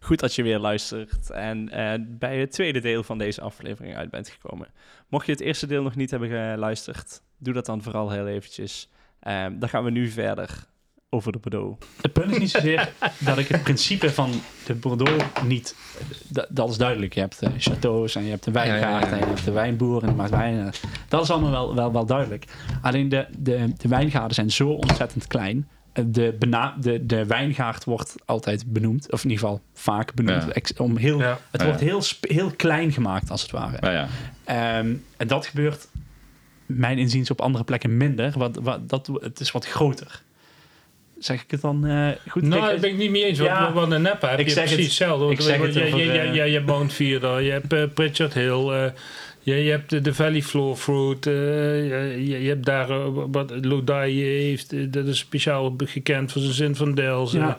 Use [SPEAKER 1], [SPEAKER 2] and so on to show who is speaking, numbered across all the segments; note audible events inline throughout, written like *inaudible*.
[SPEAKER 1] Goed dat je weer luistert en eh, bij het tweede deel van deze aflevering uit bent gekomen. Mocht je het eerste deel nog niet hebben geluisterd, doe dat dan vooral heel eventjes. Ehm, dan gaan we nu verder over de Bordeaux.
[SPEAKER 2] Het punt is niet zozeer dat ik het principe van de Bordeaux niet... Dat, dat is duidelijk. Je hebt eh, chateaus en je hebt de wijngaard
[SPEAKER 3] Ja, ja, ja.
[SPEAKER 2] en je hebt de wijnboer en de maakt wijn. Eh, Dat is allemaal wel, wel, wel duidelijk. Alleen de, de, de wijngaarden zijn zo ontzettend klein. Eh, De, bena- de, de wijngaard wordt altijd benoemd, of in ieder geval vaak benoemd.
[SPEAKER 3] Ja.
[SPEAKER 2] Ex- Om heel,
[SPEAKER 4] Ja.
[SPEAKER 2] Het
[SPEAKER 3] Ja.
[SPEAKER 2] wordt heel, sp- heel klein gemaakt, als het ware.
[SPEAKER 3] Nou ja,
[SPEAKER 2] Ehm, en dat gebeurt mijn inziens op andere plekken minder. Want, wat, dat, het is wat groter. Zeg ik het dan eh, goed?
[SPEAKER 4] Nou,
[SPEAKER 2] Kijk,
[SPEAKER 4] daar ben ik niet mee eens. Want,
[SPEAKER 2] Ja.
[SPEAKER 4] want een nep heb
[SPEAKER 2] Ik
[SPEAKER 4] je
[SPEAKER 2] zeg
[SPEAKER 4] precies
[SPEAKER 2] het-
[SPEAKER 4] hetzelfde.
[SPEAKER 2] ik zeg het
[SPEAKER 4] Want je,
[SPEAKER 2] over,
[SPEAKER 4] je, je,
[SPEAKER 2] eh,
[SPEAKER 4] je, je hebt Mount Vierder, je hebt eh, Pritchard Hill, eh, je, je hebt de, de Valley Floor Fruit, eh, je, je, je hebt daar eh, wat Lodai heeft, eh, dat is speciaal gekend voor zijn zin van Dels. eh,
[SPEAKER 2] Ja.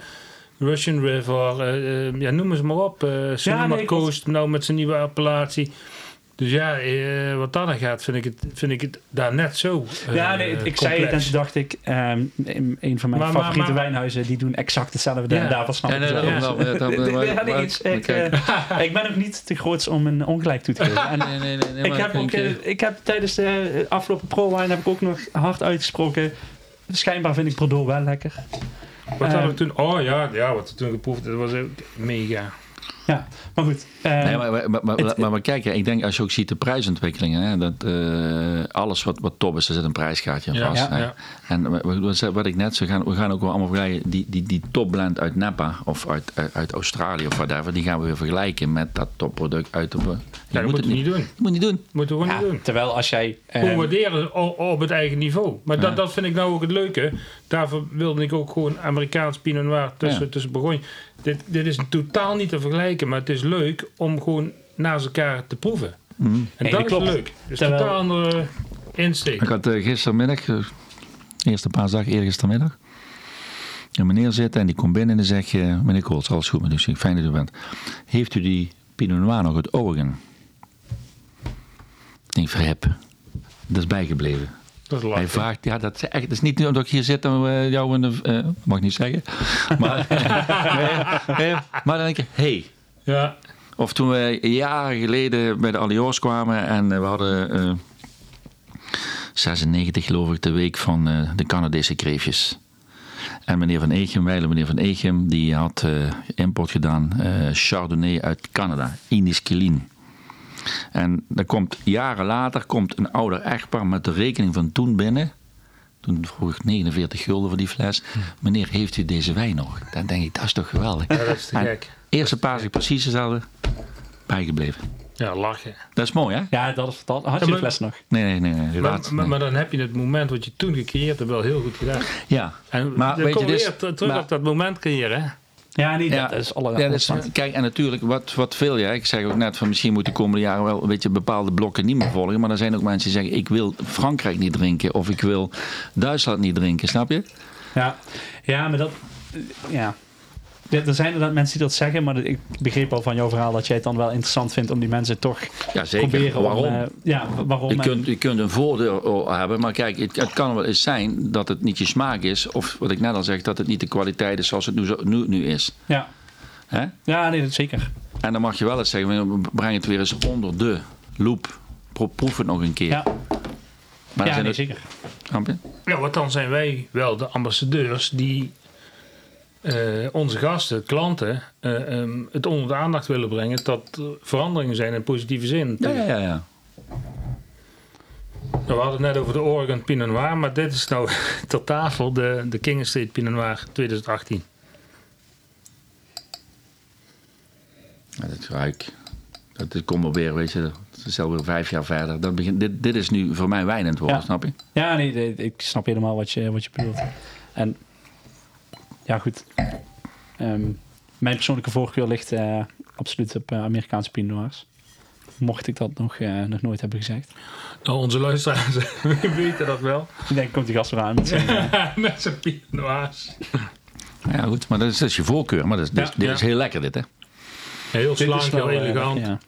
[SPEAKER 4] Russian River, eh, eh, ja, noem eens maar op. eh Sonoma
[SPEAKER 2] nee, klopt.
[SPEAKER 4] Coast, nou met zijn nieuwe appellatie. Dus ja, eh, wat dat dan gaat, vind ik het, vind ik het daar net zo. eh,
[SPEAKER 2] ja, nee, ik zei het en
[SPEAKER 4] complex.
[SPEAKER 2] toen dacht ik, ehm, een- een van mijn
[SPEAKER 4] Maar- maar-
[SPEAKER 2] favoriete
[SPEAKER 4] maar-
[SPEAKER 2] wijnhuizen, die doen exact hetzelfde.
[SPEAKER 4] Ja.
[SPEAKER 2] En daarvan snap
[SPEAKER 3] Ja,
[SPEAKER 2] ik
[SPEAKER 3] nee,
[SPEAKER 2] het wel.
[SPEAKER 3] daarom, daarom, ja, daarom,
[SPEAKER 2] Dit- dit-
[SPEAKER 3] maar-
[SPEAKER 2] *laughs* ja, nee,
[SPEAKER 3] maar-
[SPEAKER 2] iets- ik,
[SPEAKER 3] kijk.
[SPEAKER 2] eh, ik ben ook niet te groots om een ongelijk
[SPEAKER 3] *laughs*
[SPEAKER 2] toe te geven. En
[SPEAKER 3] nee, nee, nee, nee,
[SPEAKER 2] ik,
[SPEAKER 3] maar
[SPEAKER 2] heb
[SPEAKER 3] kan
[SPEAKER 2] ook,
[SPEAKER 3] je-
[SPEAKER 2] eh, ik heb tijdens de eh, afgelopen pro-wine heb ik ook nog hard uitgesproken. Schijnbaar vind ik Bordeaux wel lekker.
[SPEAKER 4] Wat hadden
[SPEAKER 2] Ehm,
[SPEAKER 4] we toen? Oh ja, ja, wat we toen geproefd hebben, dat was ook mega.
[SPEAKER 2] Maar goed. ehm,
[SPEAKER 3] Nee, maar, maar, maar, maar,
[SPEAKER 2] het-
[SPEAKER 3] maar- maar kijk, hè, ik denk als je ook ziet de prijsontwikkelingen, hè, dat eh, alles wat, wat top is, er zit een prijskaartje aan
[SPEAKER 4] Ja,
[SPEAKER 3] vast.
[SPEAKER 2] ja,
[SPEAKER 3] hè.
[SPEAKER 4] ja.
[SPEAKER 3] En we- we- wat ik net zo gaan, we gaan ook wel allemaal vergelijken, die, die, die topblend uit Napa of uit, uit, uit Australië of whatever, die gaan we weer vergelijken met dat topproduct uit de. Je
[SPEAKER 4] Ja, dat
[SPEAKER 3] moet het niet,
[SPEAKER 4] doen. Dat
[SPEAKER 3] je moet niet doen.
[SPEAKER 4] moeten we gewoon
[SPEAKER 2] ja,
[SPEAKER 4] niet doen.
[SPEAKER 2] terwijl als jij... ehm,
[SPEAKER 4] Gewoon waarderen o- op het eigen niveau. Maar dat, dat vind ik nou ook het leuke. Daarvoor wilde ik ook gewoon Amerikaans Pinot Noir tussen,
[SPEAKER 3] Ja.
[SPEAKER 4] tussen begonnen. Dit, dit is totaal niet te vergelijken, maar het is leuk om gewoon naast elkaar te proeven. En
[SPEAKER 2] Nee,
[SPEAKER 4] dat
[SPEAKER 2] dat
[SPEAKER 4] is
[SPEAKER 2] klopt.
[SPEAKER 4] leuk. Dat is
[SPEAKER 2] Terwijl-
[SPEAKER 4] totaal andere insteek.
[SPEAKER 3] Ik had eh, gistermiddag, eh, eerste paasdag, eergistermiddag, een meneer zitten en die komt binnen en die zegt, eh, meneer Kools, alles goed met u, Ik zeg, fijn dat u bent. Heeft u die Pinot Noir nog uit ogen? Ik denk, verhep. Dat is bijgebleven.
[SPEAKER 4] Dat is
[SPEAKER 3] Hij
[SPEAKER 4] lachen.
[SPEAKER 3] vraagt, ja, dat is echt, dat is niet omdat ik hier zit en we jou in de, eh, mag ik niet zeggen, *laughs* maar, nee, nee, maar dan denk ik, hey,
[SPEAKER 4] Ja,
[SPEAKER 3] of toen wij jaren geleden bij de Allianz kwamen en eh, we hadden eh, 96 geloof ik de week van eh, de Canadese kreefjes. En meneer Van Egem, wijlen meneer Van Egem, die had eh, import gedaan eh, Chardonnay uit Canada, Indisch Kilien. En dan komt jaren later komt een ouder echtpaar met de rekening van toen binnen. Toen vroeg ik 49 gulden voor die fles. Meneer, heeft u deze wijn nog? Dan denk ik, dat is toch geweldig.
[SPEAKER 4] ja, dat is te
[SPEAKER 3] En
[SPEAKER 4] gek.
[SPEAKER 3] Eerste paasdag precies dezelfde. Bijgebleven.
[SPEAKER 4] Ja, lachen.
[SPEAKER 3] Dat is mooi, hè?
[SPEAKER 2] ja, dat is fantastisch. Had je
[SPEAKER 4] Ja,
[SPEAKER 2] de
[SPEAKER 4] maar-
[SPEAKER 2] fles nog?
[SPEAKER 3] Nee, nee, nee. nee,
[SPEAKER 4] Maar,
[SPEAKER 3] laat-
[SPEAKER 4] maar,
[SPEAKER 3] nee.
[SPEAKER 4] maar dan heb je het moment wat je toen gecreëerd hebt wel heel goed gedaan.
[SPEAKER 3] ja.
[SPEAKER 4] En
[SPEAKER 3] Maar
[SPEAKER 4] dan
[SPEAKER 3] weet je,
[SPEAKER 4] kom je
[SPEAKER 3] dus-
[SPEAKER 4] weer ter- terug
[SPEAKER 3] maar-
[SPEAKER 4] op dat moment creëren. hè?
[SPEAKER 2] Ja, niet
[SPEAKER 3] Ja.
[SPEAKER 2] dat is alle
[SPEAKER 3] Ja, dus, kijk, en natuurlijk, wat, wat wil je? hè? Ik zeg ook net van misschien moeten de komende jaren wel een beetje bepaalde blokken niet meer volgen. Maar er zijn ook mensen die zeggen: ik wil Frankrijk niet drinken of ik wil Duitsland niet drinken, snap je?
[SPEAKER 2] Ja, ja maar dat. Ja. Ja, Er zijn inderdaad mensen die dat zeggen, maar ik begreep al van jouw verhaal dat jij het dan wel interessant vindt om die mensen toch
[SPEAKER 3] Ja, zeker.
[SPEAKER 2] proberen. om,
[SPEAKER 3] Waarom?
[SPEAKER 2] eh, ja, waarom?
[SPEAKER 3] Je
[SPEAKER 2] en-
[SPEAKER 3] kunt, je kunt een voordeel eh, hebben, maar kijk, het, het kan wel eens zijn dat het niet je smaak is. Of wat ik net al zeg, dat het niet de kwaliteit is zoals het nu, zo- nu, nu is.
[SPEAKER 2] ja.
[SPEAKER 3] Hè?
[SPEAKER 2] ja, nee, dat zeker.
[SPEAKER 3] En dan mag je wel eens zeggen, breng het weer eens onder de loep. Pro- Proef het nog een keer.
[SPEAKER 2] Ja, ja
[SPEAKER 3] maar zijn
[SPEAKER 2] nee,
[SPEAKER 3] het-
[SPEAKER 2] zeker.
[SPEAKER 3] snap je?
[SPEAKER 4] Ja, want dan zijn wij wel de ambassadeurs die eh, onze gasten, klanten, eh, ehm, het onder de aandacht willen brengen dat er veranderingen zijn in positieve zin.
[SPEAKER 3] Ja, ja, ja. ja.
[SPEAKER 4] Nou, we hadden het net over de Oregon Pinot Noir, maar dit is nou *laughs* ter tafel de, de King Estate Pinot Noir 2018.
[SPEAKER 3] Ja, dat ruik. Dat, dat komt wel weer, weet je. Het is alweer vijf jaar verder. Dat begint, dit, dit is nu voor mij wijnend worden,
[SPEAKER 2] Ja.
[SPEAKER 3] snap je?
[SPEAKER 2] Ja, nee, nee, ik snap helemaal wat je, wat je bedoelt. En ja, goed. Ehm, mijn persoonlijke voorkeur ligt eh, absoluut op eh, Amerikaanse Pinot Noirs. Mocht ik dat nog, eh, nog nooit hebben gezegd.
[SPEAKER 4] Nou, onze luisteraars *laughs* weten dat wel.
[SPEAKER 2] Ik denk, komt die gast weer aan met zijn, eh,
[SPEAKER 4] *laughs* Met zijn Pinot Noirs.
[SPEAKER 3] Ja, goed. Maar dat is, dat is je voorkeur. Maar dat is, dit, is- dit
[SPEAKER 4] Ja.
[SPEAKER 3] is heel lekker, dit, hè?
[SPEAKER 4] Heel
[SPEAKER 2] dit is
[SPEAKER 4] slank,
[SPEAKER 2] wel,
[SPEAKER 4] heel
[SPEAKER 2] eh,
[SPEAKER 4] elegant.
[SPEAKER 2] ja.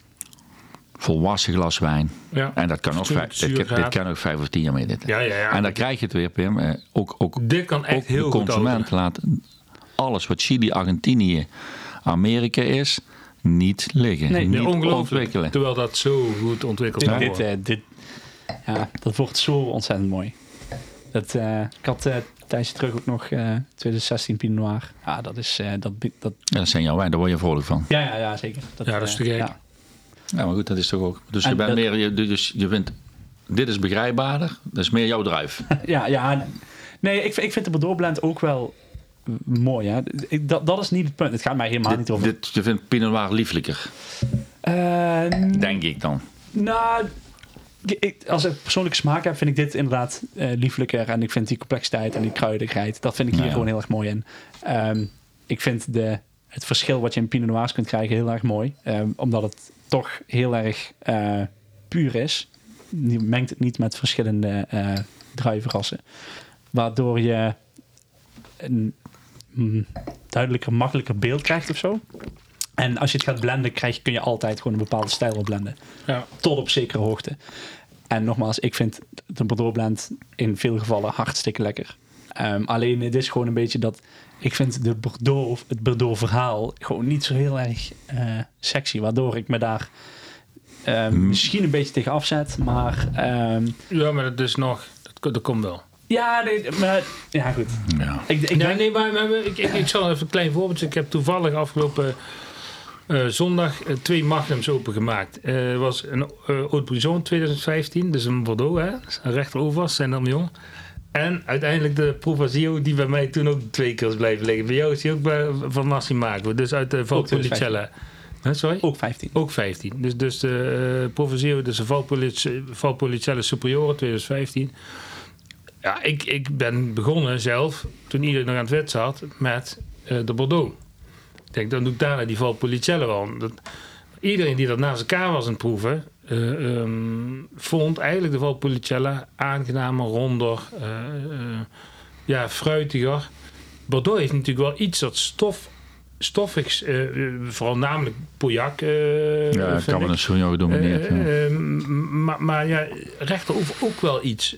[SPEAKER 3] Volwassen glas wijn.
[SPEAKER 4] Ja.
[SPEAKER 3] En dat kan nog vijf, dit,
[SPEAKER 4] Zuurgraad.
[SPEAKER 3] dit kan ook vijf of tien jaar mee, dit.
[SPEAKER 4] Ja, ja, ja.
[SPEAKER 3] En dan krijg je het weer, Pim. eh, Ook, ook,
[SPEAKER 4] Dit kan echt
[SPEAKER 3] ook
[SPEAKER 4] heel
[SPEAKER 3] de
[SPEAKER 4] goed
[SPEAKER 3] consument laat alles wat Chili, Argentinië, Amerika is, niet liggen.
[SPEAKER 2] Nee,
[SPEAKER 3] niet
[SPEAKER 4] ongelooflijk.
[SPEAKER 3] ontwikkelen.
[SPEAKER 4] Terwijl dat zo goed ontwikkeld
[SPEAKER 2] Dit,
[SPEAKER 4] wordt.
[SPEAKER 2] dit, eh, dit, ja, dat wordt zo ontzettend mooi. Dat, eh, ik had eh tijdens terug ook nog eh 2016 Pinot Noir. Ja, dat is... eh, dat, bi- dat,
[SPEAKER 3] Ja, dat zijn jouw wijn, daar word je vrolijk van.
[SPEAKER 2] ja, ja, ja, zeker.
[SPEAKER 4] Ja, dat is
[SPEAKER 2] eh,
[SPEAKER 4] te gek.
[SPEAKER 2] ja.
[SPEAKER 3] Ja, maar goed, dat is toch ook. Dus je
[SPEAKER 2] En
[SPEAKER 3] bent
[SPEAKER 2] dat-
[SPEAKER 3] meer, je, dus je vindt, dit is begrijpbaarder, dat is meer jouw druif.
[SPEAKER 2] Ja, ja. Nee, ik, ik vind de Bordeaux Blend ook wel m- mooi. Hè? Ik- Dat, dat is niet het punt. Het gaat mij helemaal niet
[SPEAKER 3] dit,
[SPEAKER 2] over.
[SPEAKER 3] dit, je vindt Pinot Noir lieflijker,
[SPEAKER 2] Eh, n-
[SPEAKER 3] denk ik dan.
[SPEAKER 2] nou, ik- ik- als ik persoonlijke smaak heb, vind ik dit inderdaad eh, lieflijker. En ik vind die complexiteit en die kruidigheid, dat vind ik hier
[SPEAKER 3] Ja.
[SPEAKER 2] gewoon heel erg mooi in. Ehm, ik vind de, het verschil wat je in Pinot Noirs kunt krijgen heel erg mooi. Ehm, omdat het toch heel erg eh, puur is. Je mengt het niet met verschillende eh druivenrassen. Waardoor je een mm, duidelijker, makkelijker beeld krijgt of zo. En als je het gaat blenden, krijg, je- kun je altijd gewoon een bepaalde stijl op blenden.
[SPEAKER 4] Ja.
[SPEAKER 2] Tot op zekere hoogte. En nogmaals, ik vind de Bordeaux blend in veel gevallen hartstikke lekker. Ehm, alleen het is gewoon een beetje dat... Ik vind de Bordeaux, het Bordeaux verhaal gewoon niet zo heel erg eh, sexy. Waardoor ik me daar ehm,
[SPEAKER 4] Hmm.
[SPEAKER 2] misschien een beetje tegen afzet. Maar ehm,
[SPEAKER 4] ja, maar dat is nog... Dat, ko- dat komt wel.
[SPEAKER 2] ja, nee, maar, ja, goed.
[SPEAKER 3] Ja.
[SPEAKER 2] Ik, ik
[SPEAKER 4] Ja,
[SPEAKER 2] denk-
[SPEAKER 4] nee, maar, maar- maar ik, ik, ik zal even een klein voorbeeldje. Ik heb toevallig afgelopen eh, zondag eh, twee magnums opengemaakt. Eh, Er was een uh, Haute Brison 2015, dus een Bordeaux, hè? Dus een rechterover, saint Jong. En uiteindelijk de Provasillo, die bij mij toen ook twee keer is blijven liggen. Bij jou is die ook bij, van Massimago, dus uit de Valpolicella. Hè, Sorry?
[SPEAKER 2] Ook 15.
[SPEAKER 4] Ook 15. Dus, dus de uh, dus de Valpolice- Valpolicella Superiore 2015. Ja, ik, ik ben begonnen zelf, toen iedereen nog aan het wet zat, met eh, de Bordeaux. Ik denk, dan doe ik daarna die Valpolicella wel. Dat, iedereen die dat naast elkaar was aan het proeven, eh, ehm, vond eigenlijk de Valpolicella aangenamer, ronder, eh, eh, ja, fruitiger. Bordeaux heeft natuurlijk wel iets dat stof, stoffigs, eh, eh, vooral namelijk Pouillac. eh,
[SPEAKER 3] Ja,
[SPEAKER 4] vind
[SPEAKER 3] kan
[SPEAKER 4] ik.
[SPEAKER 3] wel een Sauvignon gedomineerd. ja.
[SPEAKER 4] Eh, eh, m- maar, maar ja, rechterover ook wel iets.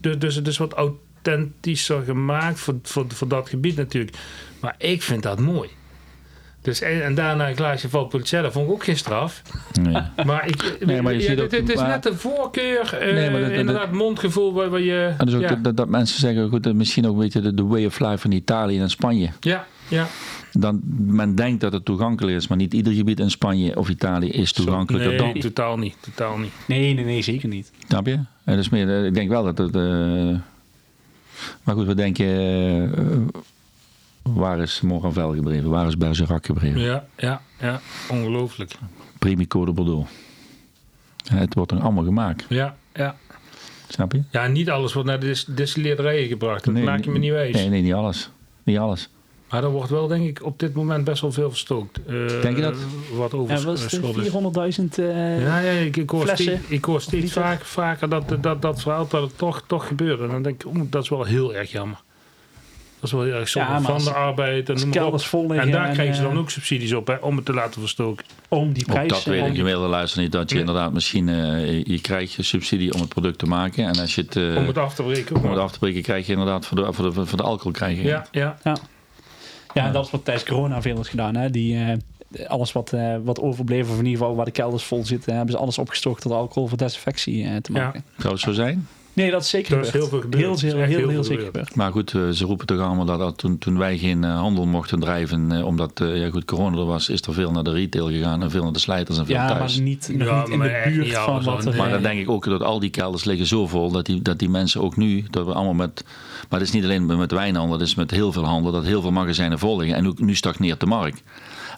[SPEAKER 4] Dus, dus het is wat authentischer gemaakt voor, voor, voor dat gebied natuurlijk. Maar ik vind dat mooi. Dus en, en daarna een glaasje Valpolicella vond ik ook geen
[SPEAKER 3] *laughs*
[SPEAKER 4] straf.
[SPEAKER 3] Nee.
[SPEAKER 4] Maar, ik,
[SPEAKER 3] Nee, maar je
[SPEAKER 4] ja,
[SPEAKER 3] ziet
[SPEAKER 4] dit-
[SPEAKER 3] ook-
[SPEAKER 4] dit is
[SPEAKER 3] maar-
[SPEAKER 4] net de voorkeur, eh,
[SPEAKER 3] Nee, maar dat- dat-
[SPEAKER 4] inderdaad mondgevoel waar, waar je...
[SPEAKER 3] En dus ook
[SPEAKER 4] ja,
[SPEAKER 3] dat, dat, dat mensen zeggen, goed, dat misschien ook een beetje de, de way of life van Italië en Spanje.
[SPEAKER 4] ja, ja.
[SPEAKER 3] Dan, men denkt dat het toegankelijk is, maar niet ieder gebied in Spanje of Italië is toegankelijker
[SPEAKER 4] nee,
[SPEAKER 3] dan.
[SPEAKER 4] totaal niet, totaal niet.
[SPEAKER 2] Nee, nee, nee, zeker niet.
[SPEAKER 3] Snap je? En dus meer, eh, ik denk wel dat het. eh, maar goed, wat denk je? eh, waar is Morgenvel gebleven? Waar is Bergerac gebleven?
[SPEAKER 4] Ja, ja, ja, ongelooflijk.
[SPEAKER 3] Primico de Bordeaux. Eh, Het wordt nog allemaal gemaakt,
[SPEAKER 4] Ja, ja.
[SPEAKER 3] snap je?
[SPEAKER 4] Ja, niet alles wordt naar de dis- distilleerderijen gebracht. Dat
[SPEAKER 3] Nee,
[SPEAKER 4] maak je me niet wijs.
[SPEAKER 3] Nee, nee, niet alles. Niet alles.
[SPEAKER 4] Maar er wordt wel, denk ik, op dit moment best wel veel verstookt. Eh,
[SPEAKER 3] Denk je dat?
[SPEAKER 4] Wat
[SPEAKER 2] En was het
[SPEAKER 4] overschot is.
[SPEAKER 2] 400.000... eh,
[SPEAKER 4] Ja, ja ik, ik hoor
[SPEAKER 2] flessen?
[SPEAKER 4] steeds, ik hoor steeds
[SPEAKER 2] liter?
[SPEAKER 4] vaak, vaker dat, dat, dat verhaal dat het toch, toch gebeurt. En dan denk ik, oeh, dat is wel heel erg jammer. Dat is wel heel erg zonde
[SPEAKER 2] Ja, maar
[SPEAKER 4] van
[SPEAKER 2] als-
[SPEAKER 4] de arbeid en
[SPEAKER 2] als
[SPEAKER 4] noem maar op.
[SPEAKER 2] kelders vol liggen
[SPEAKER 4] En daar
[SPEAKER 2] en,
[SPEAKER 4] krijgen ze dan
[SPEAKER 2] eh,
[SPEAKER 4] ook subsidies op hè, om het te laten verstoken.
[SPEAKER 2] Om die
[SPEAKER 3] Ook
[SPEAKER 2] prijs... eh,
[SPEAKER 3] dat weet
[SPEAKER 2] om-
[SPEAKER 3] ik gemiddelde luister niet. Dat je inderdaad misschien, eh, je krijgt je subsidie om het product te maken. En als je het, eh,
[SPEAKER 4] Om het af te breken. ook
[SPEAKER 3] om
[SPEAKER 4] nog.
[SPEAKER 3] het af te breken, krijg je inderdaad voor de, voor de, voor de alcohol krijg je.
[SPEAKER 4] Ja, ja.
[SPEAKER 2] Ja. ja, en dat is wat tijdens corona veel is gedaan. Hè? Die, eh, alles wat, eh, wat overbleef, of in ieder geval waar de kelders vol zitten, hebben ze alles opgestookt tot alcohol voor desinfectie eh, te
[SPEAKER 4] Ja.
[SPEAKER 2] maken.
[SPEAKER 3] Zou het zo zijn?
[SPEAKER 2] Nee, dat is zeker
[SPEAKER 4] Er is heel veel gebeurd.
[SPEAKER 2] Heel,
[SPEAKER 4] Er is
[SPEAKER 2] heel,
[SPEAKER 4] echt
[SPEAKER 2] heel,
[SPEAKER 4] heel
[SPEAKER 2] heel
[SPEAKER 4] veel
[SPEAKER 2] zeker
[SPEAKER 4] gebeurd.
[SPEAKER 2] gebeurd.
[SPEAKER 3] Maar goed, eh, ze roepen toch allemaal dat, dat toen, toen wij geen eh, handel mochten drijven, eh, omdat eh, ja, goed, corona er was, is er veel naar de retail gegaan en veel naar de slijters en veel
[SPEAKER 2] Ja,
[SPEAKER 3] thuis.
[SPEAKER 2] maar
[SPEAKER 3] Maar,
[SPEAKER 2] niet, nog
[SPEAKER 4] Ja,
[SPEAKER 2] niet in
[SPEAKER 4] maar
[SPEAKER 2] de
[SPEAKER 4] echt
[SPEAKER 2] buurt
[SPEAKER 4] niet
[SPEAKER 2] van
[SPEAKER 4] alles
[SPEAKER 2] wat
[SPEAKER 4] aan.
[SPEAKER 2] er...
[SPEAKER 4] Maar
[SPEAKER 2] eh,
[SPEAKER 3] dan denk ik ook dat al die kelders liggen zo vol dat die, dat die mensen ook nu, dat we allemaal met, maar het is niet alleen met wijnhandel, het is met heel veel handel, dat heel veel magazijnen vol liggen en ook, nu stagneert de markt.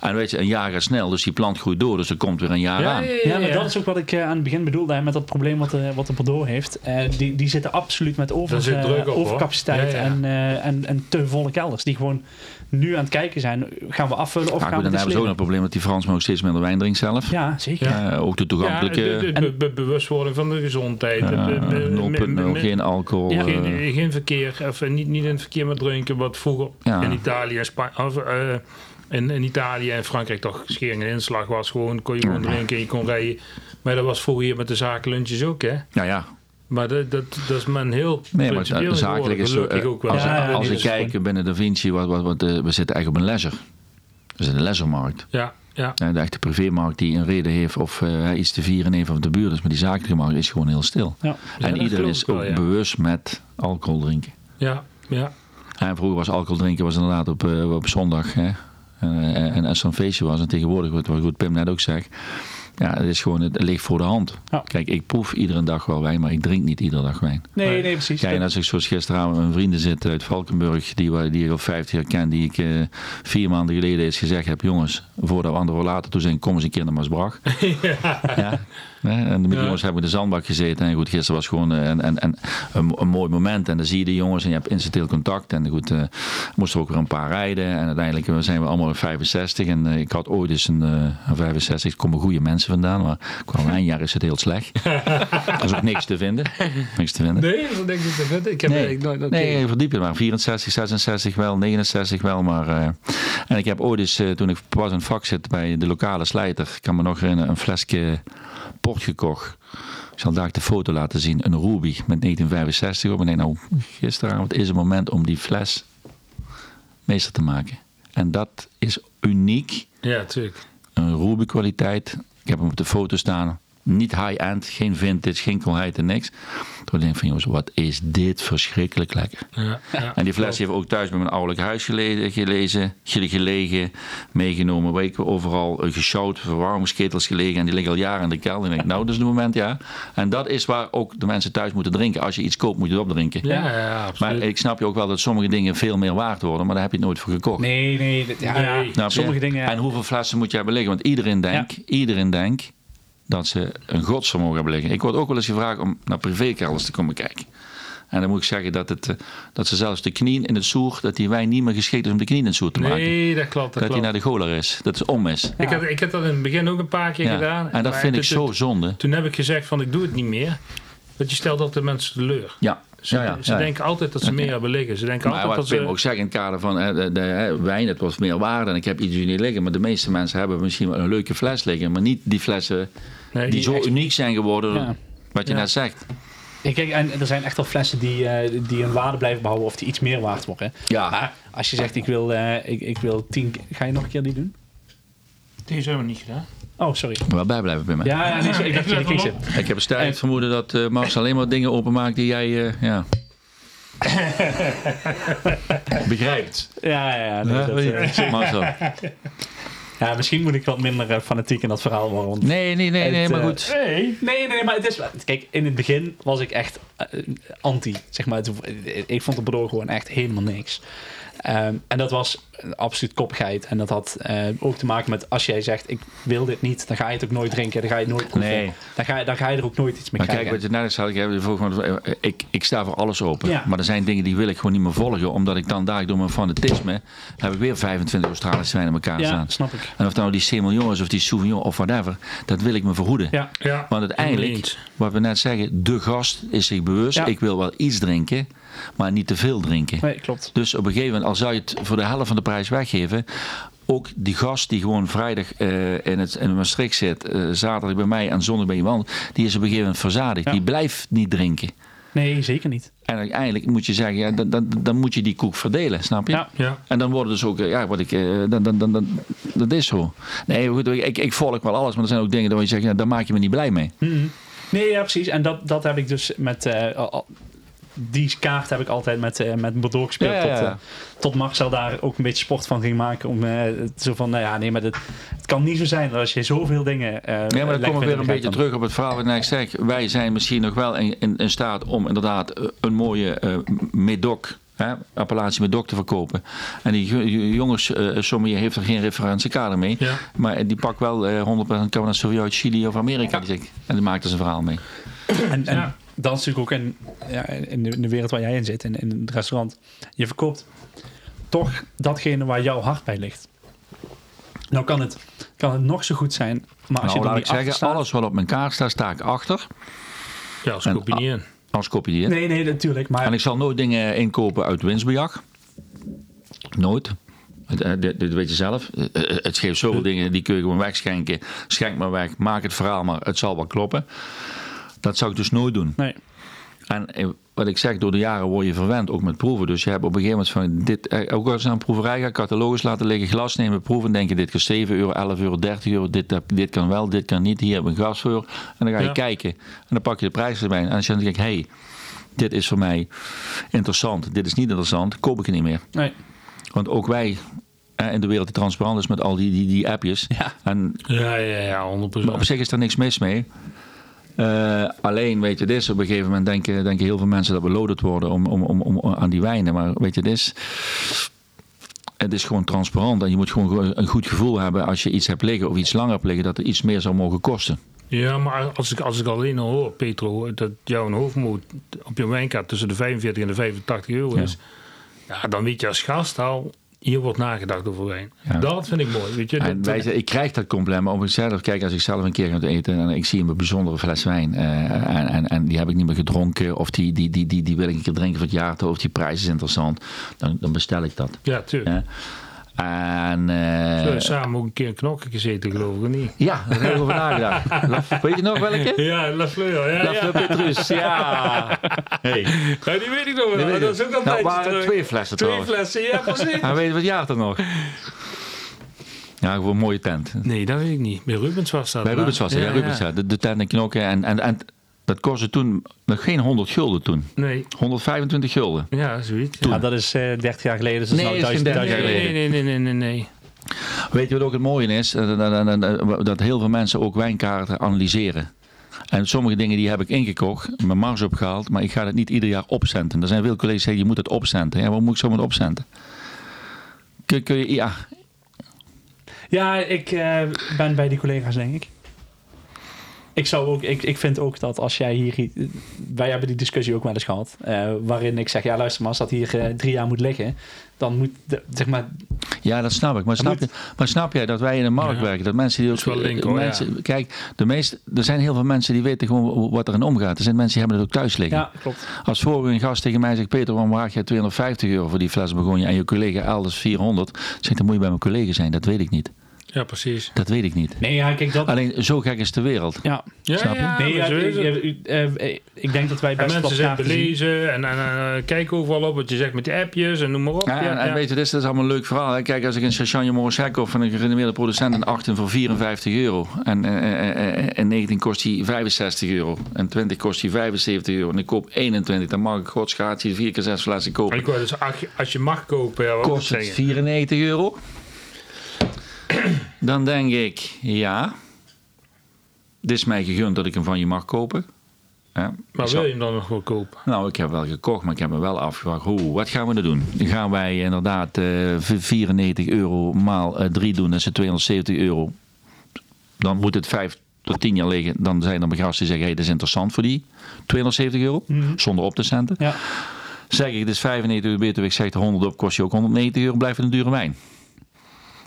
[SPEAKER 3] En weet je, een jaar gaat snel, dus die plant groeit door, dus er komt weer een jaar
[SPEAKER 4] Ja,
[SPEAKER 3] aan.
[SPEAKER 4] ja,
[SPEAKER 2] Ja, maar dat is ook wat ik eh, aan het begin bedoelde hè, met dat probleem wat, eh wat de Bordeaux heeft. Eh, die, die zitten absoluut met over,
[SPEAKER 4] Daar zit
[SPEAKER 2] eh,
[SPEAKER 4] druk op, hoor.
[SPEAKER 2] overcapaciteit
[SPEAKER 4] Ja, ja.
[SPEAKER 2] En, eh, en, en te volle kelders. Die gewoon nu aan het kijken zijn, gaan we afvullen of
[SPEAKER 3] Maar
[SPEAKER 2] gaan we
[SPEAKER 3] goed, dan
[SPEAKER 2] dit
[SPEAKER 3] hebben ze ook een
[SPEAKER 2] slikken?
[SPEAKER 3] probleem dat die Fransman ook steeds minder wijn drinkt zelf.
[SPEAKER 2] Ja, zeker.
[SPEAKER 3] Eh, ook de
[SPEAKER 4] Ja, de,
[SPEAKER 3] toegankelijke...
[SPEAKER 4] de- de be- bewustwording van de gezondheid.
[SPEAKER 3] eh,
[SPEAKER 4] de- de- de-
[SPEAKER 3] 0.0,
[SPEAKER 4] me-
[SPEAKER 3] geen alcohol.
[SPEAKER 2] Ja.
[SPEAKER 3] eh,
[SPEAKER 4] Geen, geen verkeer, of eh, niet, niet in het verkeer maar drinken, wat vroeger
[SPEAKER 3] Ja.
[SPEAKER 4] in Italië en Spa- of, eh, in, in Italië en Frankrijk toch schering en inslag was. Gewoon kon je gewoon drinken, je kon rijden. Maar dat was vroeger hier met de zakenlunches ook, hè?
[SPEAKER 3] nou ja,
[SPEAKER 4] Maar dat, dat, dat is men heel.
[SPEAKER 3] Nee, maar
[SPEAKER 4] principieel
[SPEAKER 3] het- zakelijk
[SPEAKER 4] geworden,
[SPEAKER 3] is zo.
[SPEAKER 4] gelukkig
[SPEAKER 3] eh,
[SPEAKER 4] ook wel.
[SPEAKER 3] Als,
[SPEAKER 2] Ja, ja,
[SPEAKER 3] als
[SPEAKER 2] dit
[SPEAKER 3] ik
[SPEAKER 2] is
[SPEAKER 3] kijk binnen Da Vinci, wat, wat, wat, eh, we zitten echt op een leisure. Dus in de lessenmarkt.
[SPEAKER 4] Ja, ja.
[SPEAKER 3] Eh, De echte privémarkt die een reden heeft of eh, hij iets te vieren heeft of de buurt is. Maar die zakelijke markt is gewoon heel stil.
[SPEAKER 2] Ja.
[SPEAKER 4] Ja,
[SPEAKER 3] en
[SPEAKER 4] dat
[SPEAKER 3] iedereen
[SPEAKER 4] geloof
[SPEAKER 3] is
[SPEAKER 4] ik wel,
[SPEAKER 3] ook
[SPEAKER 4] ja.
[SPEAKER 3] bewust met alcohol drinken.
[SPEAKER 4] ja, ja.
[SPEAKER 3] En vroeger was alcohol drinken was inderdaad op, eh, op zondag. Hè? Eh, en als er een feestje was, en tegenwoordig, wat, wat goed Pim net ook zegt. Ja, het is gewoon, het ligt voor de hand.
[SPEAKER 2] Ja.
[SPEAKER 3] Kijk, ik proef iedere dag wel wijn, maar ik drink niet iedere dag wijn.
[SPEAKER 2] Nee, nee, precies.
[SPEAKER 3] Kijk, en als ik zoals gisteravond met mijn vrienden zit uit Valkenburg, die, we- die ik al 50 jaar ken, die ik eh, vier maanden geleden eens gezegd heb: jongens, voordat we anderhalf later toe zijn, kom eens een keer naar Maasbrach. ja. Hè? En met die
[SPEAKER 4] Ja.
[SPEAKER 3] jongens hebben we in de zandbak gezeten. En goed, gisteren was gewoon eh, en, en, en een, een mooi moment. En dan zie je de jongens en je hebt incidenteel contact. En goed, eh, moesten we ook weer een paar rijden. En uiteindelijk eh, zijn we allemaal op 65. En eh, ik had ooit eens een, eh, een 65. Er komen goede mensen vandaan, maar qua wijnjaar is het heel slecht. Er is ook niks te vinden. Niks te vinden.
[SPEAKER 4] Nee, dat denk ik niet. Ik heb
[SPEAKER 3] Nee,
[SPEAKER 4] eigenlijk nooit... oké.
[SPEAKER 3] nee, je verdiept het maar. 64, 66 wel, 69 wel. Maar, eh, en ik heb ooit eens, eh, toen ik pas in het vak zit bij de lokale slijter, ik kan me nog herinneren, een flesje port gekocht. Ik zal daar de foto laten zien. Een Ruby met 1965 op. En ik denk, nou, gisteravond is het moment om die fles meester te maken. En dat is uniek.
[SPEAKER 4] Ja, tuurlijk.
[SPEAKER 3] Een Ruby kwaliteit. Ik heb hem op de foto staan. Niet high-end, geen vintage, geen kwaliteit en niks. Toen denk ik van jongens, wat is dit verschrikkelijk lekker.
[SPEAKER 4] Ja, ja.
[SPEAKER 3] En die fles heeft ook thuis bij mijn ouderlijk huis gelezen, gelezen gele- gelegen, meegenomen, weet ik overal eh, gesjouwd, verwarmingsketels gelegen. En die liggen al jaren in de kelder. En ik denk, nou, dat is het moment, ja. En dat is waar ook de mensen thuis moeten drinken. Als je iets koopt, moet je het opdrinken.
[SPEAKER 4] Ja, ja, ja, absoluut.
[SPEAKER 3] Maar ik snap je ook wel dat sommige dingen veel meer waard worden, maar daar heb je het nooit voor gekocht.
[SPEAKER 2] Nee, nee. dit- ja, Nou,
[SPEAKER 4] Nee.
[SPEAKER 2] ja.
[SPEAKER 3] Snap Nou, je?
[SPEAKER 2] Sommige dingen...
[SPEAKER 3] En hoeveel flessen moet je hebben liggen? Want iedereen denkt, iedereen denkt dat ze een godsvermogen hebben liggen. Ik word ook wel eens gevraagd om naar privékelders te komen kijken. En dan moet ik zeggen dat, het, eh, dat ze zelfs de knieën in het soer, dat die wijn niet meer geschikt is om de knieën in het soer te maken.
[SPEAKER 4] Nee, dat klopt. Dat
[SPEAKER 3] dat die
[SPEAKER 4] klopt.
[SPEAKER 3] naar de goler is. Dat is om is.
[SPEAKER 4] Ik, had, ik had dat in het begin ook een paar keer
[SPEAKER 3] Ja.
[SPEAKER 4] gedaan.
[SPEAKER 3] En dat
[SPEAKER 4] maar
[SPEAKER 3] vind ik
[SPEAKER 4] toen-
[SPEAKER 3] zo zonde.
[SPEAKER 4] Toen heb ik gezegd van ik doe het niet meer. Want je stelt altijd mensen teleur.
[SPEAKER 3] Ja.
[SPEAKER 4] Ze,
[SPEAKER 3] ja, ja,
[SPEAKER 4] ze
[SPEAKER 3] ja.
[SPEAKER 4] denken altijd dat ze meer hebben liggen. Ze denken
[SPEAKER 3] Maar
[SPEAKER 4] altijd dat
[SPEAKER 3] wat Pim
[SPEAKER 4] ze...
[SPEAKER 3] ook zegt in het kader van eh, de, de, eh, wijn, het was meer waarde en ik heb iets niet liggen. Maar de meeste mensen hebben misschien wel een leuke fles liggen, maar niet die flessen
[SPEAKER 4] Nee,
[SPEAKER 3] die zo
[SPEAKER 4] echt-
[SPEAKER 3] uniek zijn geworden.
[SPEAKER 2] Ja.
[SPEAKER 3] Wat je
[SPEAKER 4] Ja.
[SPEAKER 3] net zegt.
[SPEAKER 2] Ja, Kijk, en er zijn echt wel flessen die, eh, die hun waarde blijven behouden of die iets meer waard worden.
[SPEAKER 3] Ja.
[SPEAKER 2] Maar als je zegt, ik wil, eh, ik, ik wil tien... ke- Ga je nog een keer die doen?
[SPEAKER 4] Deze hebben we niet gedaan.
[SPEAKER 2] Oh, sorry.
[SPEAKER 3] Wel bijblijven, Pim. hè?
[SPEAKER 2] Ja, ja nee, sorry, ik
[SPEAKER 4] Ik
[SPEAKER 2] dacht dat je
[SPEAKER 4] let
[SPEAKER 2] ging
[SPEAKER 4] wel
[SPEAKER 2] zitten.
[SPEAKER 3] Ik heb een sterk het vermoeden dat eh Max alleen maar dingen openmaakt die jij eh, ja. begrijpt.
[SPEAKER 2] Ja, ja, ja. nee, dat, eh,
[SPEAKER 3] Marcel.
[SPEAKER 2] ja, misschien moet ik wat minder eh, fanatiek in dat verhaal worden. want-
[SPEAKER 3] Nee, nee, nee, nee,
[SPEAKER 2] Het,
[SPEAKER 3] maar
[SPEAKER 2] eh,
[SPEAKER 3] goed.
[SPEAKER 4] Nee.
[SPEAKER 2] Nee, nee, maar het is... wel- Kijk, in het begin was ik echt eh, anti, zeg maar. Het- Ik vond de Bordeaux gewoon echt helemaal niks. Ehm, en dat was een absoluut koppigheid. En dat had eh, ook te maken met als jij zegt, ik wil dit niet, dan ga je het ook nooit drinken, dan ga je het nooit proeven.
[SPEAKER 3] Nee.
[SPEAKER 2] Dan, ga je, dan ga je er ook nooit iets mee
[SPEAKER 3] Maar kijk,
[SPEAKER 2] krijgen.
[SPEAKER 3] wat je net zei, ik, heb je volgens mij- eh, ik, ik sta voor alles open.
[SPEAKER 2] Ja.
[SPEAKER 3] Maar er zijn dingen die wil ik gewoon niet meer volgen. Omdat ik dan daar door mijn fanatisme heb ik weer 25 Australische wijnen in elkaar
[SPEAKER 2] ja,
[SPEAKER 3] staan.
[SPEAKER 2] snap ik.
[SPEAKER 3] En of het nou die Semillon is of die Sauvignon of whatever. Dat wil ik me verhoeden.
[SPEAKER 2] Ja.
[SPEAKER 4] Ja.
[SPEAKER 3] Want uiteindelijk,
[SPEAKER 4] Eens.
[SPEAKER 3] wat we net zeggen, de gast is zich bewust.
[SPEAKER 2] Ja.
[SPEAKER 3] Ik wil wel iets drinken, maar niet te veel drinken.
[SPEAKER 2] Nee, klopt.
[SPEAKER 3] Dus op een gegeven moment, al zou je het voor de helft van de prijs weggeven. Ook die gast die gewoon vrijdag eh, in, het, in Maastricht zit, eh, zaterdag bij mij en zondag bij iemand, die is op een gegeven moment verzadigd.
[SPEAKER 2] Ja.
[SPEAKER 3] Die blijft niet drinken.
[SPEAKER 2] Nee, zeker niet.
[SPEAKER 3] En uiteindelijk moet je zeggen, ja, dan, dan, dan moet je die koek verdelen, snap je?
[SPEAKER 2] Ja.
[SPEAKER 4] Ja.
[SPEAKER 3] En dan worden dus ook, eh, ja, wat ik, eh, dan, dan, dan, dan, dat is zo. Nee, goed, ik, ik volg wel alles, maar er zijn ook dingen waar je zegt, ja, daar maak je me niet blij mee.
[SPEAKER 2] Mhm. Nee, ja, precies. En dat, dat heb ik dus met... eh, al- al- die kaart heb ik altijd met, eh, met Bordeaux gespeeld.
[SPEAKER 3] Ja, ja,
[SPEAKER 2] Tot,
[SPEAKER 3] ja.
[SPEAKER 2] eh, tot Marcel daar ook een beetje sport van ging maken. Om eh, het zo van, nou ja, nee, maar dit, het kan niet zo zijn dat als je zoveel dingen... eh
[SPEAKER 3] Ja, maar dan komen we weer een beetje
[SPEAKER 2] terug.
[SPEAKER 3] terug op het verhaal wat ik zeg. Wij zijn misschien nog wel in, in, in staat om inderdaad eh, een mooie eh medoc, hè, appellatie medoc te verkopen. En die jo- jo- jongens, eh sommige heeft er geen referentiekader mee.
[SPEAKER 4] Ja.
[SPEAKER 3] Maar die pak wel eh 100% Cabernet Sauvignon uit Chili of Amerika. die zeg ik. En die maakt er zijn verhaal mee.
[SPEAKER 2] En, en
[SPEAKER 4] Ja.
[SPEAKER 2] dat is natuurlijk ook in, ja, in, de, in de wereld waar jij in zit, in, in het restaurant. Je verkoopt toch datgene waar jouw hart bij ligt. Nou kan het, kan het nog zo goed zijn, maar als
[SPEAKER 3] nou,
[SPEAKER 2] je er
[SPEAKER 3] laat
[SPEAKER 2] niet
[SPEAKER 3] ik zeggen,
[SPEAKER 2] achter staat...
[SPEAKER 3] alles wat op mijn kaart staat, sta ik achter.
[SPEAKER 4] Ja, als koop je niet in.
[SPEAKER 3] Anders koop je die. hè.
[SPEAKER 2] Nee, nee, natuurlijk, maar...
[SPEAKER 3] En ik zal nooit dingen inkopen uit winstbejag. Nooit. Het- eh, Dit, dit weet je zelf. Eh, eh, Het geeft zoveel dingen, die kun je gewoon wegschenken. Schenk maar weg, maak het verhaal maar, het zal wel kloppen. Dat zou ik dus nooit doen.
[SPEAKER 2] Nee.
[SPEAKER 3] En eh, wat ik zeg, door de jaren word je verwend, ook met proeven. Dus je hebt op een gegeven moment van dit, eh, ook als je naar een proeverij gaat, catalogus laten liggen, glas nemen, proeven, denk je dit kost 7 euro, 11 euro, 30 euro, dit, heb- dit kan wel, dit kan niet, hier heb ik een glas voor. En dan ga je
[SPEAKER 4] Ja.
[SPEAKER 3] kijken en dan pak je de prijs erbij. En als je dan denkt, hé, hey, dit is voor mij interessant, dit is niet interessant, koop ik het niet meer.
[SPEAKER 2] Nee.
[SPEAKER 3] Want ook wij eh, in de wereld die transparant is met al die, die, die appjes.
[SPEAKER 2] Ja.
[SPEAKER 3] En
[SPEAKER 4] Ja, ja, ja, 100%.
[SPEAKER 3] maar op zich is er niks mis mee. Eh, alleen, weet je, dit is op een gegeven moment denken, denken heel veel mensen dat we loaded worden om, om, om, om, aan die wijnen. Maar weet je, dit is, het is gewoon transparant. En je moet gewoon go- een goed gevoel hebben als je iets hebt liggen of iets langer hebt liggen, dat er iets meer zou mogen kosten.
[SPEAKER 4] Ja, maar als ik, als ik alleen al hoor, Petro, dat jouw hoofdmoot op je wijnkaart tussen de 45 en de 85 euro
[SPEAKER 3] Ja.
[SPEAKER 4] is. Ja, dan weet je als gast al, hier wordt nagedacht over wijn.
[SPEAKER 3] Ja.
[SPEAKER 4] Dat vind ik mooi, weet je.
[SPEAKER 3] En
[SPEAKER 4] Dat-
[SPEAKER 3] wij zeggen, ik krijg dat compliment, maar op mezelf, kijk, als ik zelf een keer ga eten en ik zie een bijzondere fles wijn eh, en, en, en die heb ik niet meer gedronken of die, die, die, die, die wil ik een keer drinken voor het jaartal of die prijs is interessant, dan, dan bestel ik dat.
[SPEAKER 4] ja, tuurlijk.
[SPEAKER 3] Ja. En, eh,
[SPEAKER 4] We hebben samen ook een keer een knokken gezeten, geloof ik, of niet?
[SPEAKER 3] Ja, daar hebben we over
[SPEAKER 4] *laughs*
[SPEAKER 3] nagedacht. La- Weet je nog welke?
[SPEAKER 4] Ja, La Fleur, ja,
[SPEAKER 3] La
[SPEAKER 4] ja.
[SPEAKER 3] Fleur Petrus, ja. Hey.
[SPEAKER 4] Ja, die weet ik nog
[SPEAKER 3] Die
[SPEAKER 4] wel.
[SPEAKER 3] weet
[SPEAKER 4] Dat is
[SPEAKER 3] ik.
[SPEAKER 4] ook al
[SPEAKER 3] Nou,
[SPEAKER 4] een tijdje
[SPEAKER 3] waren
[SPEAKER 4] terug.
[SPEAKER 3] twee flessen
[SPEAKER 4] Twee
[SPEAKER 3] trouwens.
[SPEAKER 4] flessen, ja, precies.
[SPEAKER 3] En weet je wat jaar er nog? Ja, gewoon een mooie tent.
[SPEAKER 4] *laughs* Nee, dat weet ik niet. Bij Rubens was dat.
[SPEAKER 3] Bij
[SPEAKER 4] hè?
[SPEAKER 3] Rubens was het, ja, Rubens. ja. De, de tent en knokken. En, en, en dat kostte toen nog geen 100 gulden toen.
[SPEAKER 4] Nee,
[SPEAKER 3] 125 gulden.
[SPEAKER 4] ja, zoiets. ja.
[SPEAKER 2] Ja, dat is eh 30 jaar geleden. Dus dat
[SPEAKER 3] Nee,
[SPEAKER 2] is
[SPEAKER 3] dat
[SPEAKER 2] nou
[SPEAKER 3] is geen
[SPEAKER 2] 1000
[SPEAKER 3] dertig
[SPEAKER 2] jaar
[SPEAKER 4] Nee,
[SPEAKER 3] jaar
[SPEAKER 2] geleden.
[SPEAKER 4] nee, nee, nee, nee, nee, nee.
[SPEAKER 3] Weet je wat ook het mooie is? Eh, Dat, dat- dat- dat heel veel mensen ook wijnkaarten analyseren. En sommige dingen die heb ik ingekocht, mijn marge opgehaald, maar ik ga dat niet ieder jaar opcenten. Er zijn veel collega's die zeggen, je moet het opcenten. Ja, waarom moet ik zo moeten opcenten? Kun, kun je, ja,
[SPEAKER 2] Ja, ik eh, ben bij die collega's, denk ik. Ik, zou ook, ik, ik vind ook dat als jij hier... i- Wij hebben die discussie ook wel eens gehad. eh, waarin ik zeg, ja luister maar, als dat hier eh, drie jaar moet liggen... dan moet, de, zeg maar...
[SPEAKER 3] ja, dat snap ik. Maar snap, je, maar snap jij dat wij in een markt
[SPEAKER 4] Ja.
[SPEAKER 3] werken? Dat mensen die ook...
[SPEAKER 4] is wel link, hoor,
[SPEAKER 3] mensen, Kijk, de meeste, er zijn heel veel mensen die weten gewoon wat er in omgaat. Er zijn mensen die hebben het ook thuis liggen.
[SPEAKER 2] Ja, klopt.
[SPEAKER 3] Als vorige een gast tegen mij zegt: Peter, waarom vraag jij 250 euro voor die fles begonia en je collega elders 400? Zegt dan moet je bij mijn collega zijn. Dat weet ik niet.
[SPEAKER 4] Ja, precies.
[SPEAKER 3] Dat weet ik niet.
[SPEAKER 2] Nee, ja, kijk dat...
[SPEAKER 3] Alleen zo gek is de wereld.
[SPEAKER 2] Ja.
[SPEAKER 4] Ja,
[SPEAKER 3] Snap je?
[SPEAKER 4] ja,
[SPEAKER 2] Nee, ja,
[SPEAKER 4] maar zo is
[SPEAKER 2] ik,
[SPEAKER 4] het.
[SPEAKER 2] eh, eh, ik denk dat wij
[SPEAKER 4] En
[SPEAKER 2] best wel
[SPEAKER 4] mensen zijn
[SPEAKER 2] elkaar zien.
[SPEAKER 4] belezen en, en, en, eh, kijken overal op wat je zegt met die appjes en noem maar op.
[SPEAKER 3] Ja, en, en weet je, dit is, dit is allemaal een leuk verhaal. Hè? Kijk, als ik een Chachagne Morosek koop van een gerenommeerde producent een 18 voor 54 euro. En, eh, eh, eh, en 19 kost die 65 euro. En 20 kost die 75 euro. En ik koop 21. Dan mag ik godsgratie 4 keer 6 flessen
[SPEAKER 4] Maar
[SPEAKER 3] kopen.
[SPEAKER 4] ik wou dus als je, als je mag kopen, ja, wat
[SPEAKER 3] Kost
[SPEAKER 4] moet ik
[SPEAKER 3] het
[SPEAKER 4] zeggen?
[SPEAKER 3] 94 euro? Dan denk ik, ja. Het is mij gegund dat ik hem van je mag kopen. Hè?
[SPEAKER 4] Maar
[SPEAKER 3] Ik zal-
[SPEAKER 4] wil je hem dan nog wel kopen?
[SPEAKER 3] Nou, ik heb wel gekocht, maar ik heb me wel afgevraagd. Hoe, wat gaan we nou doen? Gaan wij inderdaad eh, v- 94 euro maal 3 doen, dat is 270 euro. Dan moet het 5 tot 10 jaar liggen. Dan zijn er gasten die zeggen, hey, dat is interessant voor die 270 euro, zonder op te centen.
[SPEAKER 2] Ja.
[SPEAKER 3] Zeg ik, het is 95 euro beter, ik zeg er 100 op, kost je ook 190 euro, blijft het een dure wijn.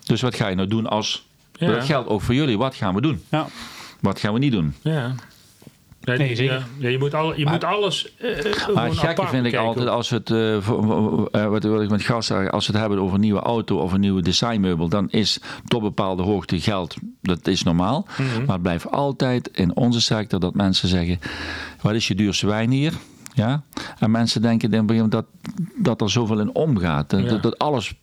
[SPEAKER 3] Dus wat ga je nou doen als...
[SPEAKER 4] Ja.
[SPEAKER 3] Dat geldt ook voor jullie. Wat gaan we doen?
[SPEAKER 2] Ja.
[SPEAKER 3] Wat gaan we niet doen?
[SPEAKER 4] Ja. Nee,
[SPEAKER 2] Nee, zeker.
[SPEAKER 4] ja. Ja, je moet, al, je moet alles. eh, eh,
[SPEAKER 3] Maar
[SPEAKER 4] gewoon
[SPEAKER 3] het gekke
[SPEAKER 4] apart
[SPEAKER 3] vind ik
[SPEAKER 4] bekijken.
[SPEAKER 3] altijd als we het, eh, voor- voor- eh, wat wil ik met gas zeggen, als we het hebben over een nieuwe auto of een nieuwe designmeubel, dan is tot bepaalde hoogte geld, dat is normaal.
[SPEAKER 4] Mhm.
[SPEAKER 3] Maar het blijft altijd in onze sector dat mensen zeggen, wat is je duurste wijn hier? Ja? En mensen denken in het begin dat, dat er zoveel in omgaat. Dat-
[SPEAKER 4] Ja.
[SPEAKER 3] Dat, dat alles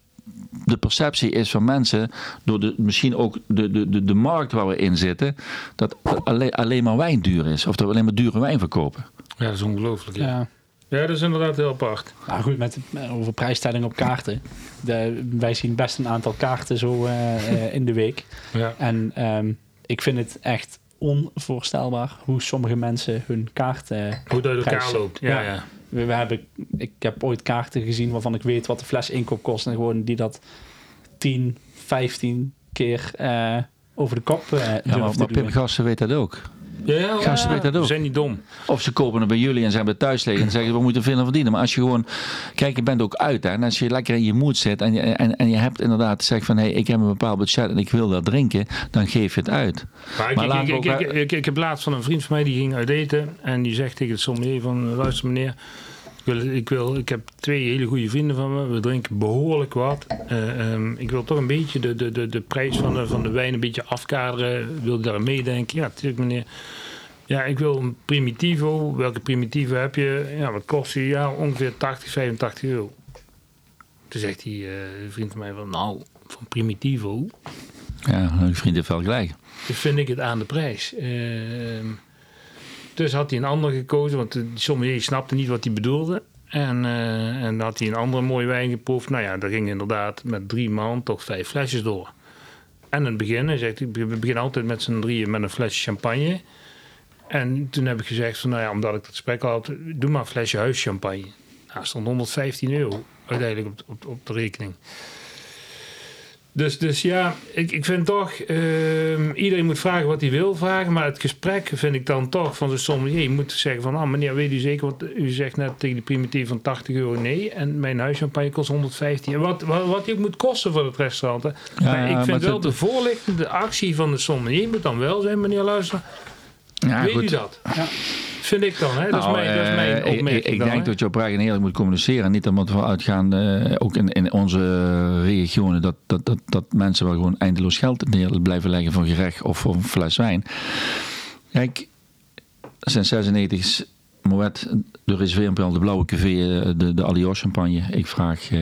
[SPEAKER 3] de perceptie is van mensen, door de, misschien ook de, de, de, de markt waar we in zitten, dat alleen, alleen maar wijn duur is. Of dat we alleen maar dure wijn verkopen.
[SPEAKER 4] Ja, dat is ongelooflijk. Ja.
[SPEAKER 2] Ja.
[SPEAKER 4] ja, dat is inderdaad heel apart.
[SPEAKER 2] eh, Nou goed, met, over prijsstelling op kaarten. De, wij zien best een aantal kaarten zo eh, eh, in de week.
[SPEAKER 4] Ja.
[SPEAKER 2] En ehm, ik vind het echt onvoorstelbaar hoe sommige mensen hun kaarten...
[SPEAKER 4] Hoe dat uit elkaar
[SPEAKER 2] Prijs.
[SPEAKER 4] loopt. Ja, ja.
[SPEAKER 2] Ja.
[SPEAKER 4] ja.
[SPEAKER 2] We, we hebben, ik heb ooit kaarten gezien waarvan ik weet wat de fles inkoop kost. En gewoon die dat 10, 15 keer eh, over de kop eh
[SPEAKER 3] Ja,
[SPEAKER 2] durven
[SPEAKER 3] maar,
[SPEAKER 2] te doen.
[SPEAKER 3] maar Pim Gassen weet dat ook.
[SPEAKER 4] ja,
[SPEAKER 3] Gasten weten dat ook.
[SPEAKER 4] We zijn niet dom.
[SPEAKER 3] Of ze kopen het bij jullie en ze hebben het thuis liggen en zeggen we moeten veel aan verdienen. Maar als je gewoon, kijk, je bent ook uit hè, en als je lekker in je moed zit en je, en, en je hebt inderdaad zeg van hé, hey, ik heb een bepaald budget en ik wil dat drinken, dan geef je het uit.
[SPEAKER 4] Maar ik,
[SPEAKER 3] Maar
[SPEAKER 4] ik-
[SPEAKER 3] laten
[SPEAKER 4] ik,
[SPEAKER 3] we
[SPEAKER 4] ik,
[SPEAKER 3] ook-
[SPEAKER 4] ik, ik- ik heb laatst van een vriend van mij die ging uit eten. En die zegt tegen het sommelier van... Luister meneer, ik, wil, ik, wil, ik heb twee hele goede vrienden van me. We drinken behoorlijk wat. Eh, ehm, ik wil toch een beetje de, de, de, de prijs van de, van de wijn een beetje afkaderen. Wil je daar aan meedenken? Ja, natuurlijk meneer. Ja, ik wil een Primitivo. Welke Primitivo heb je? Ja, wat kost die? Ja, ongeveer 80, 85 euro. Toen zegt die eh, een vriend van mij van, nou, van Primitivo
[SPEAKER 3] Ja, mijn vriend heeft wel gelijk.
[SPEAKER 4] dus vind ik het aan de prijs. Ehm, dus had hij een ander gekozen, want de sommige snapte niet wat hij bedoelde. En, eh, en had hij een andere mooie wijn geproefd. Nou ja, daar ging inderdaad met drie man toch vijf flesjes door. En in het begin, hij zegt, ik be- we beginnen altijd met z'n drieën met een flesje champagne. En toen heb ik gezegd, van, nou ja, omdat ik dat gesprek al had, doe maar een flesje huischampagne. Nou, stond 115 euro uiteindelijk op, op, op de rekening. Dus, dus ja, ik, ik vind toch, ehm, iedereen moet vragen wat hij wil vragen. Maar het gesprek vind ik dan toch van de sommelier. Je moet zeggen van, ah, meneer, weet u zeker, want u zegt net tegen die primitief van 80 euro nee. En mijn huischampagne kost 115. En Wat, wat, wat die ook moet kosten voor het restaurant. Hè. maar ik
[SPEAKER 3] maar
[SPEAKER 4] vind wel
[SPEAKER 3] dat-
[SPEAKER 4] de voorlichtende actie van de sommelier moet dan wel zijn, meneer Luister.
[SPEAKER 3] Ja,
[SPEAKER 4] weet u dat? Vind ik dan, hè? Dat
[SPEAKER 3] Nou,
[SPEAKER 4] is mijn, dat is
[SPEAKER 3] eh, ik-
[SPEAKER 4] mijn opmerking
[SPEAKER 3] ik, ik
[SPEAKER 4] dan,
[SPEAKER 3] denk
[SPEAKER 4] hè.
[SPEAKER 3] dat je oprecht en eerlijk moet communiceren. Niet omdat we uitgaan, eh, ook in, in onze regionen, dat, dat, dat, dat mensen wel gewoon eindeloos geld neer blijven leggen voor een gerecht of voor een fles wijn. Kijk, sinds 96 is Moet, de reserveerpel, de blauwe cuvée, eh, de, de Allior champagne. Ik vraag, eh,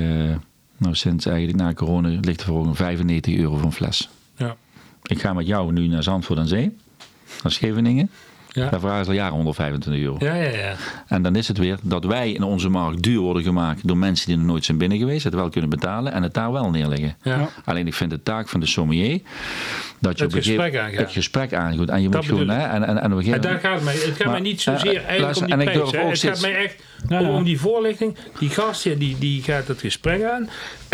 [SPEAKER 3] nou sinds eigenlijk na corona ligt er voor een 95 euro voor een fles.
[SPEAKER 4] Ja.
[SPEAKER 3] Ik ga met jou nu naar Zandvoort aan Zee, naar Scheveningen.
[SPEAKER 4] Ja.
[SPEAKER 3] Daar vragen ze al jaren 125 euro.
[SPEAKER 4] Ja, ja, ja.
[SPEAKER 3] En dan is het weer dat wij in onze markt duur worden gemaakt door mensen die nog nooit zijn binnen geweest, het wel kunnen betalen en het daar wel neerleggen.
[SPEAKER 4] ja.
[SPEAKER 3] Alleen ik vind de taak van de sommelier dat je
[SPEAKER 4] Het
[SPEAKER 3] op een gegeven-
[SPEAKER 4] gesprek aangaan.
[SPEAKER 3] het gesprek aangaat. En je
[SPEAKER 4] Dat
[SPEAKER 3] moet gewoon,
[SPEAKER 4] bedoel
[SPEAKER 3] hè, en, en, en op een
[SPEAKER 4] En
[SPEAKER 3] gegeven
[SPEAKER 4] daar gaat het mij. Het gaat
[SPEAKER 3] Maar,
[SPEAKER 4] mij niet
[SPEAKER 3] eh,
[SPEAKER 4] zozeer eigenlijk
[SPEAKER 3] luister,
[SPEAKER 4] om
[SPEAKER 3] en
[SPEAKER 4] die
[SPEAKER 3] ik
[SPEAKER 4] prijs.
[SPEAKER 3] durf
[SPEAKER 4] hè.
[SPEAKER 3] ook
[SPEAKER 4] Het
[SPEAKER 3] steeds-
[SPEAKER 4] gaat mij echt
[SPEAKER 2] Ja,
[SPEAKER 4] om,
[SPEAKER 2] ja.
[SPEAKER 4] om die voorlichting. Die gast hier, die, die gaat het gesprek aan. *clears throat*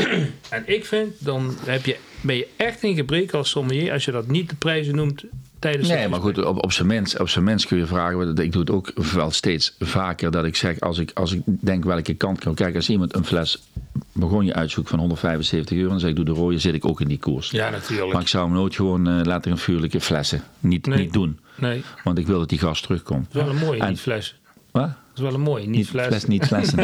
[SPEAKER 4] en ik vind, dan heb je, ben je echt in gebrek als sommelier als je dat niet de prijzen noemt tijdens
[SPEAKER 3] Nee,
[SPEAKER 4] het
[SPEAKER 3] maar
[SPEAKER 4] gesprek.
[SPEAKER 3] goed, op, op zijn mens, op zijn mens kun je vragen. want Ik doe het ook wel steeds vaker dat ik zeg, als ik, als ik denk welke kant kan. Kijk, als iemand een fles begon je uitzoekt van 175 euro, dan zeg ik doe de rode, zit ik ook in die koers.
[SPEAKER 4] Ja,
[SPEAKER 3] Maar
[SPEAKER 4] natuurlijk.
[SPEAKER 3] ik zou hem nooit gewoon eh, laten een vuurlijke flessen. Niet,
[SPEAKER 4] Nee.
[SPEAKER 3] niet doen.
[SPEAKER 4] Nee,
[SPEAKER 3] Want ik wil dat die gast terugkomt.
[SPEAKER 4] dat is wel een mooie
[SPEAKER 3] En-
[SPEAKER 4] niet fles.
[SPEAKER 3] Wat?
[SPEAKER 4] Dat is wel een mooie niet
[SPEAKER 3] Niet
[SPEAKER 4] fles.
[SPEAKER 3] fles. niet
[SPEAKER 4] *laughs*
[SPEAKER 3] flessen.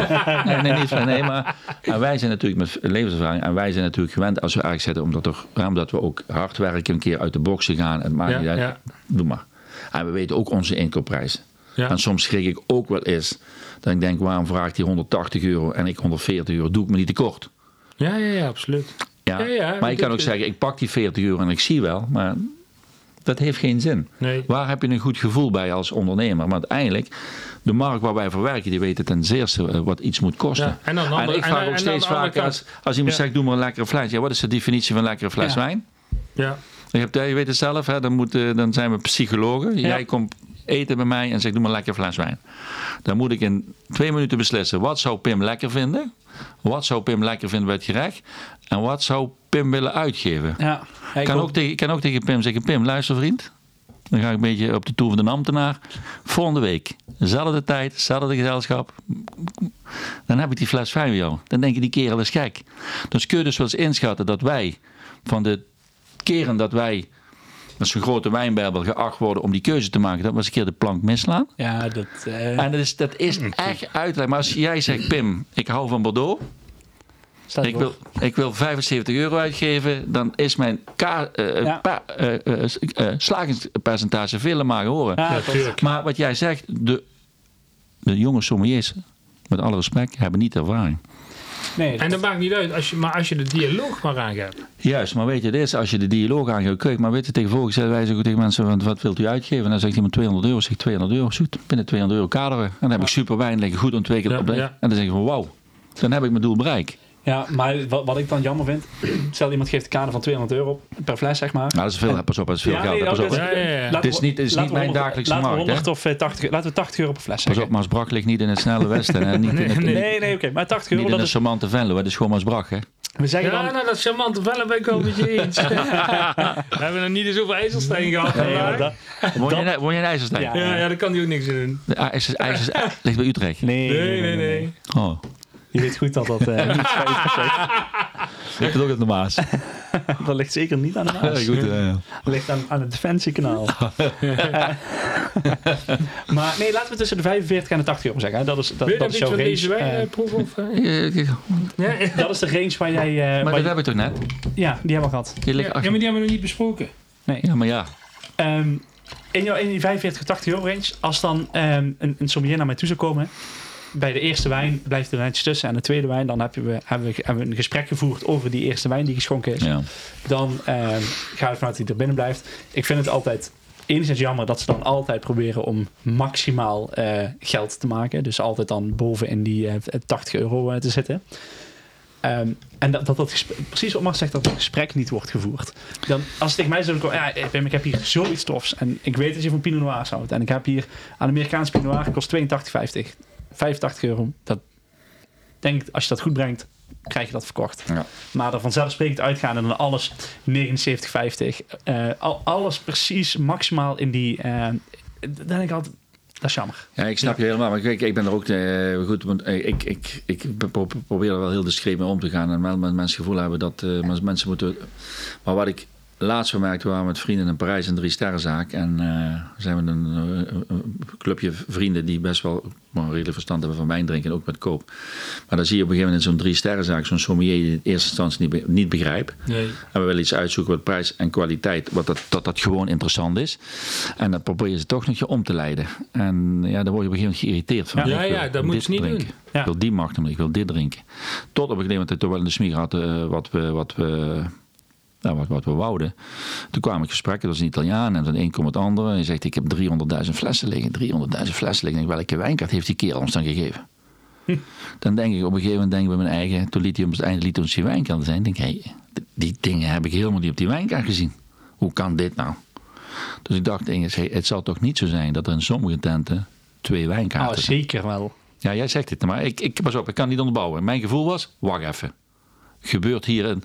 [SPEAKER 3] nee, nee, niet fles, nee, maar en wij zijn natuurlijk met levenservaring en wij zijn natuurlijk gewend als we eigenlijk zetten, omdat, er, omdat we ook hard werken, een keer uit de boxen gaan. Het maakt
[SPEAKER 4] Ja,
[SPEAKER 3] niet uit.
[SPEAKER 4] ja.
[SPEAKER 3] Doe maar. En we weten ook onze inkoopprijzen.
[SPEAKER 4] Ja.
[SPEAKER 3] En soms schrik ik ook wel eens dat ik denk, waarom vraagt hij 180 euro en ik 140 euro? Doe ik me niet tekort.
[SPEAKER 4] Ja, ja, ja, absoluut.
[SPEAKER 3] Ja.
[SPEAKER 4] Ja, ja,
[SPEAKER 3] maar je kan
[SPEAKER 4] dat
[SPEAKER 3] ook
[SPEAKER 4] is-
[SPEAKER 3] zeggen, ik pak die 40 euro en ik zie wel, maar dat heeft geen zin.
[SPEAKER 4] Nee.
[SPEAKER 3] Waar heb je een goed gevoel bij als ondernemer? Want uiteindelijk, de markt waar wij voor werken, die weten ten zeerste eh, wat iets moet kosten.
[SPEAKER 4] Ja, en aan de andere-
[SPEAKER 3] ik
[SPEAKER 4] en-
[SPEAKER 3] vraag
[SPEAKER 4] en
[SPEAKER 3] ook
[SPEAKER 4] aan
[SPEAKER 3] steeds
[SPEAKER 4] de andere
[SPEAKER 3] vaker,
[SPEAKER 4] kant.
[SPEAKER 3] als, als iemand
[SPEAKER 4] Ja.
[SPEAKER 3] zegt, doe maar een lekkere fles. Ja, wat is de definitie van een lekkere fles
[SPEAKER 2] Ja.
[SPEAKER 3] wijn?
[SPEAKER 4] Ja,
[SPEAKER 3] Je, hebt, eh, je weet het zelf, hè, dan, moet, eh, dan zijn we psychologen. Jij komt eten bij mij en zegt, doe maar een lekkere fles wijn. Dan moet ik in twee minuten beslissen, wat zou Pim lekker vinden? Wat zou Pim lekker vinden bij het gerecht? En wat zou Pim willen uitgeven?
[SPEAKER 2] Ja, Ja,
[SPEAKER 3] Ik
[SPEAKER 2] ik
[SPEAKER 3] kan
[SPEAKER 2] wil-
[SPEAKER 3] ook, tegen, ik kan ook tegen Pim zeggen: Pim, luister vriend. Dan ga ik een beetje op de toer van de ambtenaar. Volgende week, dezelfde tijd, dezelfde gezelschap. Dan heb ik die fles wijn bij jou. Dan denk je: die kerel is gek. Dus kun je dus wel eens inschatten dat wij, van de keren dat wij met zo'n grote wijnbijbel geacht worden om die keuze te maken, dat we eens een keer de plank mislaan.
[SPEAKER 2] ja, dat... eh,
[SPEAKER 3] En dat is, dat is echt uitleg. Maar als jij zegt: Pim, ik hou van Bordeaux.
[SPEAKER 2] staat
[SPEAKER 3] Ik
[SPEAKER 2] erop.
[SPEAKER 3] wil, ik wil 75 euro uitgeven, dan is mijn ka- eh,
[SPEAKER 2] Ja.
[SPEAKER 3] pa- eh, eh, s- eh, slagingspercentage veel maar horen.
[SPEAKER 2] Ja,
[SPEAKER 4] ja,
[SPEAKER 2] dat-
[SPEAKER 4] natuurlijk.
[SPEAKER 3] Maar wat jij zegt, de, de jonge sommeliers, met alle respect, hebben niet ervaring.
[SPEAKER 2] nee,
[SPEAKER 4] En dat maakt niet uit, als je, maar als je de dialoog maar aangaat.
[SPEAKER 3] Juist, maar weet je, dit is als je de dialoog aangeeft, kijk, maar weet je, tegenwoordig zeggen wij zo goed tegen mensen, want wat wilt u uitgeven? En dan zegt iemand 200 euro, zegt 200 euro, zoet, binnen 200 euro kaderen. En dan heb ik super wijn, liggen goed ontwikkeld.
[SPEAKER 4] Ja,
[SPEAKER 3] op de-
[SPEAKER 4] ja.
[SPEAKER 3] En dan zeg ik van, wauw, dan heb ik mijn doel bereikt.
[SPEAKER 2] Ja, maar wat, wat ik dan jammer vind... Stel, iemand geeft een kader van 200 euro per fles, zeg maar.
[SPEAKER 3] Nou, dat is veel, pas op, dat is veel
[SPEAKER 2] Ja,
[SPEAKER 3] geld,
[SPEAKER 2] nee,
[SPEAKER 3] pas
[SPEAKER 2] dat
[SPEAKER 3] op.
[SPEAKER 2] is-
[SPEAKER 4] Ja, ja, ja.
[SPEAKER 2] laten
[SPEAKER 3] Het is
[SPEAKER 2] we-
[SPEAKER 3] niet- het is
[SPEAKER 2] laten
[SPEAKER 3] niet
[SPEAKER 2] we
[SPEAKER 3] mijn
[SPEAKER 2] 100
[SPEAKER 3] dagelijkse
[SPEAKER 2] laten we
[SPEAKER 3] markt, hè?
[SPEAKER 2] 100 of, eh, 80, laten we 80 euro per fles
[SPEAKER 3] Pas
[SPEAKER 2] zeggen.
[SPEAKER 3] op, Maasbrak ligt niet in het snelle westen. *laughs* Hè? Niet in het,
[SPEAKER 2] Nee, nee, oké. Maar 80 euro,
[SPEAKER 3] niet in
[SPEAKER 2] dat
[SPEAKER 3] het
[SPEAKER 2] is...
[SPEAKER 3] charmante Venlo, hè? dat is gewoon Maasbrak. *laughs* Hè?
[SPEAKER 2] We zeggen
[SPEAKER 4] Ja,
[SPEAKER 2] dan...
[SPEAKER 4] nou, dat is charmant. Wel ben ik wel met je eens. we hebben nog niet eens over IJsselstein gehad.
[SPEAKER 2] Ja,
[SPEAKER 4] vandaag.
[SPEAKER 2] dat-
[SPEAKER 3] Woon, je in, woon je in IJsselstein?
[SPEAKER 2] Ja.
[SPEAKER 4] ja, ja, daar kan hij ook niks in doen.
[SPEAKER 3] De IJssel- IJssel- *laughs* ligt bij Utrecht.
[SPEAKER 2] Nee,
[SPEAKER 4] Nee, nee, nee.
[SPEAKER 3] Oh,
[SPEAKER 2] Je weet goed dat dat eh, niet veilig is.
[SPEAKER 3] ligt het ook op de *laughs* Maas.
[SPEAKER 2] *laughs* Dat ligt zeker niet aan de
[SPEAKER 3] Ja,
[SPEAKER 2] Maas.
[SPEAKER 3] goed, eh, ja.
[SPEAKER 2] Dat ligt aan, aan het Defensiekanaal. *laughs* Eh, maar nee, laten we tussen de 45 en de 80 euro zeggen. hè. Dat is, dat,
[SPEAKER 4] Wil
[SPEAKER 2] dat
[SPEAKER 4] je nog
[SPEAKER 2] is
[SPEAKER 4] iets
[SPEAKER 2] jouw
[SPEAKER 4] van
[SPEAKER 2] range.
[SPEAKER 4] deze
[SPEAKER 2] eh,
[SPEAKER 4] wijn proeven? Of, eh?
[SPEAKER 3] Eh, eh,
[SPEAKER 4] ja, ja,
[SPEAKER 2] dat is de range waar jij... eh, waar
[SPEAKER 3] Maar dat
[SPEAKER 2] je-
[SPEAKER 3] hebben we toch net?
[SPEAKER 2] Ja, die hebben we gehad.
[SPEAKER 3] Die ligt
[SPEAKER 4] maar die
[SPEAKER 3] achter.
[SPEAKER 4] hebben we nog niet besproken.
[SPEAKER 3] Ja, maar ja.
[SPEAKER 2] Ehm, in, jou- in die 45 tot 80 euro range, als dan ehm, een, een sommelier naar mij toe zou komen, bij de eerste wijn blijft er netjes tussen en de tweede wijn, dan heb je, we- hebben, we, hebben we een gesprek gevoerd over die eerste wijn die geschonken is.
[SPEAKER 3] Ja.
[SPEAKER 2] Dan ehm ga ik vanuit dat hij er binnen blijft. Ik vind het altijd enigszins jammer dat ze dan altijd proberen om maximaal eh, geld te maken. Dus altijd dan boven in die eh, 80 euro eh, te zitten. Ehm, en dat dat, dat gesprek- precies wat Mars zegt, dat het gesprek niet wordt gevoerd. Dan, als het tegen mij zou komen, ja, eh, Pim, ik heb hier zoiets tofs. En ik weet dat je van Pinot Noir houdt. En ik heb hier aan Amerikaanse Pinot Noir, kost 82,50. 85 euro. Dat denk ik, als je dat goed brengt, krijg je dat verkocht.
[SPEAKER 3] Ja.
[SPEAKER 2] Maar er vanzelfsprekend uitgaan en dan alles 79,50. eh, al, alles precies maximaal in die. eh, dan denk ik altijd, dat is jammer.
[SPEAKER 3] Ja, ik snap je helemaal. Maar kijk, ik ben er ook eh, goed. Want eh, ik, ik, ik pro- pro- probeer er wel heel discreet mee om te gaan. En wel met mensen het gevoel hebben dat eh, maar mensen moeten. Maar wat ik laatst vermerkt waren met vrienden in Parijs een drie sterrenzaak. En eh, zijn we een, eh, een clubje vrienden die best wel maar redelijk verstand hebben van wijn drinken. en Ook met koop. Maar dan zie je op een gegeven moment in zo'n drie sterrenzaak zo'n sommelier die in eerste instantie niet, be- niet begrijpt.
[SPEAKER 4] Nee.
[SPEAKER 3] En we willen iets uitzoeken wat prijs en kwaliteit, wat dat, dat, dat gewoon interessant is. En dat proberen ze toch nog je om te leiden. En ja, dan word je op een gegeven moment geïrriteerd van.
[SPEAKER 2] Ja.
[SPEAKER 3] ik
[SPEAKER 4] Ja,
[SPEAKER 3] wil
[SPEAKER 4] ja, dat
[SPEAKER 3] dit
[SPEAKER 4] moeten ze niet
[SPEAKER 3] drinken.
[SPEAKER 4] doen.
[SPEAKER 2] Ja.
[SPEAKER 3] Ik wil die markt doen, ik wil dit drinken. Tot op een gegeven moment dat we wel in de smier hadden eh, wat we... Wat we nou, wat, wat we wouden. Toen kwamen ik gesprekken, dat was een Italiaan en van de een komt het andere. En hij zegt: Ik heb 300.000 flessen liggen. 300.000 flessen liggen. Ik denk, welke wijnkaart heeft die kerel ons dan gegeven? Dan denk ik op een gegeven moment denk ik bij mijn eigen, toen liet hij op het einde liet hij ons die wijnkaart zijn. Denk ik, hé, d- die dingen heb ik helemaal niet op die wijnkaart gezien. Hoe kan dit nou? Dus ik dacht, Inge, hé, het zal toch niet zo zijn dat er in sommige tenten twee
[SPEAKER 2] Oh,
[SPEAKER 3] wijnkaarten zijn.
[SPEAKER 2] zeker wel.
[SPEAKER 3] Ja, jij zegt dit, maar ik, ik, pas op, ik kan het niet onderbouwen. Mijn gevoel was, wacht even. Gebeurt hier een...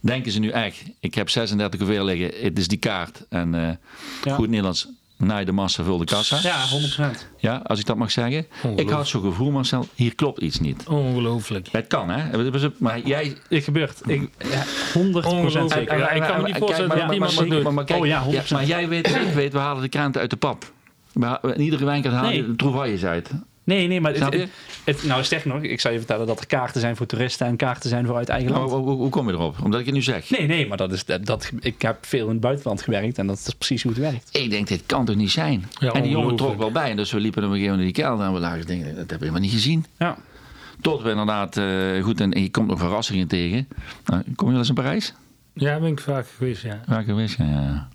[SPEAKER 3] Denken ze nu echt, ik heb 36 hoeveel liggen, het is die kaart. En eh,
[SPEAKER 2] Ja.
[SPEAKER 3] goed Nederlands, naai de massa, vul de kassa.
[SPEAKER 2] Ja, 100%.
[SPEAKER 3] Ja, als ik dat mag zeggen. Ik had zo'n gevoel, Marcel, hier klopt iets niet.
[SPEAKER 4] Ongelooflijk.
[SPEAKER 3] Het kan, hè? Maar jij.
[SPEAKER 2] Dit gebeurt. Ik, ja, 100%
[SPEAKER 4] Ongelooflijk.
[SPEAKER 2] zeker.
[SPEAKER 4] Ja, ik kan me niet voorstellen dat iemand dat doet.
[SPEAKER 3] maar- maar kijk,
[SPEAKER 2] Oh ja,
[SPEAKER 3] ja,
[SPEAKER 2] 100%.
[SPEAKER 3] maar jij weet, ik weet, we halen de krant uit de pap. Maar in iedere wijnkaart halen
[SPEAKER 2] Nee.
[SPEAKER 3] de trouvailles uit.
[SPEAKER 2] Nee, nee, maar
[SPEAKER 3] Snap
[SPEAKER 2] het,
[SPEAKER 3] je?
[SPEAKER 2] het, het- nou, sterk nog, ik zou je vertellen dat er kaarten zijn voor toeristen en kaarten zijn voor uit eigen
[SPEAKER 3] Nou,
[SPEAKER 2] land.
[SPEAKER 3] hoe, hoe- hoe kom je erop? Omdat ik het nu zeg.
[SPEAKER 2] Nee, nee, maar dat is, dat, dat- ik heb veel in het buitenland gewerkt en dat is precies hoe het werkt.
[SPEAKER 3] Ik denk, dit kan toch niet zijn? en die
[SPEAKER 4] Ja,
[SPEAKER 3] jongen
[SPEAKER 4] ongelooflijk.
[SPEAKER 3] trok wel bij. En dus we liepen op een gegeven moment in die kelder. En we lagen te denken, dat hebben we helemaal niet gezien.
[SPEAKER 2] Ja.
[SPEAKER 3] Tot we inderdaad, eh, goed, en, en je komt nog verrassingen tegen. Nou, kom je wel eens in Parijs?
[SPEAKER 4] Ja, ben ik vaak geweest, ja.
[SPEAKER 3] Waar ik geweest, ja, ja.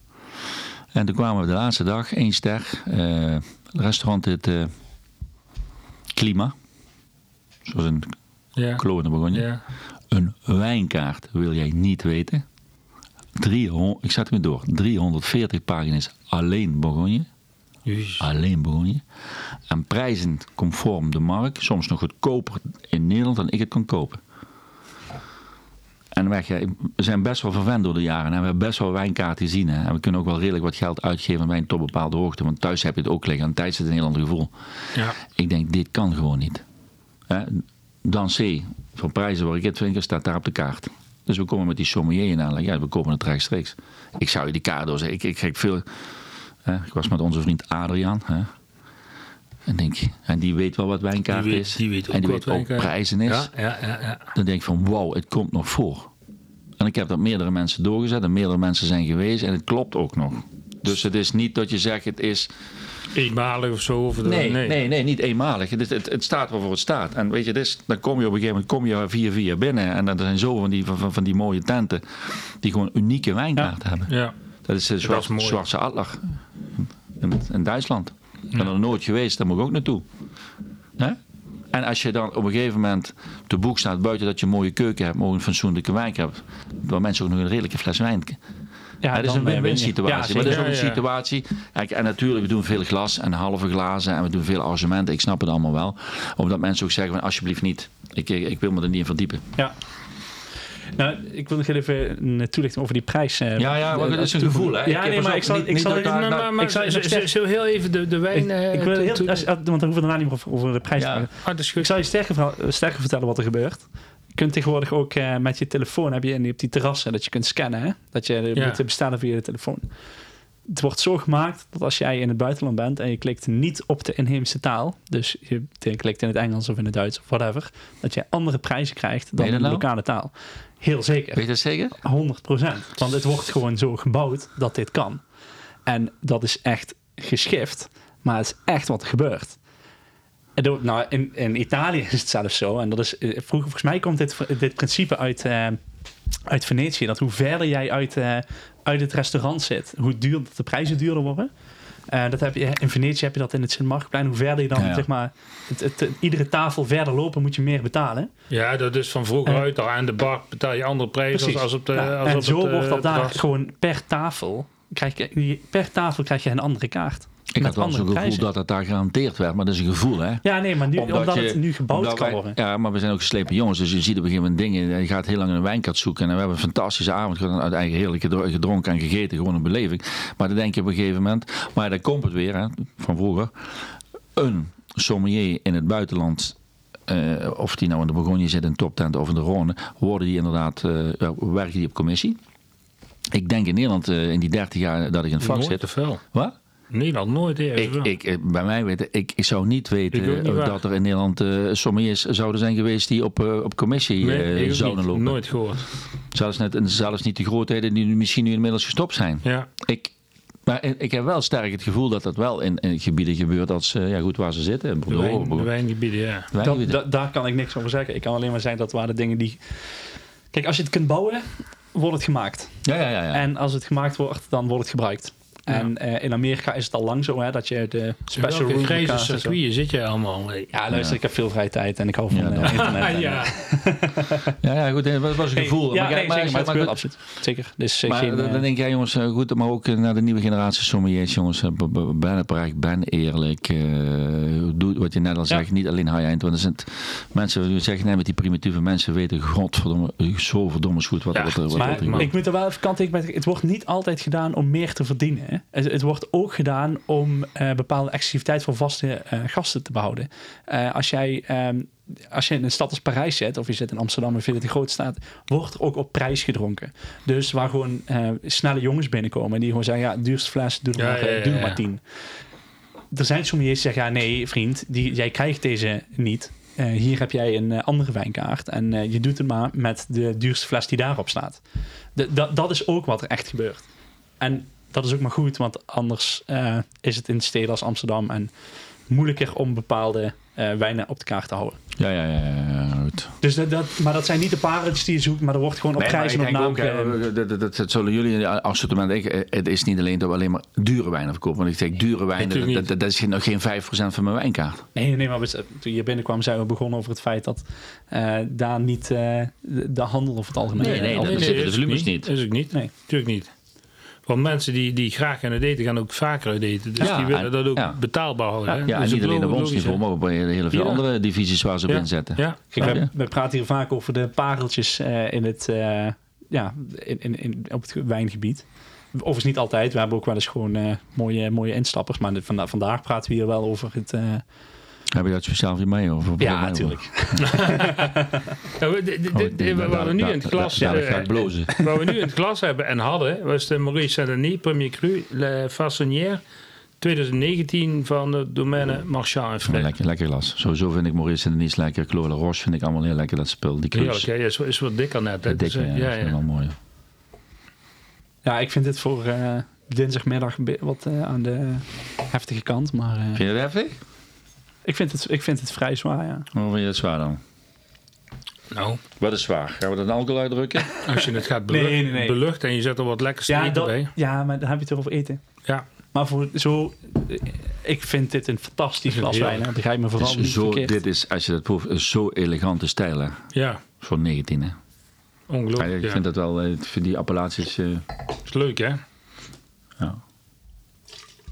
[SPEAKER 3] En toen kwamen we de laatste dag, één ster. eh, restaurant het eh Klima. Zoals een
[SPEAKER 4] Ja.
[SPEAKER 3] klonen begon je.
[SPEAKER 4] Ja.
[SPEAKER 3] Een wijnkaart wil jij niet weten. 300, ik zat hem door. 340 pagina's alleen Bourgogne.
[SPEAKER 4] Jezus.
[SPEAKER 3] Alleen Bourgogne. En prijzen conform de markt. Soms nog goedkoper in Nederland dan ik het kon kopen. En weg, ja, we zijn best wel verwend door de jaren. En we hebben best wel wijnkaarten gezien. Hè. En we kunnen ook wel redelijk wat geld uitgeven aan wijn tot bepaalde hoogte. Want thuis heb je het ook liggen. En tijdens het een heel ander gevoel.
[SPEAKER 4] Ja.
[SPEAKER 3] Ik denk, dit kan gewoon niet. Hè? Dan C, voor prijzen waar ik het vind, staat daar op de kaart. Dus we komen met die sommelier in aanleg. Ja, we komen het rechtstreeks. Ik zou je die kaart doorzetten. Ik, ik, ik, veel, hè, ik was met onze vriend Adriaan. Hè? En, denk, en die weet wel wat wijnkaart
[SPEAKER 4] Die weet-
[SPEAKER 3] is.
[SPEAKER 4] die weet ook
[SPEAKER 3] en die
[SPEAKER 4] wat
[SPEAKER 3] weet ook
[SPEAKER 4] wijnkaart-
[SPEAKER 3] prijzen is.
[SPEAKER 4] Ja, ja, ja, ja.
[SPEAKER 3] Dan denk ik van, wauw, het komt nog voor. En ik heb dat meerdere mensen doorgezet. En meerdere mensen zijn geweest. En het klopt ook nog. Dus het is niet dat je zegt, het is...
[SPEAKER 4] Eenmalig of zo. Of dat-
[SPEAKER 3] Nee, nee. nee, niet eenmalig. Het, is- het, het staat waarvoor het staat. En weet je, dit is, dan kom je op een gegeven moment kom je vier vier binnen. En dan er zijn zoveel van die, van, van- van die mooie tenten die gewoon unieke wijnkaarten hebben.
[SPEAKER 4] Ja.
[SPEAKER 3] Dat is de
[SPEAKER 4] is mooi.
[SPEAKER 3] Zwarte Adler in, in Duitsland. Ik ben er nooit geweest, daar moet ik ook naartoe. Hè? En als je dan op een gegeven moment te boek staat, buiten dat je een mooie keuken hebt, maar ook een fatsoenlijke wijk hebt, waar mensen ook nog een redelijke fles wijn
[SPEAKER 2] Ja,
[SPEAKER 3] het is
[SPEAKER 2] dan,
[SPEAKER 3] een
[SPEAKER 2] eh,
[SPEAKER 3] win-win
[SPEAKER 2] win je. Ja,
[SPEAKER 3] situatie.
[SPEAKER 2] zeker.
[SPEAKER 3] maar dat is ook
[SPEAKER 4] Ja,
[SPEAKER 3] een
[SPEAKER 4] ja.
[SPEAKER 3] situatie. Kijk, en natuurlijk, we doen veel glas en halve glazen en we doen veel arrangementen. Ik snap het allemaal wel. Omdat mensen ook zeggen: van, alsjeblieft niet. Ik, ik, ik wil me er niet in verdiepen.
[SPEAKER 2] Ja. Nou, ik wil nog heel even een toelichting over die prijs. eh,
[SPEAKER 3] Ja, ja, maar
[SPEAKER 2] eh,
[SPEAKER 3] dat is een
[SPEAKER 2] toevoegen.
[SPEAKER 3] gevoel, hè?
[SPEAKER 2] Ja,
[SPEAKER 3] Ik heb
[SPEAKER 2] nee, maar
[SPEAKER 3] ook
[SPEAKER 2] ik zal,
[SPEAKER 3] niet-
[SPEAKER 2] ik
[SPEAKER 3] niet
[SPEAKER 2] zal
[SPEAKER 3] dat
[SPEAKER 2] even-
[SPEAKER 3] daar-
[SPEAKER 4] Maar,
[SPEAKER 3] nou,
[SPEAKER 4] maar,
[SPEAKER 2] ik zou-
[SPEAKER 4] zo- zo- zo heel even de, de wijn... eh,
[SPEAKER 2] Ik wil
[SPEAKER 4] toe-
[SPEAKER 2] heel,
[SPEAKER 4] toe-
[SPEAKER 2] als, als- want dan hoeven we daarna niet meer over, over de prijs
[SPEAKER 3] Ja.
[SPEAKER 2] te praten.
[SPEAKER 4] Ah, dat is
[SPEAKER 2] Ik
[SPEAKER 4] goed.
[SPEAKER 2] zal je sterker, verhaal- sterker vertellen wat er gebeurt. Je kunt tegenwoordig ook eh, met je telefoon, heb je in die- op die terrassen, dat je kunt scannen. Hè? Dat je eh,
[SPEAKER 4] Ja.
[SPEAKER 2] moet bestellen via de telefoon. Het wordt zo gemaakt dat als jij in het buitenland bent en je klikt niet op de inheemse taal, dus je t- klikt in het Engels of in het Duits of whatever, dat je andere prijzen krijgt dan
[SPEAKER 3] je dat
[SPEAKER 2] de
[SPEAKER 3] nou?
[SPEAKER 2] lokale taal. Heel zeker.
[SPEAKER 3] Weet je dat zeker?
[SPEAKER 2] 100%. Want het wordt gewoon zo gebouwd dat dit kan. En dat is echt geschift, maar het is echt wat er gebeurt. En door- Nou, in, in Italië is het zelfs zo. En dat is, eh, vroeger, volgens mij komt dit, dit principe uit, eh, uit Venetië. Dat hoe verder jij uit, eh, uit het restaurant zit, hoe duur, dat de prijzen duurder worden. Eh, dat heb je, in Venetië heb je dat in het Sint-Marktplein. Hoe verder je dan,
[SPEAKER 3] Ja, ja.
[SPEAKER 2] zeg maar, het, het- het- iedere tafel verder lopen, moet je meer betalen.
[SPEAKER 4] Ja, dat is van vroeger
[SPEAKER 2] En-
[SPEAKER 4] uit al. Aan de bar betaal je andere prijzen als,
[SPEAKER 2] Precies.
[SPEAKER 4] als op de...
[SPEAKER 2] Ja,
[SPEAKER 4] als
[SPEAKER 2] en
[SPEAKER 4] op
[SPEAKER 2] zo
[SPEAKER 4] het, eh,
[SPEAKER 2] wordt dat daar
[SPEAKER 4] terras.
[SPEAKER 2] gewoon per tafel. Krijg je, per tafel krijg je een andere kaart.
[SPEAKER 3] Ik had wel
[SPEAKER 2] andere
[SPEAKER 3] zo'n gevoel
[SPEAKER 2] prijzen.
[SPEAKER 3] dat het daar gehanteerd werd, maar dat is een gevoel, hè?
[SPEAKER 2] Ja, nee, maar nu, omdat,
[SPEAKER 3] je-
[SPEAKER 2] het nu gebouwd
[SPEAKER 3] omdat
[SPEAKER 2] kan
[SPEAKER 3] wij-
[SPEAKER 2] worden.
[SPEAKER 3] Ja, maar we zijn ook geslepen jongens. Dus je ziet op een gegeven moment dingen. Je gaat heel lang in een wijnkart zoeken. En we hebben een fantastische avond gehad. en Uiteindelijk heerlijk gedro- gedronken en gegeten. Gewoon een beleving. Maar dan denk je op een gegeven moment. Maar daar komt het weer, hè, van vroeger. Een sommelier in het buitenland. eh, of die nou in de Bourgogne zit, in toptent of in de Rhône. Worden die inderdaad. eh, werken die op commissie? Ik denk in Nederland eh, in die 30 jaar dat ik in het vak
[SPEAKER 4] Nooit
[SPEAKER 3] zit.
[SPEAKER 4] te veel.
[SPEAKER 3] Wat?
[SPEAKER 4] Nederland nooit eerst.
[SPEAKER 3] Ik,
[SPEAKER 4] wel.
[SPEAKER 3] ik, eh, bij mij weten, ik, ik zou niet weten
[SPEAKER 4] Ik ook niet
[SPEAKER 3] eh,
[SPEAKER 4] waar.
[SPEAKER 3] dat er in Nederland eh sommeliers zouden zijn geweest die op, eh, op commissie
[SPEAKER 4] Nee,
[SPEAKER 3] eh,
[SPEAKER 4] ik ook
[SPEAKER 3] zouden
[SPEAKER 4] niet.
[SPEAKER 3] lopen.
[SPEAKER 4] Nooit gehoord.
[SPEAKER 3] Zelfs, net, en zelfs niet de grootheden die nu misschien nu inmiddels gestopt zijn.
[SPEAKER 4] Ja.
[SPEAKER 3] Ik, maar eh, ik ik heb wel sterk het gevoel dat dat wel in, in gebieden gebeurt als, eh, ja goed, waar ze zitten. oh, in
[SPEAKER 4] De,
[SPEAKER 3] Bordeaux,
[SPEAKER 4] wijn, de
[SPEAKER 3] Bordeaux-
[SPEAKER 4] wijngebieden, ja.
[SPEAKER 2] Dat,
[SPEAKER 3] wijngebieden.
[SPEAKER 2] da- daar kan ik niks over zeggen. Ik kan alleen maar zeggen dat waren de dingen die. Kijk, als je het kunt bouwen, wordt het gemaakt.
[SPEAKER 3] ja, ja, ja. ja.
[SPEAKER 2] En als het gemaakt wordt, dan wordt het gebruikt. En eh, in Amerika is het al lang zo hè, dat je de special
[SPEAKER 4] Welke
[SPEAKER 2] room
[SPEAKER 4] grijze
[SPEAKER 2] elkaar-
[SPEAKER 4] circuiten zit je allemaal? Ja.
[SPEAKER 2] Ja, luister, ik heb veel vrije tijd en ik hou van
[SPEAKER 3] Ja,
[SPEAKER 2] eh,
[SPEAKER 3] dat-
[SPEAKER 4] *laughs*
[SPEAKER 2] internet. en,
[SPEAKER 4] ja.
[SPEAKER 3] ja, ja, goed, dat was- was een
[SPEAKER 2] Hey,
[SPEAKER 3] gevoel.
[SPEAKER 2] ja,
[SPEAKER 3] Maar kijk,
[SPEAKER 2] nee,
[SPEAKER 3] maar-
[SPEAKER 2] zeker, maar het
[SPEAKER 3] maar-
[SPEAKER 2] gebeurt
[SPEAKER 3] maar-
[SPEAKER 2] absoluut. Zeker. Dus eh,
[SPEAKER 3] Maar
[SPEAKER 2] geen,
[SPEAKER 3] dan,
[SPEAKER 2] eh,
[SPEAKER 3] dan denk jij jongens, eh, goed, maar ook eh, naar de nieuwe generatie sommeliers, jongens, eh, b- b- ben oprecht, ben eerlijk, eh, doe wat je net al zegt, niet alleen high-end, want er zijn t- mensen die zeggen, nee, met die primitieve mensen weten godverdomme, eh, zo verdomme goed wat,
[SPEAKER 4] Ja,
[SPEAKER 3] er- wat, er- wat, er
[SPEAKER 2] Maar
[SPEAKER 3] gebeurt.
[SPEAKER 2] ik moet er wel even kant tegen. bij- Het wordt niet altijd gedaan om meer te verdienen. hè. Het, het wordt ook gedaan om eh, bepaalde exclusiviteit voor vaste eh, gasten te behouden. Eh, als jij. ehm, als je in een stad als Parijs zit, of je zit in Amsterdam of je zit in Grootstad, wordt er ook op prijs gedronken. Dus waar gewoon eh, snelle jongens binnenkomen die gewoon zeggen, ja, duurste fles, doe er
[SPEAKER 4] Ja,
[SPEAKER 2] maar, eh,
[SPEAKER 4] ja, ja,
[SPEAKER 2] doe er
[SPEAKER 4] ja.
[SPEAKER 2] maar tien. Er zijn sommeliers die zeggen, ja, nee, vriend, die, jij krijgt deze niet. Eh, hier heb jij een eh, andere wijnkaart en eh, je doet het maar met de duurste fles die daarop staat. De- dat- dat is ook wat er echt gebeurt. En dat is ook maar goed, want anders eh, is het in steden als Amsterdam en moeilijker om bepaalde eh, wijnen op de kaart te houden.
[SPEAKER 3] Ja, ja, ja, ja, ja, goed.
[SPEAKER 2] Dus dat, dat, maar dat zijn niet de pareltjes die je zoekt, maar er wordt gewoon op prijs en op naam.
[SPEAKER 4] eh,
[SPEAKER 2] ge-
[SPEAKER 3] eh, dat, dat, dat zullen jullie in het assortiment denken. Het is niet alleen dat we alleen maar dure wijnen verkopen. Want ik denk, dure wijnen,
[SPEAKER 4] natuurlijk
[SPEAKER 3] dat,
[SPEAKER 4] niet.
[SPEAKER 3] dat, dat is nog geen 5% van mijn wijnkaart.
[SPEAKER 2] Nee, nee, maar we- toen je hier binnenkwam zijn we begonnen over het feit dat eh, daar niet eh, de, de handel of het algemeen...
[SPEAKER 3] Nee, nee,
[SPEAKER 2] eh,
[SPEAKER 3] dat-
[SPEAKER 2] algemeen-
[SPEAKER 3] zitten de
[SPEAKER 4] is
[SPEAKER 3] volumes
[SPEAKER 4] niet. Is ook niet.
[SPEAKER 2] Nee.
[SPEAKER 4] Natuurlijk niet. Want mensen die, die graag gaan uit eten, gaan ook vaker uit eten. Dus
[SPEAKER 3] Ja,
[SPEAKER 4] die
[SPEAKER 3] en-
[SPEAKER 4] willen dat ook
[SPEAKER 3] ja.
[SPEAKER 4] betaalbaar houden. hè.
[SPEAKER 3] Ja,
[SPEAKER 4] Dus
[SPEAKER 3] en niet
[SPEAKER 4] dat
[SPEAKER 3] alleen op
[SPEAKER 4] logisch,
[SPEAKER 3] ons niveau,
[SPEAKER 4] hè.
[SPEAKER 3] maar op heel veel
[SPEAKER 4] Ja.
[SPEAKER 3] andere divisies waar ze op
[SPEAKER 4] Ja.
[SPEAKER 3] inzetten.
[SPEAKER 4] Ja.
[SPEAKER 2] Kijk,
[SPEAKER 3] Snap
[SPEAKER 2] we,
[SPEAKER 3] je?
[SPEAKER 2] we praten hier vaak over de pareltjes eh, in het, eh, ja, in, in, in, op het wijngebied. Overigens niet altijd. We hebben ook wel eens gewoon eh, mooie, mooie instappers. Maar de- vanda- vandaag praten we hier wel over het... eh,
[SPEAKER 3] Heb je dat speciaal voor mij? Of, of- of-
[SPEAKER 4] Nou, we- dit- dit-
[SPEAKER 3] Oh,
[SPEAKER 4] dit-
[SPEAKER 3] dit-
[SPEAKER 4] we- Waar we nu
[SPEAKER 3] dat-
[SPEAKER 4] in het
[SPEAKER 3] dat-
[SPEAKER 4] klas
[SPEAKER 3] dat- dat
[SPEAKER 4] eh,
[SPEAKER 3] gaat blozen.
[SPEAKER 4] Wat we nu in het glas hebben en hadden, was de Maurice Saint-Denis Premier Cru Le Façonnière 2019 van het domaine Marchand en
[SPEAKER 3] Ja,
[SPEAKER 4] Frey.
[SPEAKER 3] lekker, lekker glas. Sowieso vind ik Maurice en Denise lekker. Chloe La Roche vind ik allemaal heel lekker, dat spul. Die
[SPEAKER 4] Heerlijk,
[SPEAKER 3] cruise.
[SPEAKER 4] hè? Ja, is, is wat dikker net. Hè?
[SPEAKER 3] Dat dikke,
[SPEAKER 4] Dus,
[SPEAKER 3] ja,
[SPEAKER 4] eh, ja,
[SPEAKER 3] dat vind ik
[SPEAKER 4] ja.
[SPEAKER 3] wel mooi.
[SPEAKER 2] Ja, ik vind dit voor eh, dinsdagmiddag een bit wat eh, aan de heftige kant. Maar eh,
[SPEAKER 3] Vind je dat heftig?
[SPEAKER 2] ik, vind het, ik vind het vrij zwaar, ja.
[SPEAKER 3] Of vind je dat zwaar dan?
[SPEAKER 4] Nou,
[SPEAKER 3] Wat is zwaar? Gaan we dat een alcohol uitdrukken?
[SPEAKER 4] als je het gaat beluchten,
[SPEAKER 2] Nee, nee, nee.
[SPEAKER 4] beluchten en je zet er wat lekker
[SPEAKER 2] Ja,
[SPEAKER 4] eten bij.
[SPEAKER 2] ja, maar dan heb je het over eten.
[SPEAKER 4] Ja,
[SPEAKER 2] Maar voor zo... eh, Ik vind dit een fantastisch glas
[SPEAKER 4] Heerlijk.
[SPEAKER 2] wijn. hè. Begrijp me
[SPEAKER 3] Het
[SPEAKER 2] vooral
[SPEAKER 3] is
[SPEAKER 2] niet
[SPEAKER 3] zo,
[SPEAKER 2] verkeerd.
[SPEAKER 3] dit is, als je dat proeft, een zo elegante stijl hè?
[SPEAKER 4] ja.
[SPEAKER 3] voor 19. Hè? Ja,
[SPEAKER 4] Ongelooflijk.
[SPEAKER 3] ik
[SPEAKER 4] Ja.
[SPEAKER 3] vind dat wel, eh, ik vind die appellaties... eh,
[SPEAKER 4] is leuk, hè?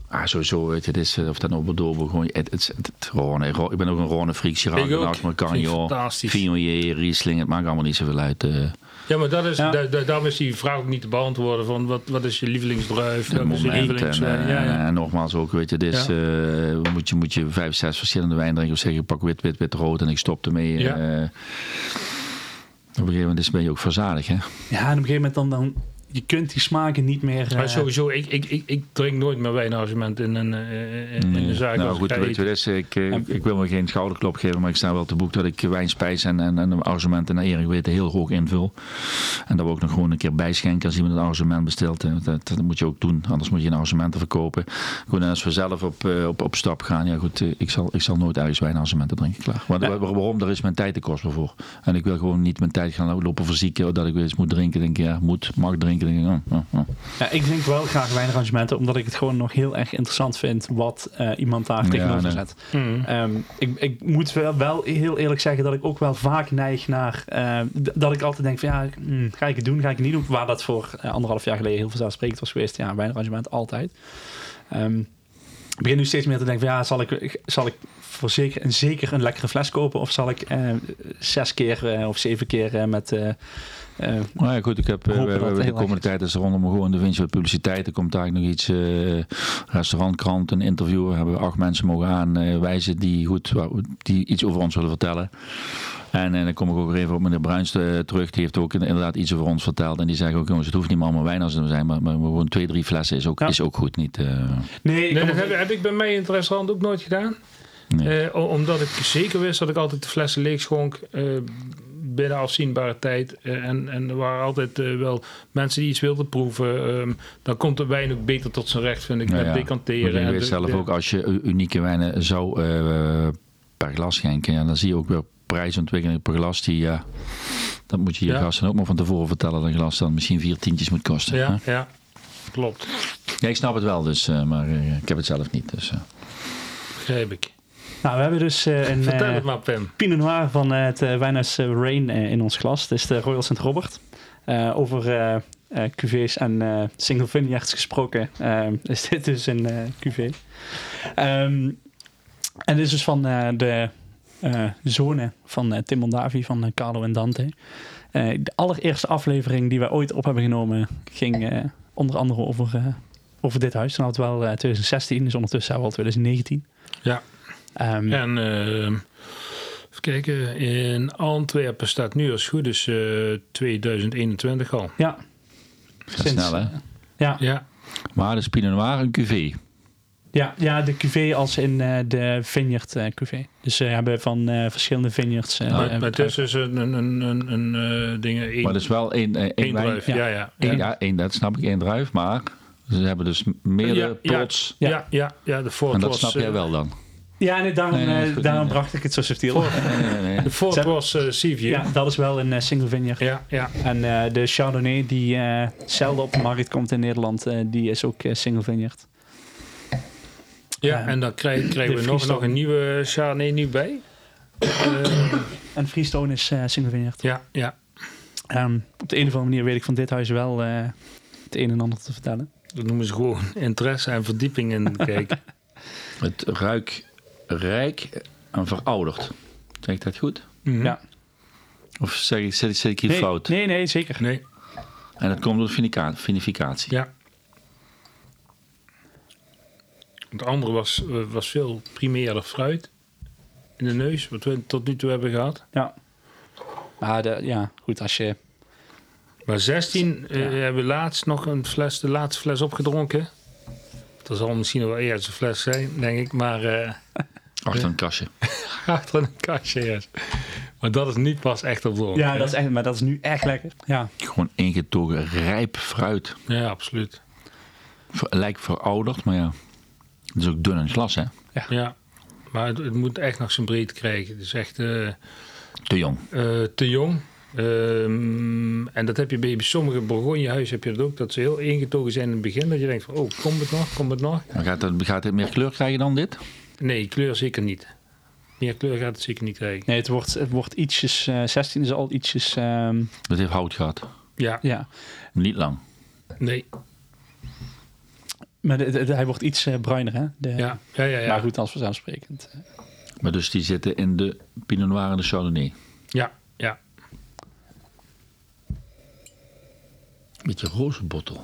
[SPEAKER 3] Ah, sowieso, weet je, het is, eh, of dat nou Bordeaux, Bourgogne, het, het, het, het Rhône. Ro- Ik ben ook een Rhône-freak, Chirac,
[SPEAKER 4] Ik ook.
[SPEAKER 3] Nacht,
[SPEAKER 4] Vind ik
[SPEAKER 3] Mercagnon,
[SPEAKER 4] fantastisch.
[SPEAKER 3] Viognier, Riesling, het maakt allemaal niet zoveel uit. eh.
[SPEAKER 4] Ja, maar dat is,
[SPEAKER 2] Ja.
[SPEAKER 4] da- da- daarom is die vraag ook niet te beantwoorden van wat, wat is je lievelingsdruif?
[SPEAKER 3] het
[SPEAKER 4] wat is je
[SPEAKER 3] moment. En,
[SPEAKER 4] lievelings...
[SPEAKER 3] eh,
[SPEAKER 4] dus eh, ja, ja.
[SPEAKER 3] en nogmaals ook, weet je, dit is,
[SPEAKER 4] Ja.
[SPEAKER 3] eh, moet, je, moet je vijf, zes verschillende wijn drinken. Of zeg je, pak wit, wit, wit, rood en ik stop ermee. eh.
[SPEAKER 4] Ja.
[SPEAKER 3] op een gegeven moment is- ben je ook verzadigd, hè?
[SPEAKER 2] Ja, en op een gegeven moment dan... dan je kunt die smaken niet meer... eh,
[SPEAKER 4] Maar sowieso, ik, ik, ik, ik drink nooit meer wijn als iemand in een, eh, in een zaak
[SPEAKER 3] nou
[SPEAKER 4] als ik
[SPEAKER 3] goed,
[SPEAKER 4] ga
[SPEAKER 3] weet je
[SPEAKER 4] eten.
[SPEAKER 3] wat is, ik, eh, ik wil me geen schouderklop geven, maar ik sta wel te boek dat ik wijn, spijs en, en, en arrangementen naar eer weten heel hoog invul. En dat we ook nog gewoon een keer bijschenken als iemand een arrangement bestelt. hè. Dat, dat moet je ook doen, anders moet je een arrangement verkopen. Gewoon als we zelf op, eh, op, op stap gaan, ja goed, eh, ik zal, ik zal nooit ergens wijn arrangementen drinken, klaar. Want waar- waarom, daar is mijn tijd te kostbaar voor. En ik wil gewoon niet mijn tijd gaan lopen verzieken, dat ik weer eens moet drinken. Denk ik, ja, moet, mag drinken, denk oh, ik, ja, ja, ja.
[SPEAKER 2] Ja, ik drink wel graag wijnarrangementen, omdat ik het gewoon nog heel erg interessant vind wat eh, iemand daar
[SPEAKER 3] Ja,
[SPEAKER 2] tegenover
[SPEAKER 3] nee.
[SPEAKER 2] zet.
[SPEAKER 4] Mm.
[SPEAKER 2] Ehm, ik, ik moet wel, wel heel eerlijk zeggen dat ik ook wel vaak neig naar. ehm, d- dat ik altijd denk: van ja, mm, ga ik het doen, ga ik het niet doen? Waar dat voor eh, anderhalf jaar geleden heel vanzelfsprekend was geweest. Ja, wijnarrangement altijd. Ehm, ik begin nu steeds meer te denken: van ja, zal ik, zal ik voor zeker, en zeker een lekkere fles kopen? Of zal ik eh, zes keer eh, of zeven keer eh, met. eh, eh,
[SPEAKER 3] Nou ja, goed, ik heb eh,
[SPEAKER 2] Hopen
[SPEAKER 3] we-
[SPEAKER 2] dat het
[SPEAKER 3] we- de
[SPEAKER 2] heel
[SPEAKER 3] komende
[SPEAKER 2] erg
[SPEAKER 3] tijd is er rondom gewoon de winst wat publiciteit. Er komt eigenlijk nog iets, eh restaurantkrant, een interview. Daar hebben we acht mensen mogen aanwijzen die, goed, wa- die iets over ons willen vertellen. En, eh, dan kom ik ook weer even op meneer Bruins eh, terug. Die heeft ook in- inderdaad iets over ons verteld. En die zeggen ook, jongens, het hoeft niet meer allemaal wijn als het zijn. Maar, maar gewoon twee, drie flessen is ook,
[SPEAKER 2] Ja.
[SPEAKER 3] is ook goed. Niet, eh,
[SPEAKER 2] nee, ik
[SPEAKER 4] Nee,
[SPEAKER 2] kan
[SPEAKER 4] dat
[SPEAKER 2] me-
[SPEAKER 4] heb, heb ik bij mij in het restaurant ook nooit gedaan.
[SPEAKER 3] nee.
[SPEAKER 4] Eh, o- omdat ik zeker wist dat ik altijd de flessen leeg schonk eh, binnen afzienbare tijd. Eh, en, en er waren altijd eh, wel mensen die iets wilden proeven. Ehm, dan komt de wijn ook beter tot zijn recht, vind ik,
[SPEAKER 3] Ja,
[SPEAKER 4] met
[SPEAKER 3] Nou ja.
[SPEAKER 4] decanteren.
[SPEAKER 3] Maar je
[SPEAKER 4] en
[SPEAKER 3] weet
[SPEAKER 4] de-
[SPEAKER 3] zelf
[SPEAKER 4] dus de-
[SPEAKER 3] ook, als je u- unieke wijnen zou eh, per glas schenken, ja, dan zie je ook weer prijsontwikkeling per glas. Die, ja, dat moet je je
[SPEAKER 4] Ja.
[SPEAKER 3] gasten ook maar van tevoren vertellen dat een glas dan misschien vier tientjes moet kosten. hè?
[SPEAKER 4] Ja, ja, klopt.
[SPEAKER 3] Ja, ik snap het wel, dus, eh, maar eh, ik heb het zelf niet. Dus, eh.
[SPEAKER 4] Begrijp ik.
[SPEAKER 2] nou, we hebben dus eh, een.
[SPEAKER 4] Vertel
[SPEAKER 2] eh,
[SPEAKER 4] het maar, Pim.
[SPEAKER 2] Pinot Noir van eh, het eh, wijnhuis eh, Rain eh, in ons glas. Het is de Royal St. Robert. Eh, over eh eh, cuvées en eh, single vineyards gesproken eh, is dit dus een eh cuvée. Ehm, en dit is dus van eh, de eh zone van eh, Tim Mondavi van eh, Carlo en Dante. Eh, de allereerste aflevering die wij ooit op hebben genomen ging eh, onder andere over, eh, over dit huis. Dan hadden we wel eh, 2016, dus ondertussen hebben we al 2019.
[SPEAKER 4] Ja.
[SPEAKER 2] Ehm,
[SPEAKER 4] En ehm, even kijken, in Antwerpen staat nu als het goed is eh, 2021 al.
[SPEAKER 2] ja.
[SPEAKER 3] Gaat snel, hè?
[SPEAKER 2] Ja,
[SPEAKER 3] Nou,
[SPEAKER 4] Ja,
[SPEAKER 3] Maar de Pinot Noir een QV.
[SPEAKER 2] Ja, ja, de cuvée als in eh, de vineyard eh, cuvée. Dus ze hebben van eh, verschillende vineyards.
[SPEAKER 3] Nou,
[SPEAKER 2] eh,
[SPEAKER 4] maar,
[SPEAKER 2] eh,
[SPEAKER 4] maar het is dus een, een, een, een, een eh, dingen, één,
[SPEAKER 3] Maar dat is wel één, eh, één,
[SPEAKER 4] één
[SPEAKER 3] wijn.
[SPEAKER 4] druif. Ja, ja. ja.
[SPEAKER 3] Ja, ja, één, dat snap ik, één druif, maar ze hebben dus meerdere
[SPEAKER 4] Ja, ja.
[SPEAKER 3] plots.
[SPEAKER 4] Ja, ja, ja, de Ford
[SPEAKER 3] En dat
[SPEAKER 4] was,
[SPEAKER 3] snap jij
[SPEAKER 4] eh,
[SPEAKER 3] wel
[SPEAKER 4] *laughs*
[SPEAKER 3] dan.
[SPEAKER 2] Ja, nee, daarom,
[SPEAKER 3] Nee, nee,
[SPEAKER 2] eh,
[SPEAKER 3] is goed.
[SPEAKER 2] daarom
[SPEAKER 3] Nee,
[SPEAKER 2] bracht ik het zo subtiel.
[SPEAKER 3] Nee, nee, nee.
[SPEAKER 4] De Ford
[SPEAKER 2] Ze-
[SPEAKER 4] was eh Seaview.
[SPEAKER 2] Ja, dat is wel een eh, single vineyard.
[SPEAKER 4] ja, ja.
[SPEAKER 2] En eh, de Chardonnay die eh, zelden op de markt komt in Nederland, eh, die is ook eh, single vineyard.
[SPEAKER 4] Ja,
[SPEAKER 2] Ja.
[SPEAKER 4] en dan krijg- krijgen
[SPEAKER 2] De
[SPEAKER 4] we nog,
[SPEAKER 2] Friesland.
[SPEAKER 4] nog een nieuwe Chardonnay nu bij. Eh,
[SPEAKER 2] En Freestone is eh, single vineyard.
[SPEAKER 4] ja, ja.
[SPEAKER 2] Ehm, op de een of andere manier weet ik van dit huis wel eh, het een en ander te vertellen.
[SPEAKER 4] Dat noemen ze gewoon interesse en verdieping
[SPEAKER 3] *laughs*
[SPEAKER 4] in kijken.
[SPEAKER 3] Het ruikt rijk en verouderd. Zeg ik dat goed?
[SPEAKER 4] Mhm.
[SPEAKER 2] Ja.
[SPEAKER 3] Of zeg ik, zit, ik- zit ik hier
[SPEAKER 2] nee,
[SPEAKER 3] Hm? fout?
[SPEAKER 2] Nee, nee, zeker.
[SPEAKER 4] Nee,
[SPEAKER 3] En dat komt door vinica- vinificatie.
[SPEAKER 4] ja. Het andere was, eh, was veel primaire fruit in de neus, wat we tot nu toe hebben gehad.
[SPEAKER 2] Ja. Maar de, ja, goed, als je...
[SPEAKER 4] Maar 16 eh,
[SPEAKER 2] Ja.
[SPEAKER 4] hebben we laatst nog een fles, de laatste fles opgedronken. Dat zal misschien wel eerder zijn fles zijn, denk ik. Maar eh, *laughs*
[SPEAKER 3] Achter een kastje.
[SPEAKER 4] achter een kastje eerst. Maar dat is nu pas echt opdronken.
[SPEAKER 2] Ja, dat is echt, maar dat is nu echt lekker. Ja.
[SPEAKER 3] Gewoon ingetogen rijp fruit.
[SPEAKER 4] ja, absoluut.
[SPEAKER 3] Ver- lijkt verouderd, maar ja. Het is ook dun in het glas, hè?
[SPEAKER 4] Ja. Maar het, het moet echt nog zijn breed krijgen. Het is echt eh, eh,
[SPEAKER 3] Te jong.
[SPEAKER 4] te jong. Ehm, en dat heb je bij sommige Bourgogne-huizen heb je dat ook. Dat ze heel ingetogen zijn in het begin. Dat je denkt van, oh, komt het nog, komt het nog?
[SPEAKER 3] Maar gaat, dat, gaat dit meer kleur krijgen dan dit?
[SPEAKER 4] Nee, kleur zeker niet. Meer kleur gaat het zeker niet krijgen.
[SPEAKER 2] Nee, het wordt, het wordt ietsjes... eh, 16 is al ietsjes... ehm,
[SPEAKER 3] Dat heeft hout gehad.
[SPEAKER 4] Ja,
[SPEAKER 2] ja.
[SPEAKER 3] Niet lang.
[SPEAKER 4] nee.
[SPEAKER 2] Maar de- de- de- hij wordt iets eh, bruiner, hè? De,
[SPEAKER 4] Ja, ja, ja. ja.
[SPEAKER 2] Maar goed, als eh, vanzelfsprekend.
[SPEAKER 3] Maar dus die zitten in de Pinot Noir en de Chardonnay.
[SPEAKER 4] Ja, ja.
[SPEAKER 3] Beetje rozenbottel.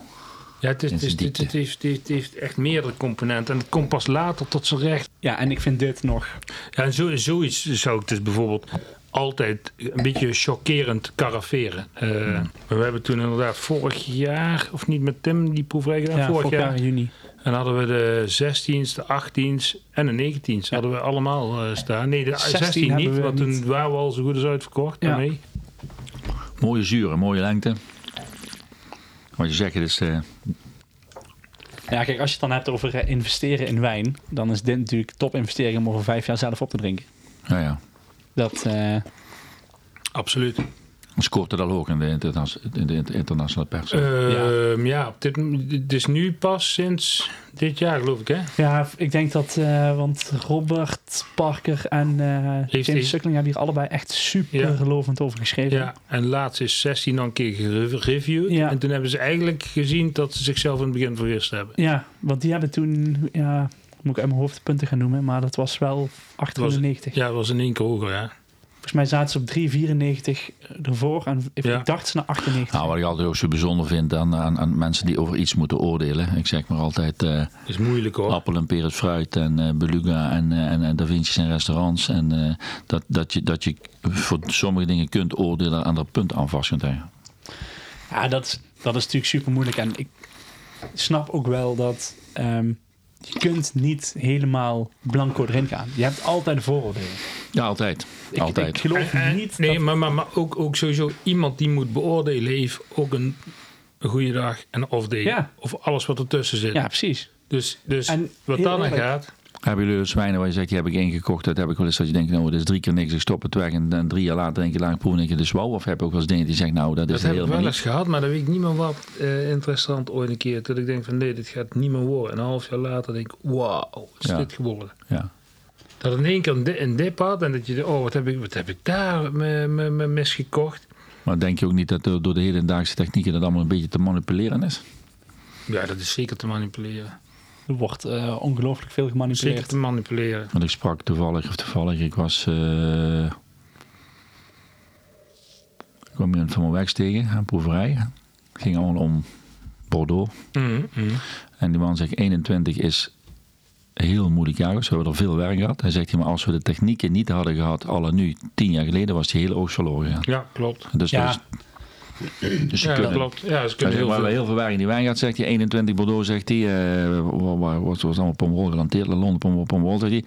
[SPEAKER 4] Ja, het, is,
[SPEAKER 3] En
[SPEAKER 4] het, is,
[SPEAKER 3] zijn
[SPEAKER 4] het, het heeft, het heeft echt meerdere componenten. En het komt pas later tot zijn recht.
[SPEAKER 2] Ja, en ik vind dit nog...
[SPEAKER 4] Ja, en zo, zoiets zou ik dus bijvoorbeeld... altijd een beetje chockerend karaferen. Eh, We hebben toen inderdaad vorig jaar, of niet met Tim, die proeverij gedaan?
[SPEAKER 2] Ja, vorig jaar in juni.
[SPEAKER 4] En hadden we de 16s, de 18s en de 19s. Hadden we allemaal eh, staan. Nee, de
[SPEAKER 2] 16
[SPEAKER 4] 16,
[SPEAKER 2] hebben
[SPEAKER 4] niet,
[SPEAKER 2] we
[SPEAKER 4] want
[SPEAKER 2] niet.
[SPEAKER 4] toen waren we al zo goed als uitverkocht.
[SPEAKER 2] Ja.
[SPEAKER 4] daarmee.
[SPEAKER 3] Mooie zuren, mooie lengte. Wat je zegt, het is eh,
[SPEAKER 2] Ja, kijk, als je het dan hebt over eh, investeren in wijn, dan is dit natuurlijk top investering om over vijf jaar zelf op te drinken.
[SPEAKER 3] nou ja,
[SPEAKER 2] Dat, eh,
[SPEAKER 4] Absoluut.
[SPEAKER 3] dan scoort het al hoog in de, interna- in de inter- internationale pers.
[SPEAKER 4] Ehm, ja, op dit, het is nu pas sinds dit jaar, geloof ik, hè?
[SPEAKER 2] ja, ik denk dat, eh, want Robert Parker en eh
[SPEAKER 4] Heeft
[SPEAKER 2] James
[SPEAKER 4] hij-
[SPEAKER 2] Suckling hebben hier allebei echt super
[SPEAKER 4] Ja.
[SPEAKER 2] gelovend over geschreven.
[SPEAKER 4] Ja, en laatst is 16 dan een keer gerev- gereviewd.
[SPEAKER 2] Ja.
[SPEAKER 4] En toen hebben ze eigenlijk gezien dat ze zichzelf in het begin verwist hebben.
[SPEAKER 2] Ja, want die hebben toen, ja, moet ik uit mijn hoofd de punten gaan noemen, maar dat was wel 98.
[SPEAKER 4] Ja, dat was in één keer hoger, ja.
[SPEAKER 2] Volgens mij zaten ze op 394 ervoor en ik
[SPEAKER 4] Ja.
[SPEAKER 2] ik dacht ze naar 98.
[SPEAKER 3] Nou, wat ik altijd ook zo bijzonder vind aan, aan, aan mensen die over iets moeten oordelen. Ik zeg maar altijd eh,
[SPEAKER 4] Is moeilijk hoor.
[SPEAKER 3] appel en peren fruit en eh, beluga en, eh, en, en da Vinci's en restaurants. En eh, dat, dat, je, dat je voor sommige dingen kunt oordelen aan dat punt aan vast kunt hangen.
[SPEAKER 2] Ja, dat, is- dat is natuurlijk super moeilijk. En ik snap ook wel dat ehm, je kunt niet helemaal blanco erin gaan. Je hebt altijd vooroordelen.
[SPEAKER 3] Ja, altijd.
[SPEAKER 2] Ik,
[SPEAKER 3] altijd.
[SPEAKER 2] ik geloof
[SPEAKER 4] En- en-
[SPEAKER 2] niet
[SPEAKER 4] Eh, Nee,
[SPEAKER 2] dat...
[SPEAKER 4] maar, maar, maar ook, ook sowieso iemand die moet beoordelen heeft ook een, een goede dag en een off day.
[SPEAKER 2] Ja.
[SPEAKER 4] Of alles wat ertussen zit.
[SPEAKER 2] Ja, precies.
[SPEAKER 4] Dus, dus
[SPEAKER 2] En
[SPEAKER 4] wat
[SPEAKER 2] heel
[SPEAKER 4] dan aan
[SPEAKER 2] eerlijk.
[SPEAKER 4] gaat,
[SPEAKER 3] Hebben jullie dus wijnen waar je zegt, die heb ik ingekocht. Dat heb ik wel eens dat je denkt, nou, dit is drie keer niks, ik stop het weg. En dan drie jaar later denk je, laat ik proeven, denk je, dit is wauw. Of heb ik ook wel eens dingen die zeggen, nou, dat is het
[SPEAKER 4] dat heb ik
[SPEAKER 3] helemaal
[SPEAKER 4] wel
[SPEAKER 3] niet.
[SPEAKER 4] eens gehad, maar dat weet ik niet meer wat eh, interessant ooit een keer. Dat ik denk van nee, dit gaat niet meer worden. En een half jaar later denk ik, wauw, wat is
[SPEAKER 3] Ja.
[SPEAKER 4] dit geworden?
[SPEAKER 3] Ja.
[SPEAKER 4] Dat in één keer een, di- een dip had en dat je, denkt, oh wat heb ik, wat heb ik daar me- me- me- misgekocht?
[SPEAKER 3] Maar denk je ook niet dat door door de hedendaagse technieken dat allemaal een beetje te manipuleren is?
[SPEAKER 4] Ja, dat is zeker te manipuleren.
[SPEAKER 2] Er wordt eh, ongelooflijk veel
[SPEAKER 4] Zeker
[SPEAKER 2] gemanipuleerd.
[SPEAKER 4] te manipuleren.
[SPEAKER 3] Want ik sprak toevallig, of toevallig, ik was. eh, ik kwam iemand van mijn werk tegen, aan een proeverij. Het ging allemaal om Bordeaux.
[SPEAKER 4] Mm,
[SPEAKER 3] Mm-hmm.
[SPEAKER 4] mm.
[SPEAKER 3] En die man zegt: 21 is een heel moeilijk jaar, dus we hebben er veel werk gehad. Hij zegt: ja, maar als we de technieken niet hadden gehad, alle nu, tien jaar geleden, was die hele oogst verloren gegaan.
[SPEAKER 4] Ja, klopt.
[SPEAKER 3] Dus,
[SPEAKER 2] Ja.
[SPEAKER 3] dat is- dus je
[SPEAKER 4] Ja,
[SPEAKER 3] kunt-
[SPEAKER 4] dat klopt. Ja, ze kunnen
[SPEAKER 3] ja,
[SPEAKER 4] heel
[SPEAKER 3] waar we
[SPEAKER 4] veel.
[SPEAKER 3] heel veel werk in die wijn gaat, zegt hij. 21 Bordeaux, zegt hij. eh, wa- wa- Wat was allemaal Pomerol gelanteerd? Londen Pomerol, Pomerol, zegt hij.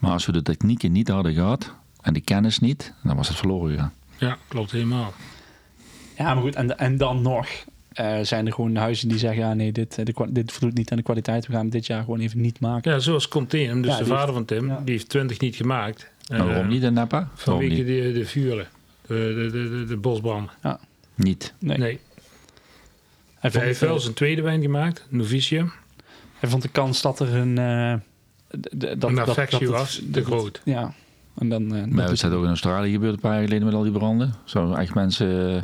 [SPEAKER 3] Maar als we de technieken niet hadden gehad en de kennis niet, dan was het verloren gegaan.
[SPEAKER 4] Ja, klopt helemaal.
[SPEAKER 2] Ja, maar goed. En, en dan nog eh, zijn er gewoon huizen die zeggen... Ja, nee, dit, eh, de kwa- dit voldoet niet aan de kwaliteit. We gaan hem dit jaar gewoon even niet maken.
[SPEAKER 4] Ja, zoals Containum, dus
[SPEAKER 2] Ja,
[SPEAKER 4] de
[SPEAKER 2] die
[SPEAKER 4] vader van Tim,
[SPEAKER 2] ja.
[SPEAKER 4] die heeft 20 niet gemaakt.
[SPEAKER 3] Maar waarom
[SPEAKER 4] Eh,
[SPEAKER 3] niet, hè, Neppa? Waarom
[SPEAKER 4] Vanwege
[SPEAKER 3] niet?
[SPEAKER 4] de, de vuren, de, de, de, de, de bosbranden.
[SPEAKER 3] Niet.
[SPEAKER 2] Nee.
[SPEAKER 4] Nee,
[SPEAKER 2] Hij
[SPEAKER 4] hij
[SPEAKER 2] vond,
[SPEAKER 4] heeft
[SPEAKER 2] eh,
[SPEAKER 4] wel zijn tweede wijn gemaakt, Novicium.
[SPEAKER 2] hij vond de kans dat er een... eh, d- d- dat,
[SPEAKER 4] Een
[SPEAKER 2] dat- dat
[SPEAKER 4] affectie
[SPEAKER 2] het-
[SPEAKER 4] was te groot.
[SPEAKER 2] Ja. En dan... eh, dat
[SPEAKER 3] Maar
[SPEAKER 2] is-
[SPEAKER 3] is dat ook in Australië gebeurd een paar jaar geleden met al die branden? Zo echt mensen... eh,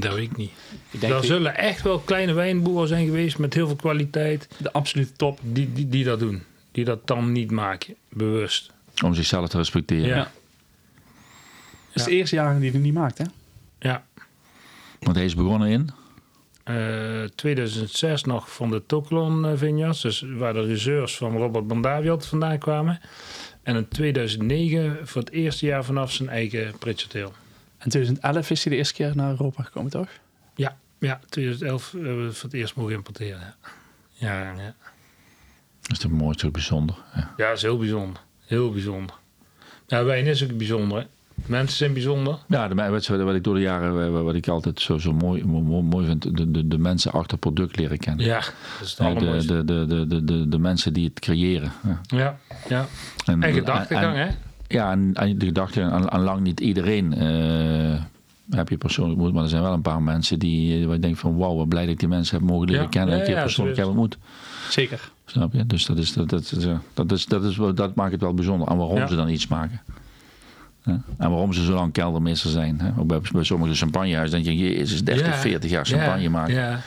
[SPEAKER 4] Dat weet ik niet.
[SPEAKER 2] ik denk
[SPEAKER 4] Er
[SPEAKER 2] dat
[SPEAKER 4] zullen echt wel kleine wijnboeren zijn geweest met heel veel kwaliteit
[SPEAKER 2] de absolute top
[SPEAKER 4] die, die, die dat doen. Die dat dan niet maken, bewust.
[SPEAKER 3] om zichzelf te respecteren.
[SPEAKER 4] Ja.
[SPEAKER 2] Het is
[SPEAKER 4] Ja.
[SPEAKER 2] de eerste jaren die hij niet maakt, hè?
[SPEAKER 4] Ja.
[SPEAKER 3] Want hij is begonnen in...
[SPEAKER 4] Eh, 2006 nog van de Toklon eh, Vineyards, dus waar de reserves van Robert Bandaviot vandaan kwamen. En in 2009 voor het eerste jaar vanaf zijn eigen Pritchard Hill.
[SPEAKER 2] In 2011 is hij de eerste keer naar Europa gekomen, toch?
[SPEAKER 4] Ja, ja 2011 hebben we voor het eerst mogen importeren. ja. Ja, ja.
[SPEAKER 3] Dat is toch mooi, toch bijzonder. Ja.
[SPEAKER 4] ja, dat is heel bijzonder. Heel bijzonder. Ja, wijn is ook bijzonder. hè. Mensen zijn bijzonder.
[SPEAKER 3] Ja, de, me- wat, wat ik door de jaren, eh, wat ik altijd zo, zo mooi, mooi, mooi vind, de, de, de mensen achter product leren kennen.
[SPEAKER 4] Ja, dat is het
[SPEAKER 3] Ja, de, de,
[SPEAKER 4] allermooiste.
[SPEAKER 3] de, de, de, de, de mensen die het creëren. Ja.
[SPEAKER 4] Ja, ja.
[SPEAKER 3] En,
[SPEAKER 4] En gedachtegang, hè?
[SPEAKER 3] Ja, en, en de gedachte aan, aan lang niet iedereen eh, heb je persoonlijk moed. Maar er zijn wel een paar mensen die eh, waar je denkt van wauw, wat blij dat ik die mensen heb mogen leren
[SPEAKER 4] Ja,
[SPEAKER 3] kennen. en
[SPEAKER 4] ja,
[SPEAKER 3] ik die
[SPEAKER 4] ja,
[SPEAKER 3] persoonlijk heb
[SPEAKER 4] absoluut.
[SPEAKER 3] ontmoet.
[SPEAKER 2] Zeker.
[SPEAKER 3] Snap je? Dus dat, is, dat, dat, is, eh, dat, is, dat, is, wel- dat maakt het wel bijzonder. En waarom
[SPEAKER 4] Ja.
[SPEAKER 3] ze dan iets maken. Ja. En waarom ze zo lang keldermeester zijn. Hè? Ook bij, bij sommige champagnehuizen denk je, jezus, 30,
[SPEAKER 4] Ja,
[SPEAKER 3] 40 jaar champagne
[SPEAKER 4] ja,
[SPEAKER 3] maken.
[SPEAKER 4] Ja.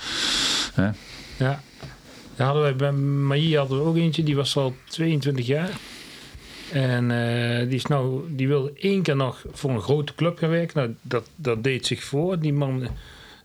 [SPEAKER 3] Hè?
[SPEAKER 4] Ja. Daar hadden wij bij Maïe hadden we ook eentje, die was al 22 jaar. En eh, die, is nou, die wilde één keer nog voor een grote club gaan werken. Nou, dat, dat deed zich voor. Die man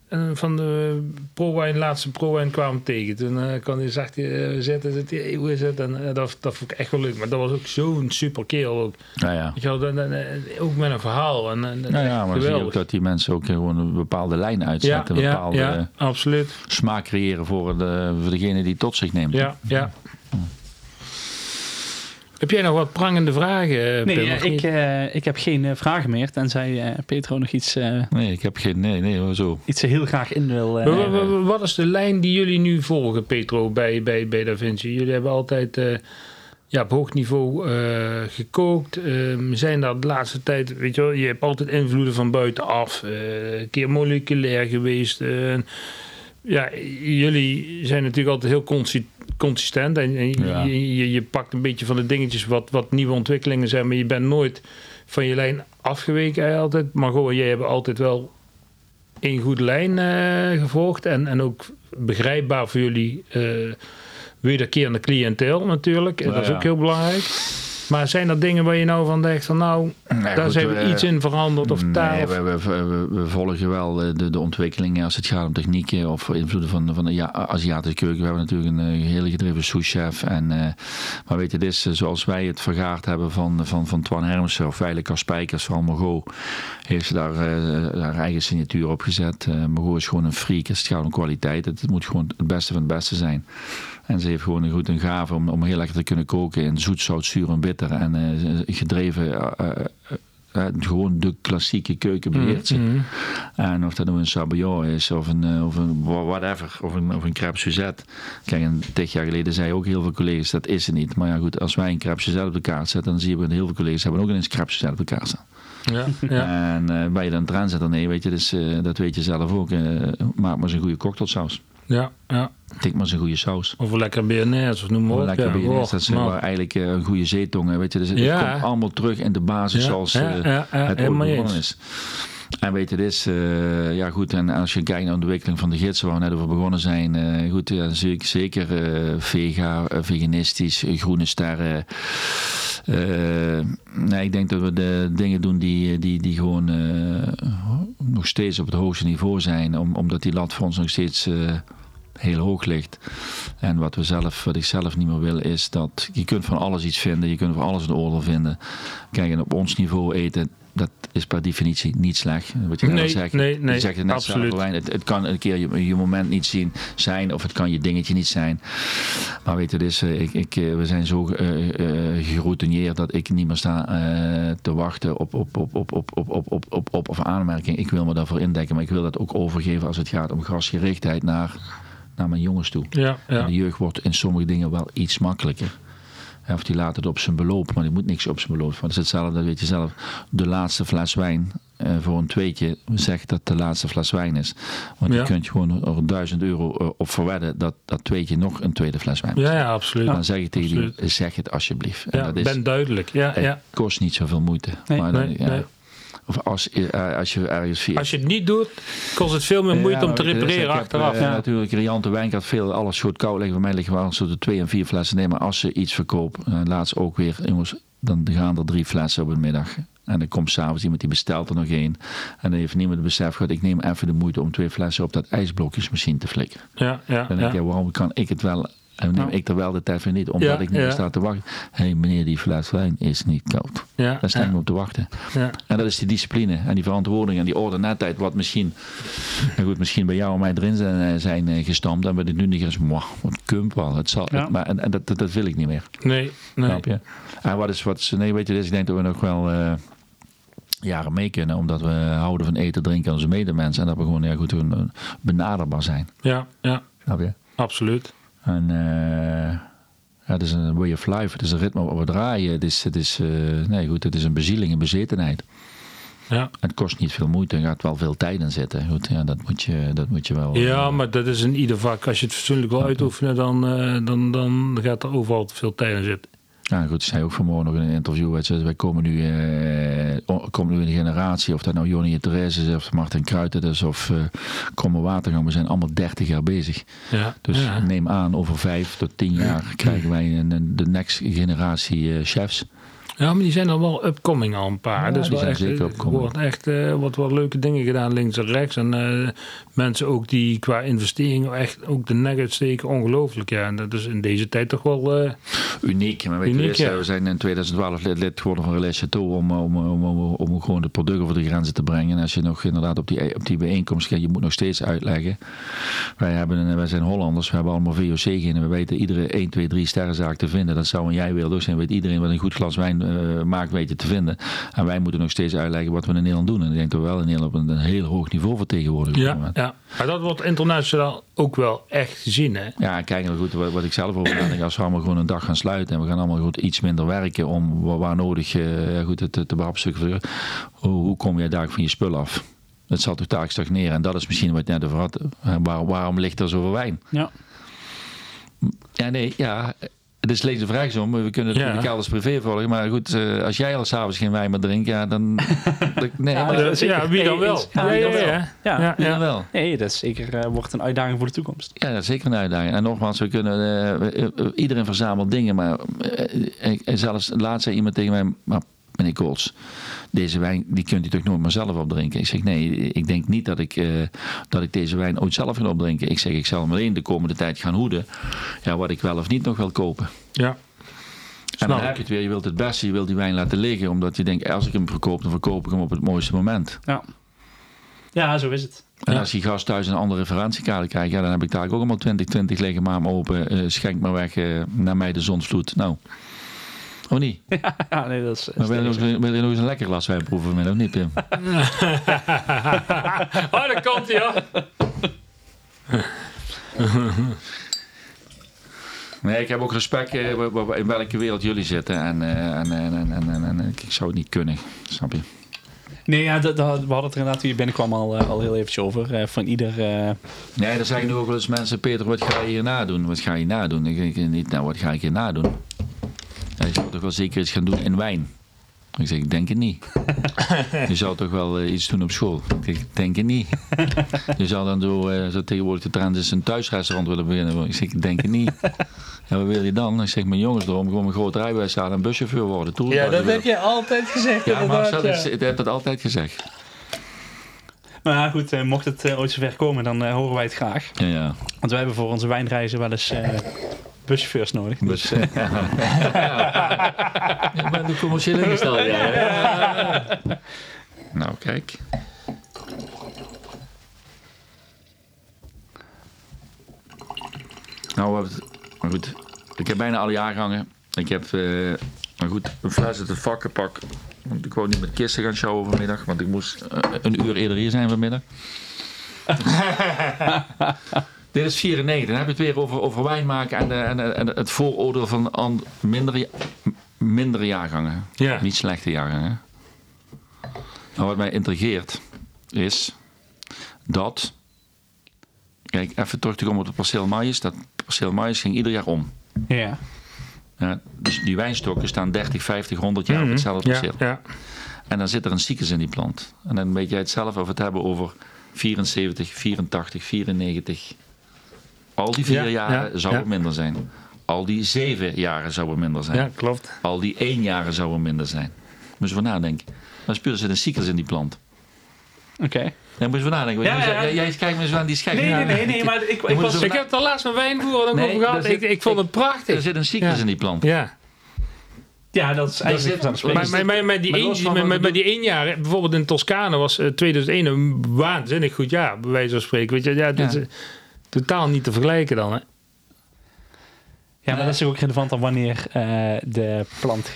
[SPEAKER 4] En van de ProWine, laatste ProWine kwam hem tegen. Toen eh, kwam hij, zag hij, eh, zitten, zit hij, hey, hoe is het? En eh, dat, dat vond ik echt wel leuk. Maar dat was ook zo'n super kerel ook.
[SPEAKER 3] Nou ja.
[SPEAKER 4] Weet je wel, dan, dan, eh, ook met een verhaal. En, en, en
[SPEAKER 3] Nou
[SPEAKER 4] echt
[SPEAKER 3] ja, maar dan zie je
[SPEAKER 4] geweldig.
[SPEAKER 3] ook dat die mensen ook gewoon een bepaalde lijn
[SPEAKER 4] ja,
[SPEAKER 3] uitzetten. een
[SPEAKER 4] ja,
[SPEAKER 3] bepaalde eh,
[SPEAKER 4] ja, absoluut.
[SPEAKER 3] smaak creëren voor, de, voor degene die het tot zich neemt.
[SPEAKER 4] Ja, ja. Heb jij nog wat prangende vragen? eh,
[SPEAKER 2] Nee,
[SPEAKER 4] Pim,
[SPEAKER 2] eh,
[SPEAKER 4] of
[SPEAKER 2] ik,
[SPEAKER 4] niet?
[SPEAKER 2] eh, ik heb geen eh, vragen meer. Tenzij eh, Petro nog iets, eh,
[SPEAKER 3] Nee, ik heb geen. Nee, nee, zo.
[SPEAKER 2] iets heel graag in wil. eh.
[SPEAKER 4] Wa- wa- wa- Wat is de lijn die jullie nu volgen, Petro, bij, bij, bij Da Vinci? Jullie hebben altijd eh, ja, op hoog niveau eh, gekookt. Ehm, zijn daar de laatste tijd, weet je wel, je hebt altijd invloeden van buitenaf. eh, een keer moleculair geweest. eh, ja, jullie zijn natuurlijk altijd heel consi- consistent. En, en
[SPEAKER 3] Ja.
[SPEAKER 4] je, je, je pakt een beetje van de dingetjes wat, wat nieuwe ontwikkelingen zijn. Maar je bent nooit van je lijn afgeweken eh, altijd. Maar gewoon, jij hebt altijd wel een goede lijn eh, gevolgd. En, en ook begrijpbaar voor jullie eh wederkerende cliënteel natuurlijk.
[SPEAKER 3] Nou
[SPEAKER 4] dat is
[SPEAKER 3] ja.
[SPEAKER 4] ook heel belangrijk. Maar zijn er dingen waar je nou van denkt van nou, daar
[SPEAKER 3] goed,
[SPEAKER 4] zijn we
[SPEAKER 3] eh,
[SPEAKER 4] iets in veranderd of taal?
[SPEAKER 3] Nee,
[SPEAKER 4] of-
[SPEAKER 3] we, we, we- we volgen wel eh, de, de ontwikkelingen als het gaat om technieken of invloeden van, van de ja, Aziatische keuken. We hebben natuurlijk een eh, hele gedreven souschef. En, eh, maar weet je, dit is eh, zoals wij het vergaard hebben van, van, van Twan Hermsen of Veile Spijkers van Mogo. Heeft ze daar eh, haar eigen signatuur op gezet. Eh Mogo is gewoon een freak. als Het gaat om kwaliteit. Het, het moet gewoon het beste van het beste zijn. En ze heeft gewoon een goed een gave om, om heel lekker te kunnen koken in zoet, zout, zuur en bitter. En eh, gedreven eh, eh, eh, gewoon de klassieke keuken beheert ze.
[SPEAKER 4] Mhm.
[SPEAKER 3] En of dat nou een sabayon is of een, eh, of een wha- whatever, of een, of een crêpe Suzette. Kijk, en tig jaar geleden zeiden ook heel veel collega's dat is er niet. Maar ja goed, als wij een crêpe Suzette op de kaart zetten, dan zien we dat heel veel collega's hebben ook ineens crêpe Suzette op de kaart staan.
[SPEAKER 4] Ja, ja.
[SPEAKER 3] En eh waar je dan trend zet, dan nee, weet je, dus, eh, dat weet je zelf ook. eh, maak maar eens een goede cocktailsaus.
[SPEAKER 4] ja, ja.
[SPEAKER 3] Tik maar eens een goede saus.
[SPEAKER 4] Of een lekker BNS of noem maar op.
[SPEAKER 3] lekker
[SPEAKER 4] ja.
[SPEAKER 3] bij je neus,
[SPEAKER 4] Och,
[SPEAKER 3] dat zijn
[SPEAKER 4] man.
[SPEAKER 3] wel eigenlijk eh, een goede zeetongen. Weet je, dus het
[SPEAKER 4] Ja.
[SPEAKER 3] komt allemaal terug in de basis
[SPEAKER 4] Ja,
[SPEAKER 3] zoals
[SPEAKER 4] ja,
[SPEAKER 3] eh,
[SPEAKER 4] ja, ja,
[SPEAKER 3] het ooit
[SPEAKER 4] helemaal
[SPEAKER 3] begonnen
[SPEAKER 4] eens.
[SPEAKER 3] is. En weet je, dit is, eh, ja goed, en als je kijkt naar de ontwikkeling van de gidsen waar we net over begonnen zijn, eh, goed, ja, zie ik zeker eh, vega, eh, veganistisch, eh, groene sterren. Eh, nee, ik denk dat we de dingen doen die, die, die gewoon eh, nog steeds op het hoogste niveau zijn, om, omdat die lat voor ons nog steeds eh, heel hoog ligt. En wat, we zelf, wat ik zelf niet meer wil is dat je kunt van alles iets vinden, je kunt van alles een oordeel vinden. Kijk, en op ons niveau eten, dat is per definitie niet slecht. Wat je net al
[SPEAKER 4] Nee,
[SPEAKER 3] zegt,
[SPEAKER 4] nee, nee,
[SPEAKER 3] je zegt het net zelf,
[SPEAKER 4] absoluut.
[SPEAKER 3] Roelijn, het, het kan een keer je, je moment niet zien, zijn of het kan je dingetje niet zijn. Maar weet je, dus, eh, ik, ik, eh, we zijn zo eh, eh, geroutineerd dat ik niet meer sta eh, te wachten op, op, op, op, op, op, op, op, op, op of aanmerking. Ik wil me daarvoor indekken, maar ik wil dat ook overgeven als het gaat om grasgerichtheid naar, naar mijn jongens toe.
[SPEAKER 4] Ja,
[SPEAKER 3] En
[SPEAKER 4] ja.
[SPEAKER 3] de jeugd wordt in sommige dingen wel iets makkelijker. Ja, Of die laat het op zijn beloop, maar die moet niks op zijn beloop. Want het is hetzelfde, dat weet je zelf. De laatste fles wijn eh, voor een tweetje zegt dat de laatste fles wijn is. Want
[SPEAKER 4] Ja.
[SPEAKER 3] je kunt gewoon er 1000 euro eh, op verwedden dat dat tweetje nog een tweede fles wijn is.
[SPEAKER 4] ja, ja, absoluut.
[SPEAKER 3] Dan zeg ik tegen
[SPEAKER 4] absoluut.
[SPEAKER 3] die, zeg het alsjeblieft. En
[SPEAKER 4] Ja,
[SPEAKER 3] dat is,
[SPEAKER 4] ben duidelijk. Ja,
[SPEAKER 3] het
[SPEAKER 4] ja.
[SPEAKER 3] kost niet zoveel moeite.
[SPEAKER 2] Nee,
[SPEAKER 3] maar dan,
[SPEAKER 4] nee,
[SPEAKER 3] ja.
[SPEAKER 4] nee.
[SPEAKER 3] Of als, eh, als je ergens via
[SPEAKER 4] Als je het niet doet, kost het veel meer moeite om te repareren achteraf.
[SPEAKER 3] ja. eh, Natuurlijk, riante wijn gaat veel, alles goed koud liggen. Bij mij liggen wel zo de twee en vier flessen. Nee, maar als ze iets verkopen, eh, laatst ook weer, jongens, dan gaan er drie flessen op een middag. En dan komt s'avonds iemand die bestelt er nog één. En dan heeft niemand het besef gehad, ik neem even de moeite om twee flessen op dat ijsblokjesmachine te flikkeren.
[SPEAKER 4] Ja, ja,
[SPEAKER 3] Dan denk
[SPEAKER 4] ja.
[SPEAKER 3] je, waarom kan ik het wel? En neem ik er wel de tijd voor niet, omdat
[SPEAKER 4] Ja,
[SPEAKER 3] ik niet
[SPEAKER 4] ja.
[SPEAKER 3] sta te wachten. Hé hey, meneer, die fles wijn is niet koud.
[SPEAKER 4] Ja,
[SPEAKER 3] Daar sta ik
[SPEAKER 4] ja,
[SPEAKER 3] op te wachten.
[SPEAKER 4] ja.
[SPEAKER 3] En dat is die discipline en die verantwoording en die ordentheid, wat misschien, *laughs* nou goed, misschien bij jou en mij erin zijn, eh, zijn eh, gestampt. En bij de nu niet eens, "Mwah, wat kump wel. Het zal,
[SPEAKER 2] Ja.
[SPEAKER 3] maar, en en dat, dat, dat wil ik niet meer.
[SPEAKER 4] Nee, nee.
[SPEAKER 3] Snap je? En wat is, wat is, nee, weet je, dus ik denk dat we nog wel eh, jaren mee kunnen, omdat we houden van eten, drinken en onze medemens. En dat we gewoon, ja goed, een- een benaderbaar zijn.
[SPEAKER 4] Ja, ja,
[SPEAKER 3] Snap je?
[SPEAKER 4] absoluut.
[SPEAKER 3] En eh, ja, het is een way of life, het is een ritme waarop we draaien. Het is, het is, eh, nee goed, het is een bezieling, een bezetenheid.
[SPEAKER 4] Ja.
[SPEAKER 3] Het kost niet veel moeite, er gaat wel veel tijd in zitten. Goed, ja, dat, moet je, dat moet je wel. eh,
[SPEAKER 4] Ja, maar dat is in ieder vak. Als je het fatsoenlijk wil uitoefenen, dan, eh, dan, dan gaat er overal te veel tijd in zitten.
[SPEAKER 3] Ja, goed, zei ook vanmorgen nog in een interview. weet je, Wij komen nu, eh, o- komen nu in een generatie, of dat nou Jonny en Therese is, of Martin Kruiten is, of eh Kromme Watergang. We zijn allemaal 30 jaar bezig.
[SPEAKER 4] Ja.
[SPEAKER 3] Dus
[SPEAKER 4] ja.
[SPEAKER 3] neem aan, over vijf tot tien jaar krijgen wij een, een- de next generatie eh, chefs.
[SPEAKER 4] Ja, maar die zijn al wel upcoming al een paar.
[SPEAKER 3] Ja,
[SPEAKER 4] dus
[SPEAKER 3] die
[SPEAKER 4] wel
[SPEAKER 3] zijn
[SPEAKER 4] echt,
[SPEAKER 3] zeker
[SPEAKER 4] er
[SPEAKER 3] upcoming.
[SPEAKER 4] Wordt echt eh, wordt wel leuke dingen gedaan links en rechts. En eh, mensen ook die qua investering echt ook de nek uitsteken. Ongelooflijk, ja. En dat is in deze tijd toch wel... eh,
[SPEAKER 3] Uniek. Maar weet
[SPEAKER 4] Uniek,
[SPEAKER 3] je, we zijn-
[SPEAKER 4] ja.
[SPEAKER 3] we zijn in 2012 lid, lid geworden van Relais Chateau om, om, om, om, om gewoon de producten over de grenzen te brengen. En als je nog inderdaad op die, op die bijeenkomst gaat, je moet nog steeds uitleggen. Wij, hebben, een- wij zijn Hollanders, we hebben allemaal VOC en we weten iedere 1, 2, 3 sterrenzaak te vinden. Dat zou een jij wil ook zijn. Weet iedereen wat een goed glas wijn eh, maakt weten te vinden. En wij moeten nog steeds uitleggen wat we in Nederland doen. En ik denk dat we wel in Nederland op een, een heel hoog niveau vertegenwoordigd
[SPEAKER 4] ja, ja. Maar dat wordt internationaal ook wel echt gezien, hè.
[SPEAKER 3] Ja, kijk, nou goed, wat, wat ik zelf over nadenk, als we allemaal gewoon een dag gaan sluiten en we gaan allemaal goed iets minder werken om wa- waar, nodig eh, ja, goed, het te, te behapstukken. Hoe, hoe kom je daar van je spul af? Het zal toch taak stagneren en dat is misschien wat je net over had. Eh, waar- waarom ligt er zoveel wijn?
[SPEAKER 2] Ja.
[SPEAKER 3] Ja, nee, ja. Het is links en rechts om. We kunnen het
[SPEAKER 4] Ja.
[SPEAKER 3] in de kelders privé volgen. Maar goed, eh, als jij al s'avonds geen wijn meer drinkt, ja, dan... dan- nee,
[SPEAKER 1] Ja,
[SPEAKER 3] maar...
[SPEAKER 1] dat-
[SPEAKER 4] Ja,
[SPEAKER 1] zeker.
[SPEAKER 4] wie dan
[SPEAKER 1] Nee,
[SPEAKER 4] wel?
[SPEAKER 1] eens- ja, wie dan wel. Ja.
[SPEAKER 4] ja, ja.
[SPEAKER 3] wel.
[SPEAKER 1] Nee, dat is zeker eh, wordt een uitdaging voor de toekomst.
[SPEAKER 3] Ja, dat is zeker een uitdaging. En nogmaals, we kunnen, eh, we- eh, eh, iedereen verzamelt dingen, maar eh, eh, zelfs laatst zei iemand tegen mij, maar meneer Koolts, deze wijn die kunt u toch nooit maar zelf opdrinken? Ik zeg nee, ik denk niet dat ik, eh, dat ik deze wijn ooit zelf ga opdrinken. Ik zeg ik zal hem alleen de komende tijd gaan hoeden, ja, wat ik wel of niet nog wil kopen.
[SPEAKER 4] Ja.
[SPEAKER 3] En dan
[SPEAKER 4] Snap
[SPEAKER 3] heb
[SPEAKER 4] ik.
[SPEAKER 3] je het weer, je wilt het beste, je wilt die wijn laten liggen, omdat je denkt, als ik hem verkoop, dan verkoop ik hem op het mooiste moment.
[SPEAKER 2] Ja. ja, zo is *laughs* het.
[SPEAKER 3] En
[SPEAKER 4] Ja.
[SPEAKER 3] als die gast thuis een andere referentiekader kijkt, ja, dan heb ik daar ook allemaal 2020 liggen, maar hem open, eh, schenk maar weg eh, naar mij de zonsvloed. Nou, of *laughs* niet?
[SPEAKER 1] Ja, nee, dat is. is
[SPEAKER 3] Maar wil je nog, eens- wil je nog eens een lekker glas wijn proeven met of niet, Pim?
[SPEAKER 4] Oh, dat komt hij, hoor.
[SPEAKER 3] *laughs* Nee, ik heb ook respect eh, wa- wa- wa- in welke wereld jullie zitten en, eh, en, en, en, en, en- en ik zou het niet kunnen, snap je?
[SPEAKER 2] Nee, ja, dat, dat- we hadden het er inderdaad toen je binnenkwam al, eh, al heel eventjes over. eh, van ieder... eh,
[SPEAKER 3] Nee, dan zeggen nu ook wel eens mensen, Peter, wat ga je hierna doen? Wat ga je hierna doen? Ik denk niet, nou, wat ga ik hierna doen? Ja, je zou toch wel zeker iets gaan doen in wijn? Ik zeg, ik denk het niet. Je zou toch wel eh, iets doen op school? Ik zeg, ik denk het niet. Je zou dan zo, eh, zo tegenwoordig de trend is een thuisrestaurant willen beginnen. Ik zeg, ik denk het niet. En wat wil je dan? Ik zeg, mijn jongens erom, gewoon een groot rijbewijs halen en buschauffeur worden. Tour-
[SPEAKER 4] je altijd gezegd,
[SPEAKER 3] Ja, maar dat is, ik heb dat altijd gezegd.
[SPEAKER 2] Maar ja, goed, eh, mocht het eh, ooit zover komen, dan eh, horen wij het graag.
[SPEAKER 3] Ja, ja.
[SPEAKER 2] Want wij hebben voor onze wijnreizen wel eens eh, buschauffeurs nodig.
[SPEAKER 3] Dus, Ik ben de commerciële ingesteld, ja. Nou, kijk. Nou, we hebben het- maar goed. Ik heb bijna alle jaargangen. Ik heb eh, maar goed, een fles uit het vakkenpak. Want ik wou niet met kisten gaan showen vanmiddag, want ik moest eh, een uur eerder hier zijn vanmiddag. *laughs* Dit is 94. Dan heb je het weer over, over wijn maken en, eh, en, en het vooroordeel van an- mindere, ja- m- mindere jaargangen.
[SPEAKER 4] Ja.
[SPEAKER 3] Niet slechte jaargangen. Maar wat mij intrigeert is dat. Kijk, even terug te komen op het perceel Maïs. Dat perceel Maïs ging ieder jaar om.
[SPEAKER 2] Ja.
[SPEAKER 3] Ja, dus die wijnstokken staan 30, 50, 100 jaar
[SPEAKER 2] Mhm,
[SPEAKER 3] op hetzelfde
[SPEAKER 4] Hm? Ja,
[SPEAKER 3] perceel.
[SPEAKER 4] ja.
[SPEAKER 3] En dan zit er een ziektes in die plant. En dan weet jij het zelf of we het hebben over 74, 84, 94. Al die vier
[SPEAKER 4] Ja,
[SPEAKER 3] jaren
[SPEAKER 4] ja,
[SPEAKER 3] zou
[SPEAKER 4] ja.
[SPEAKER 3] er minder zijn. Al die zeven jaren zou er minder zijn.
[SPEAKER 4] ja, klopt.
[SPEAKER 3] Al die één jaren zou er minder zijn. Moet je voor nadenken. Dan speel zit een ziektes in die plant.
[SPEAKER 2] Oké.
[SPEAKER 3] Dan moet je voor nadenken.
[SPEAKER 2] Ja, ja, ja.
[SPEAKER 3] Jij, jij kijkt me zo aan die schijn.
[SPEAKER 2] Nee, nee, nee,
[SPEAKER 3] *laughs*
[SPEAKER 2] nee, maar ik, ik
[SPEAKER 3] moet
[SPEAKER 2] was...
[SPEAKER 3] zo-
[SPEAKER 4] dus Ik heb er laatst met wijnboeren ook
[SPEAKER 3] Nee,
[SPEAKER 4] over gehad.
[SPEAKER 3] daar zit-
[SPEAKER 4] ik, ik vond het
[SPEAKER 3] Er
[SPEAKER 4] prachtig.
[SPEAKER 3] zit een ziektes
[SPEAKER 4] Ja.
[SPEAKER 3] in die plant.
[SPEAKER 4] Ja.
[SPEAKER 2] Ja, dat is
[SPEAKER 3] zit-
[SPEAKER 2] eigenlijk...
[SPEAKER 3] Maar-
[SPEAKER 2] vanzelfsprekend.
[SPEAKER 4] Maar, maar, maar, maar die
[SPEAKER 3] Maar los
[SPEAKER 4] één
[SPEAKER 3] van
[SPEAKER 4] maar,
[SPEAKER 3] wat
[SPEAKER 4] maar,
[SPEAKER 3] we
[SPEAKER 4] maar die éénjaren, bijvoorbeeld in Toscane was eh, 2001 een waanzinnig goed jaar, bij wijze van spreken. Weet je, ja, dit
[SPEAKER 3] Ja.
[SPEAKER 4] is eh, totaal niet te vergelijken dan. Hè?
[SPEAKER 2] Ja, maar dat is ook relevant aan wanneer eh, de plant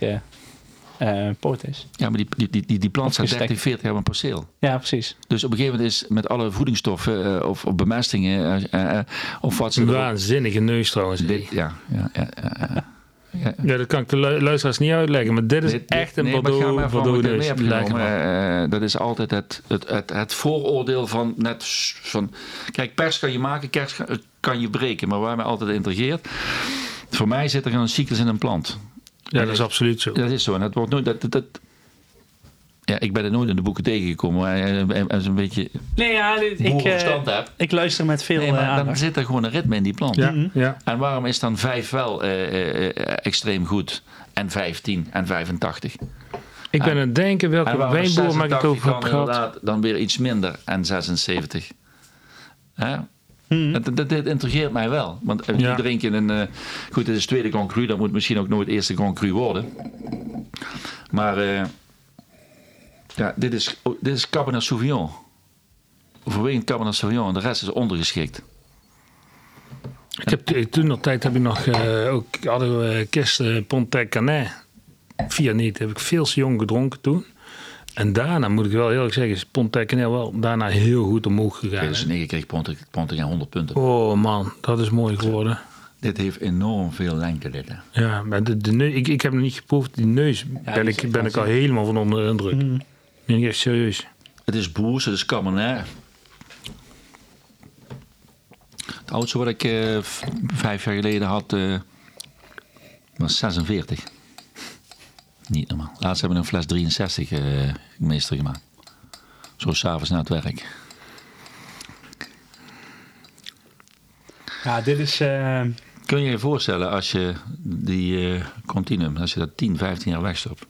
[SPEAKER 2] gepoot is.
[SPEAKER 3] Ja, maar die, die, die- die, die plant
[SPEAKER 2] Of
[SPEAKER 3] staat
[SPEAKER 2] gestekt.
[SPEAKER 3] 30, 40 jaar op een perceel.
[SPEAKER 2] Ja, precies.
[SPEAKER 3] Dus op een gegeven moment is met alle voedingsstoffen eh, of, of bemestingen eh, eh, eh, of wat ze
[SPEAKER 4] Een
[SPEAKER 3] erop-
[SPEAKER 4] waanzinnige neus trouwens.
[SPEAKER 3] Dit, ja, ja, ja, ja, ja. ja.
[SPEAKER 4] Ja, dat kan ik de lu- luisteraars niet uitleggen, maar dit is
[SPEAKER 3] Dit- dit-
[SPEAKER 4] echt een dus,
[SPEAKER 3] nee, maar ga maar
[SPEAKER 4] Bordeaux,
[SPEAKER 3] van wat
[SPEAKER 4] Bordeaux
[SPEAKER 3] je mee
[SPEAKER 4] neus.
[SPEAKER 3] hebt
[SPEAKER 4] Lekker
[SPEAKER 3] genomen.
[SPEAKER 4] man.
[SPEAKER 3] Eh, dat is altijd het, het, het, het vooroordeel van net s- van... Kijk, pers kan je maken, kers kan, kan je breken. Maar waar mij altijd intrigeert... Voor mij zit er een cyclus in een plant.
[SPEAKER 4] Ja, dat is absoluut zo.
[SPEAKER 3] Dat is zo. En dat wordt nooit. Dat, dat, dat- ja, ik ben er nooit in de boeken tegengekomen. maar, eh, eh, eh, Als een beetje
[SPEAKER 1] Nee, ja, dit- ik,
[SPEAKER 3] boerenverstand
[SPEAKER 1] eh,
[SPEAKER 3] heb.
[SPEAKER 1] ik luister met veel
[SPEAKER 3] Nee,
[SPEAKER 1] eh,
[SPEAKER 3] maar dan
[SPEAKER 1] aandacht.
[SPEAKER 3] zit er gewoon een ritme in die plant.
[SPEAKER 4] Ja, ja.
[SPEAKER 3] En waarom is dan 5 wel eh, eh, eh, extreem goed? En 15 en 85.
[SPEAKER 4] Ik
[SPEAKER 3] Ah.
[SPEAKER 4] ben aan het denken welke
[SPEAKER 3] en waarom is
[SPEAKER 4] wijnboer maak ik het
[SPEAKER 3] 86
[SPEAKER 4] over
[SPEAKER 3] dan
[SPEAKER 4] heb gehad.
[SPEAKER 3] inderdaad dan weer iets minder en 76? Hè? Dat, dat, dit intrigeert mij wel. Want eh,
[SPEAKER 4] Hmm. Ja.
[SPEAKER 3] nu drink je een. eh, goed, het is tweede concru, dat moet misschien ook nooit eerste concru worden. Maar eh, ja, dit, is, oh, dit is Cabernet Sauvignon. Overwegend Cabernet Sauvignon en de rest is ondergeschikt.
[SPEAKER 4] Ik heb, eh, toen nog tijd heb ik nog eh, ook hadden we kerst eh, Pontet Canet. Via niet heb ik veel te jong gedronken toen. En daarna moet ik wel eerlijk zeggen, is Pontet Canet wel daarna heel goed omhoog gegaan. hè.
[SPEAKER 3] 2009 kreeg Pontic Pontic 100 punten.
[SPEAKER 4] Oh man, dat is mooi geworden.
[SPEAKER 3] Dit heeft enorm veel lengte. Dit, hè.
[SPEAKER 4] Ja, maar de, de neus, ik, ik heb nog niet geproefd. Die neus ben,
[SPEAKER 2] is Hmm.
[SPEAKER 4] ik,
[SPEAKER 2] echt
[SPEAKER 4] ben ik al helemaal van onder de indruk. Nee, echt serieus.
[SPEAKER 3] Het is boers, het is Cabernet. Het oudste wat ik eh, v- vijf jaar geleden had, eh, was 46. Niet normaal. Laatst hebben we een fles 63 eh, meester gemaakt. Zo s'avonds na het werk.
[SPEAKER 2] Ja, dit is... eh,
[SPEAKER 3] Kun je je voorstellen als je die eh continuum, als je dat 10, 15 jaar wegstopt?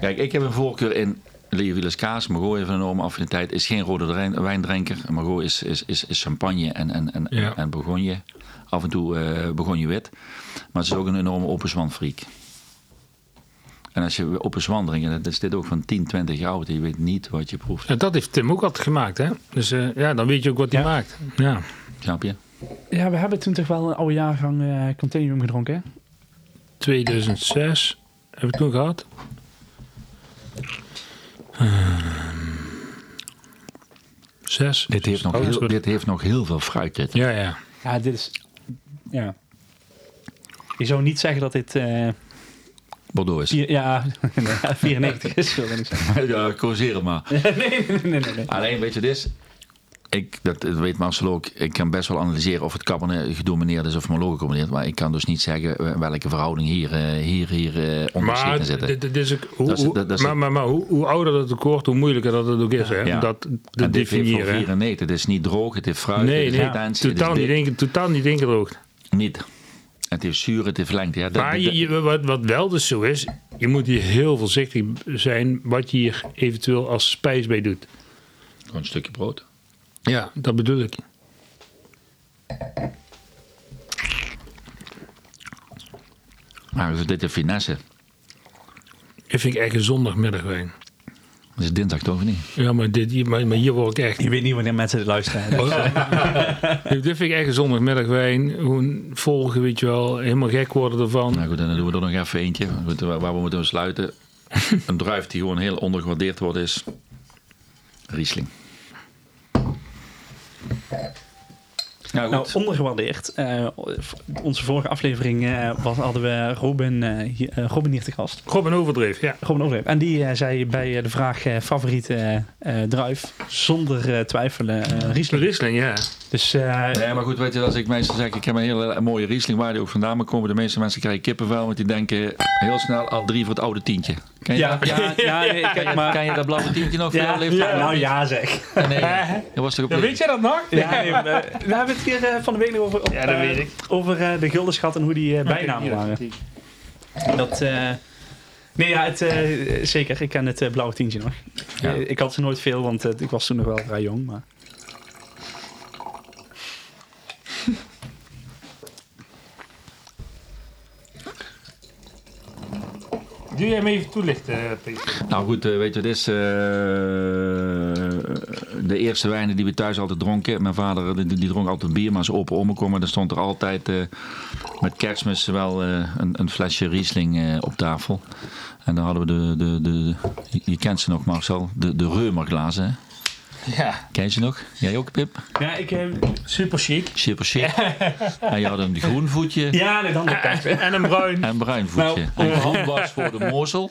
[SPEAKER 3] Kijk, ik heb een voorkeur in Leeuwilis kaas. Mago heeft een enorme affiniteit. Is geen rode drijn- wijndrinker. Mago is, is, is, is champagne en, en, en,
[SPEAKER 4] Ja.
[SPEAKER 3] en begonje. Af en toe eh begonje wit. Maar ze is ook een enorme open zwan freak. En als je open zwan drinkt, en dat is dit ook van 10, 20 jaar oud. Je weet niet wat je proeft.
[SPEAKER 4] En dat heeft Tim ook altijd gemaakt, hè? Dus eh, ja, dan weet je ook wat hij
[SPEAKER 2] Ja.
[SPEAKER 4] maakt. Ja.
[SPEAKER 3] Snap je?
[SPEAKER 2] ja, we hebben toen toch wel een oude jaargang eh Continuum gedronken, hè?
[SPEAKER 4] 2006 heb ik toen gehad. Ehm, zes.
[SPEAKER 3] Dit heeft, Dus nog
[SPEAKER 4] Oh, dat is
[SPEAKER 3] heel,
[SPEAKER 4] goed.
[SPEAKER 3] dit heeft nog heel veel fruit. Dit.
[SPEAKER 4] Ja, ja.
[SPEAKER 2] Ja, dit is... Ja. Ik zou niet zeggen dat dit... eh,
[SPEAKER 3] Bordeaux is.
[SPEAKER 2] vier,
[SPEAKER 1] *laughs*
[SPEAKER 2] ja, nee, 94 is, wil ik niet zeggen.
[SPEAKER 3] *laughs* Ja, corrigeer het maar.
[SPEAKER 2] Nee, nee, nee.
[SPEAKER 3] Alleen, weet je wat het is? Ik, dat, dat weet Marcel ook. Ik kan best wel analyseren of het Cabernet gedomineerd is of Merlot gedomineerd. Maar ik kan dus niet zeggen eh, welke verhouding hier, eh, hier, hier eh
[SPEAKER 4] Maar,
[SPEAKER 3] onderscheid zitten.
[SPEAKER 4] dit, dit is ook, hoe,
[SPEAKER 3] Dat is-
[SPEAKER 4] hoe-
[SPEAKER 3] dat- dat is-
[SPEAKER 4] maar, maar, maar hoe, hoe ouder dat het wordt, hoe moeilijker dat het ook is. Hè?
[SPEAKER 3] Ja.
[SPEAKER 4] om Dat te
[SPEAKER 3] En dit heeft van
[SPEAKER 4] definiëren. hè.
[SPEAKER 3] 94. Het is niet droog, het heeft fruit,
[SPEAKER 4] Nee,
[SPEAKER 3] het
[SPEAKER 4] nee,
[SPEAKER 3] heeft potentie, het is
[SPEAKER 4] totaal, niet
[SPEAKER 3] dik.
[SPEAKER 4] inge- totaal niet ingedroogd.
[SPEAKER 3] Niet. Het heeft zuur, het heeft lengte. Ja, dat-
[SPEAKER 4] Maar
[SPEAKER 3] dat-
[SPEAKER 4] je, je- wat, wat wel dus zo is, je moet hier heel voorzichtig zijn wat je hier eventueel als spijs bij doet.
[SPEAKER 3] Gewoon een stukje brood.
[SPEAKER 4] Ja, dat bedoel ik.
[SPEAKER 3] Maar dus dit is finesse.
[SPEAKER 4] Dit vind ik echt een zondagmiddagwijn.
[SPEAKER 3] Dat is dinsdag toch of niet?
[SPEAKER 4] Ja, maar, dit, hier- maar, maar hier word ik echt...
[SPEAKER 1] Je weet niet wanneer mensen dit luisteren.
[SPEAKER 4] Dit vind ik echt een zondagmiddagwijn. Gewoon volgen, weet je wel. Helemaal gek worden ervan.
[SPEAKER 3] Nou goed, en dan doen we er nog even eentje. Goed, Waar waar we moeten
[SPEAKER 1] *laughs*
[SPEAKER 3] sluiten. een druif die gewoon heel ondergewaardeerd wordt is... Riesling. Nou
[SPEAKER 1] Nou,
[SPEAKER 3] goed.
[SPEAKER 1] ondergewaardeerd. Eh, v- onze vorige aflevering eh, was, hadden we Robin, eh, hier, eh, Robin hier te gast.
[SPEAKER 4] Grob en overdreven, ja.
[SPEAKER 1] Robin Overheep. En die eh, zei bij eh, de vraag eh, favoriete eh, eh, druif, zonder eh, twijfelen, eh, Riesling.
[SPEAKER 4] Riesling, ja.
[SPEAKER 1] Dus eh,
[SPEAKER 3] Nee, maar goed, weet je, als ik meestal zeg, ik heb een hele mooie Riesling, waar die ook vandaan mag komen. De meeste mensen krijgen kippenvel, want die denken heel snel al drie voor het oude tientje. Ken je,
[SPEAKER 1] ja,
[SPEAKER 3] dat?
[SPEAKER 1] *laughs* ja, ja, nee, kijk maar.
[SPEAKER 3] Ken je dat blauwe tientje nog van
[SPEAKER 1] Ja,
[SPEAKER 3] jouw leeftijd?
[SPEAKER 1] ja, nou ja zeg.
[SPEAKER 3] Nee, dat was toch op leeftijd?
[SPEAKER 4] jij dat nog?
[SPEAKER 1] Ja, nee, maar, eh, we hebben het hier eh, van de week nog over, op,
[SPEAKER 4] Ja, dat
[SPEAKER 1] eh,
[SPEAKER 4] weet ik.
[SPEAKER 1] over eh, de guldenschat en hoe die eh, bijnamen waren. Dat, eh, nee, ja, het, eh, zeker. Ik ken het eh, blauwe tientje nog.
[SPEAKER 3] Ja.
[SPEAKER 1] Eh, ik had ze nooit veel, want eh, ik was toen nog wel vrij jong. Maar...
[SPEAKER 4] *laughs* Doe jij hem even toelichten, Peter?
[SPEAKER 3] Nou goed, eh, weet je, het is eh, de eerste wijnen die we thuis altijd dronken. Mijn vader die, die dronk altijd bier, maar als open omkomen, dan stond er altijd eh, met kerstmis wel eh, een, een flesje Riesling eh, op tafel. En dan hadden we de, de, de je, je kent ze nog Marcel, de, de Reumerglazen. hè?
[SPEAKER 4] Ja.
[SPEAKER 3] Ken je ze nog? Jij ook, Pip?
[SPEAKER 1] Ja, ik, eh,
[SPEAKER 4] Super chic.
[SPEAKER 3] Super shit. En je had een groen voetje
[SPEAKER 1] ja nee, dan
[SPEAKER 4] En een
[SPEAKER 3] *laughs*
[SPEAKER 4] bruin.
[SPEAKER 3] en bruin voetje.
[SPEAKER 1] Nou,
[SPEAKER 3] en groen was voor de mozel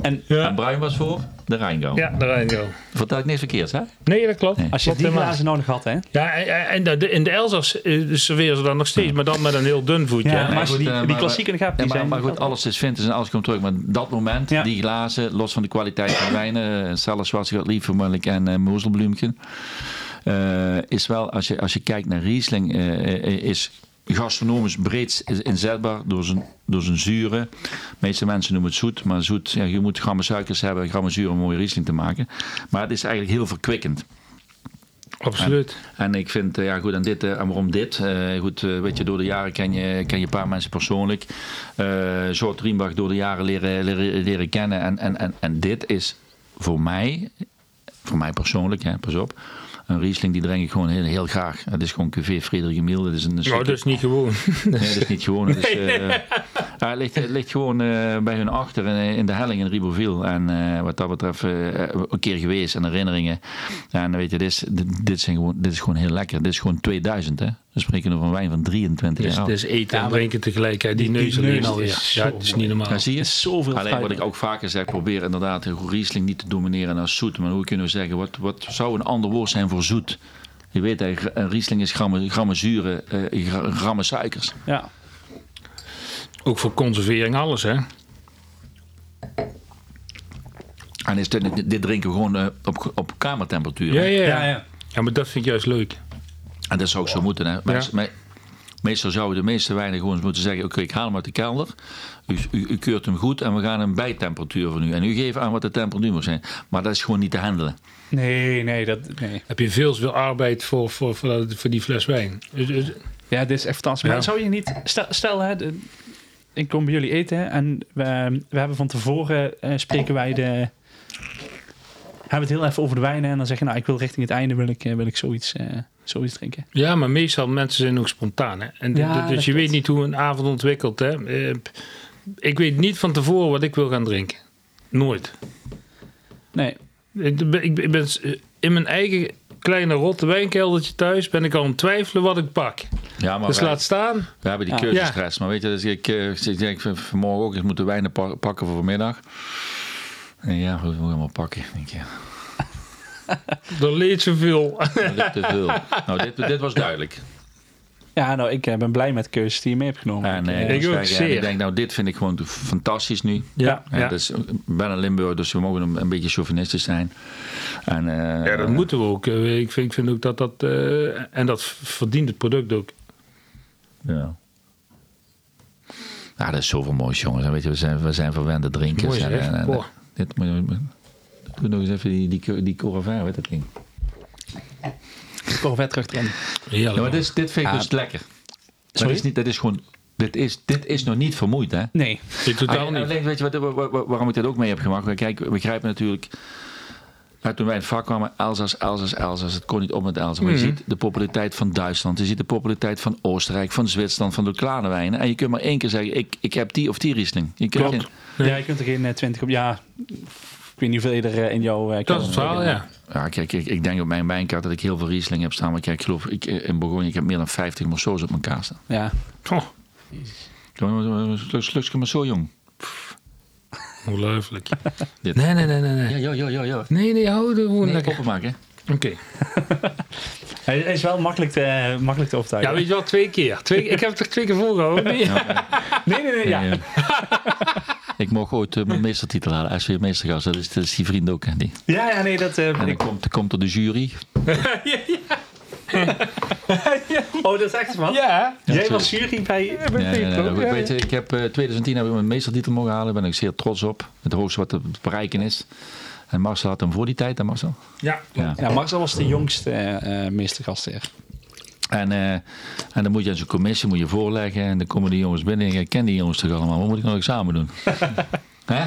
[SPEAKER 1] En
[SPEAKER 3] en bruin was voor de Rheingo.
[SPEAKER 4] Ja, de Rheingo.
[SPEAKER 3] Vertel ik niks verkeerds, hè?
[SPEAKER 4] Nee, dat klopt.
[SPEAKER 3] Nee.
[SPEAKER 4] Klopt
[SPEAKER 2] Als je die
[SPEAKER 4] helemaal.
[SPEAKER 2] glazen nodig had, hè?
[SPEAKER 4] Ja, en- en en de- in de Elzas eh, serveren ze dan nog steeds, maar dan met een heel dun voetje.
[SPEAKER 2] Ja,
[SPEAKER 4] hè?
[SPEAKER 2] maar als je die-
[SPEAKER 3] eh,
[SPEAKER 2] die klassieke
[SPEAKER 3] maar-
[SPEAKER 2] gaat, die
[SPEAKER 3] ja, maar,
[SPEAKER 2] zijn-
[SPEAKER 3] maar goed, alles is vintage en alles komt terug. Maar dat moment,
[SPEAKER 2] Ja.
[SPEAKER 3] die glazen, los van de kwaliteit van wijnen, eh, zelfs was ik lievermelk en eh mozelbloemken, eh, is wel, als je, als je kijkt naar Riesling, eh, eh, is gastronomisch breed inzetbaar door zijn, door zijn zure. De meeste mensen noemen het zoet, maar zoet, ja, je moet grammen suikers hebben, grammen zuur om een mooie Riesling te maken. Maar het is eigenlijk heel verkwikkend.
[SPEAKER 4] Absoluut.
[SPEAKER 3] En ik vind, eh, ja goed, en dit, eh, en waarom dit? Eh, goed, eh, weet je, door de jaren ken je, ken je een paar mensen persoonlijk. Eh Sjoerd Riembach door de jaren leren, leren, leren kennen. En, en, en, en dit is voor mij, voor mij persoonlijk, hè, pas op. Een Riesling die drink ik gewoon heel, heel graag. Het is gewoon QV Frederik Emiel. Het is een
[SPEAKER 4] Nou,
[SPEAKER 3] stukje-
[SPEAKER 4] dat is niet gewoon.
[SPEAKER 3] Nee, dat is niet gewoon. Het, is, eh, ja, het ligt, het ligt gewoon eh, bij hun achter in, in de helling in Ribouville. En eh, wat dat betreft, eh, een keer geweest en herinneringen. En weet je, dit is, dit, dit zijn gewoon, dit is gewoon heel lekker. Dit is gewoon 2000, hè? We spreken over een wijn van 23
[SPEAKER 4] *laughs* Dus,
[SPEAKER 3] jaar.
[SPEAKER 4] dus eten en drinken tegelijk. Hè. Die,
[SPEAKER 2] die neus
[SPEAKER 4] neus alleen al.
[SPEAKER 2] is
[SPEAKER 4] Ja,
[SPEAKER 2] zo
[SPEAKER 4] ja, het is
[SPEAKER 2] mooi.
[SPEAKER 4] niet normaal.
[SPEAKER 3] Ja, zie je?
[SPEAKER 2] Er is zoveel
[SPEAKER 3] Alleen wat
[SPEAKER 2] fruit.
[SPEAKER 3] ik ook vaker zeg, probeer inderdaad de Riesling niet te domineren als zoet. Maar hoe kunnen we zeggen, wat, wat zou een ander woord zijn voor zoet? Je weet, hè, een Riesling is grammen, grammen zuren, eh, gra- grammen suikers.
[SPEAKER 2] Ja.
[SPEAKER 4] Ook voor conservering, alles hè.
[SPEAKER 3] En is dit, dit drinken we gewoon eh, op, op kamertemperatuur.
[SPEAKER 4] Ja,
[SPEAKER 3] hè?
[SPEAKER 4] ja,
[SPEAKER 2] Ja,
[SPEAKER 4] ja.
[SPEAKER 2] ja.
[SPEAKER 4] Ja, maar dat vind ik juist leuk.
[SPEAKER 3] En dat zou ook zo moeten. Hè. Meest- me- meestal zouden de meeste wijnen gewoon eens moeten zeggen: Oké, ik haal hem uit de kelder. U, u, u keurt hem goed en we gaan hem bij temperatuur van u. En u geeft aan wat de temperatuur moet zijn. Maar dat is gewoon niet te handelen.
[SPEAKER 2] Nee, nee, dat, nee.
[SPEAKER 4] Heb je veel te veel arbeid voor, voor, voor, dat- voor die fles wijn. Dus- dus-
[SPEAKER 2] Ja, dit is echt fantastisch. Maar
[SPEAKER 4] Ja.
[SPEAKER 2] zou je niet... Stel, stel hè, de- ik kom bij jullie eten en we, we hebben van tevoren... eh, spreken wij de... Hebben het heel even over de wijnen en dan zeggen... Nou, ik wil richting het einde wil ik, eh, wil ik zoiets, eh, zoiets drinken.
[SPEAKER 4] Ja, maar meestal mensen zijn ook spontaan. Hè? En
[SPEAKER 2] Ja,
[SPEAKER 4] d-
[SPEAKER 2] dat
[SPEAKER 4] dus je
[SPEAKER 2] klopt.
[SPEAKER 4] weet niet hoe een avond ontwikkelt. Hè? Eh, p- Ik weet niet van tevoren wat ik wil gaan drinken. Nooit.
[SPEAKER 2] Nee.
[SPEAKER 4] Ik ben, ik ben s- eh, in mijn eigen kleine rotte wijnkeldertje thuis ben ik al aan het twijfelen wat ik pak.
[SPEAKER 3] Ja, maar
[SPEAKER 4] dus
[SPEAKER 3] wij,
[SPEAKER 4] laat staan.
[SPEAKER 3] we hebben die
[SPEAKER 2] Ja.
[SPEAKER 3] keuzestress. Maar weet je, dus ik, eh, ik zeg, ik heb vanmorgen ook eens moeten wijnen pa- pakken voor vanmiddag. En ja, goed, we gaan maar pakken. Ik Denk, ja,
[SPEAKER 4] Er leed zoveel.
[SPEAKER 3] dat is te veel. nou, dit, dit was duidelijk.
[SPEAKER 2] Ja, nou, ik eh, ben blij met de keuzes die je mee hebt genomen.
[SPEAKER 3] En, eh,
[SPEAKER 2] Eh,
[SPEAKER 3] ik,
[SPEAKER 4] Ik
[SPEAKER 3] moet
[SPEAKER 4] ook
[SPEAKER 3] zeggen, en
[SPEAKER 4] zeer.
[SPEAKER 3] ik denk, nou, dit vind ik gewoon fantastisch nu.
[SPEAKER 2] ja.
[SPEAKER 3] Ja. dat is, ik ben een dus, eh, Limburg, dus we mogen een, een beetje chauvinistisch zijn. En, eh,
[SPEAKER 4] Ja, *laughs* dat moeten we ook. Eh, Ik vind, ik vind ook dat dat. eh, en dat verdient het product ook.
[SPEAKER 3] Ja. Ja, dat is zoveel moois, jongens. En Weet je, we zijn, we zijn verwende drinkers.
[SPEAKER 4] Mooi,
[SPEAKER 3] en,
[SPEAKER 4] zeg.
[SPEAKER 3] en- en-
[SPEAKER 4] Boah.
[SPEAKER 3] dit moet je- Doe nog eens even die, die, die Coravin, weet dat ding.
[SPEAKER 2] Corvette terugdrinken.
[SPEAKER 4] Heerlijk.
[SPEAKER 3] Ja, maar dit, is- dit vind ik dus lekker. Dat is, niet, dat is gewoon... Dit is, dit is nog niet vermoeid, hè?
[SPEAKER 2] Nee.
[SPEAKER 4] Dit doet
[SPEAKER 3] Ah,
[SPEAKER 4] al
[SPEAKER 3] ja,
[SPEAKER 4] niet.
[SPEAKER 3] alleen, weet je wat, wa- wa- wa- waarom ik dit ook mee heb gemaakt? Maar Kijk, we begrijpen natuurlijk. ja, Toen wij in het vak kwamen, Elzas, Elzas, Elzas. Het kon niet op met Elzas. Maar je ziet de populariteit van Duitsland. Je ziet de populariteit van Oostenrijk, van Zwitserland, van de lokale wijnen. En je kunt maar één keer zeggen, ik, ik heb die of die Riesling. Je kunt
[SPEAKER 4] Klopt.
[SPEAKER 3] geen-
[SPEAKER 2] Ja, je kunt er geen eh, 20 op... Ja, ik weet niet hoeveel je er eh, in jouw... eh,
[SPEAKER 4] Dat
[SPEAKER 2] kelder
[SPEAKER 4] is het verhaal,
[SPEAKER 2] hebt.
[SPEAKER 4] ja.
[SPEAKER 3] Ja, kijk, ik, ik denk op mijn wijnkaart dat ik heel veel Riesling heb staan. Maar kijk, ik geloof, ik, eh, in Bourgogne, ik heb meer dan 50 Morceaux op elkaar staan.
[SPEAKER 2] Ja.
[SPEAKER 4] Oh,
[SPEAKER 3] Sluksje maar zo jong.
[SPEAKER 4] hoe *laughs* leuk.
[SPEAKER 3] Dit.
[SPEAKER 4] Nee, nee, nee, nee. nee.
[SPEAKER 3] Ja, ja, ja, ja. ja.
[SPEAKER 4] Nee, nee, hou er gewoon
[SPEAKER 3] Nee,
[SPEAKER 4] lekker.
[SPEAKER 3] koppen maken.
[SPEAKER 4] Oké.
[SPEAKER 2] Hij hij is wel makkelijk te, eh, makkelijk te overtuigen.
[SPEAKER 4] Ja, weet je wel, twee keer. Twee, ik heb het er twee keer voorgehouden.
[SPEAKER 2] Nee, nee, nee. Ja.
[SPEAKER 3] Nee, eh, ik mocht ooit eh, mijn meestertitel halen, SV Meestergast. Dat is, dat is die vriend ook. hè, Die.
[SPEAKER 2] Ja, ja, nee, dat... eh,
[SPEAKER 3] En dan
[SPEAKER 2] ik-
[SPEAKER 3] komt, komt er de jury.
[SPEAKER 2] oh, dat is echt wat.
[SPEAKER 4] Ja,
[SPEAKER 2] Jij
[SPEAKER 3] sorry.
[SPEAKER 2] was jury bij...
[SPEAKER 3] Ja, ja, ja, goed, weet je, ik heb eh, 2010 heb ik mijn meestertitel mogen halen. Daar ben ik zeer trots op. Het hoogste wat te bereiken is. En Marcel had hem voor die tijd, hè Marcel?
[SPEAKER 4] ja.
[SPEAKER 3] Ja.
[SPEAKER 2] Ja, Marcel was de jongste eh eh, meestergastheer.
[SPEAKER 3] En, eh, en dan moet je aan zo'n commissie moet je voorleggen. En dan komen die jongens binnen. En ik ken die jongens toch allemaal. Wat moet ik nou examen doen? Hè?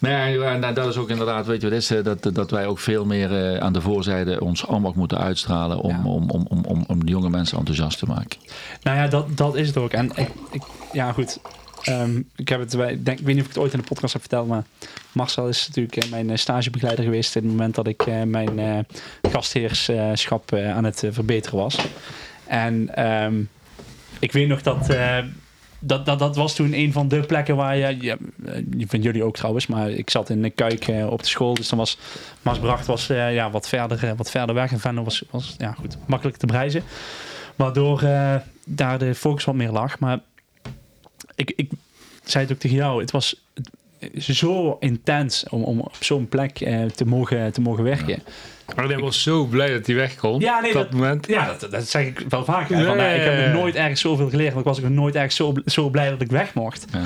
[SPEAKER 3] Nee, ja, nou, dat is ook inderdaad, weet je wat is, eh, dat, dat wij ook veel meer eh, aan de voorzijde ons ambacht moeten uitstralen om,
[SPEAKER 2] Ja.
[SPEAKER 3] om, om, om, om, om de jonge mensen enthousiast te maken.
[SPEAKER 2] Nou ja, dat, dat is het ook. En ik, ik, ja, goed. Ehm, ik, heb het, bij- ik denk, ik weet niet of ik het ooit in de podcast heb verteld, maar Marcel is natuurlijk eh, mijn eh, stagebegeleider geweest in het moment dat ik eh, mijn eh, gastheerschap eh, aan het eh, verbeteren was. En ehm, ik weet nog dat eh, dat, dat, dat was toen een van de plekken waar je, ja, eh, van jullie ook trouwens, maar ik zat in de kuik eh, op de school, dus dan was Maasbracht was, eh, ja, wat, verder, eh, wat verder weg en Venlo was, was ja, goed, makkelijk te bereizen. Waardoor eh, daar de focus wat meer lag, maar ik, ik zei het ook tegen jou, het was zo intens om, om op zo'n plek eh, te, mogen, te mogen werken.
[SPEAKER 4] *laughs* Maar ik was zo blij dat hij weg kon.
[SPEAKER 2] Ja, nee,
[SPEAKER 4] op dat,
[SPEAKER 2] dat-
[SPEAKER 4] moment.
[SPEAKER 2] Ja, dat, dat zeg ik wel vaker. hè, van, nou, ik heb
[SPEAKER 4] Nee.
[SPEAKER 2] nog nooit ergens zoveel geleerd, want ik was ook nog nooit ergens zo, zo blij dat ik weg mocht.
[SPEAKER 3] Ja.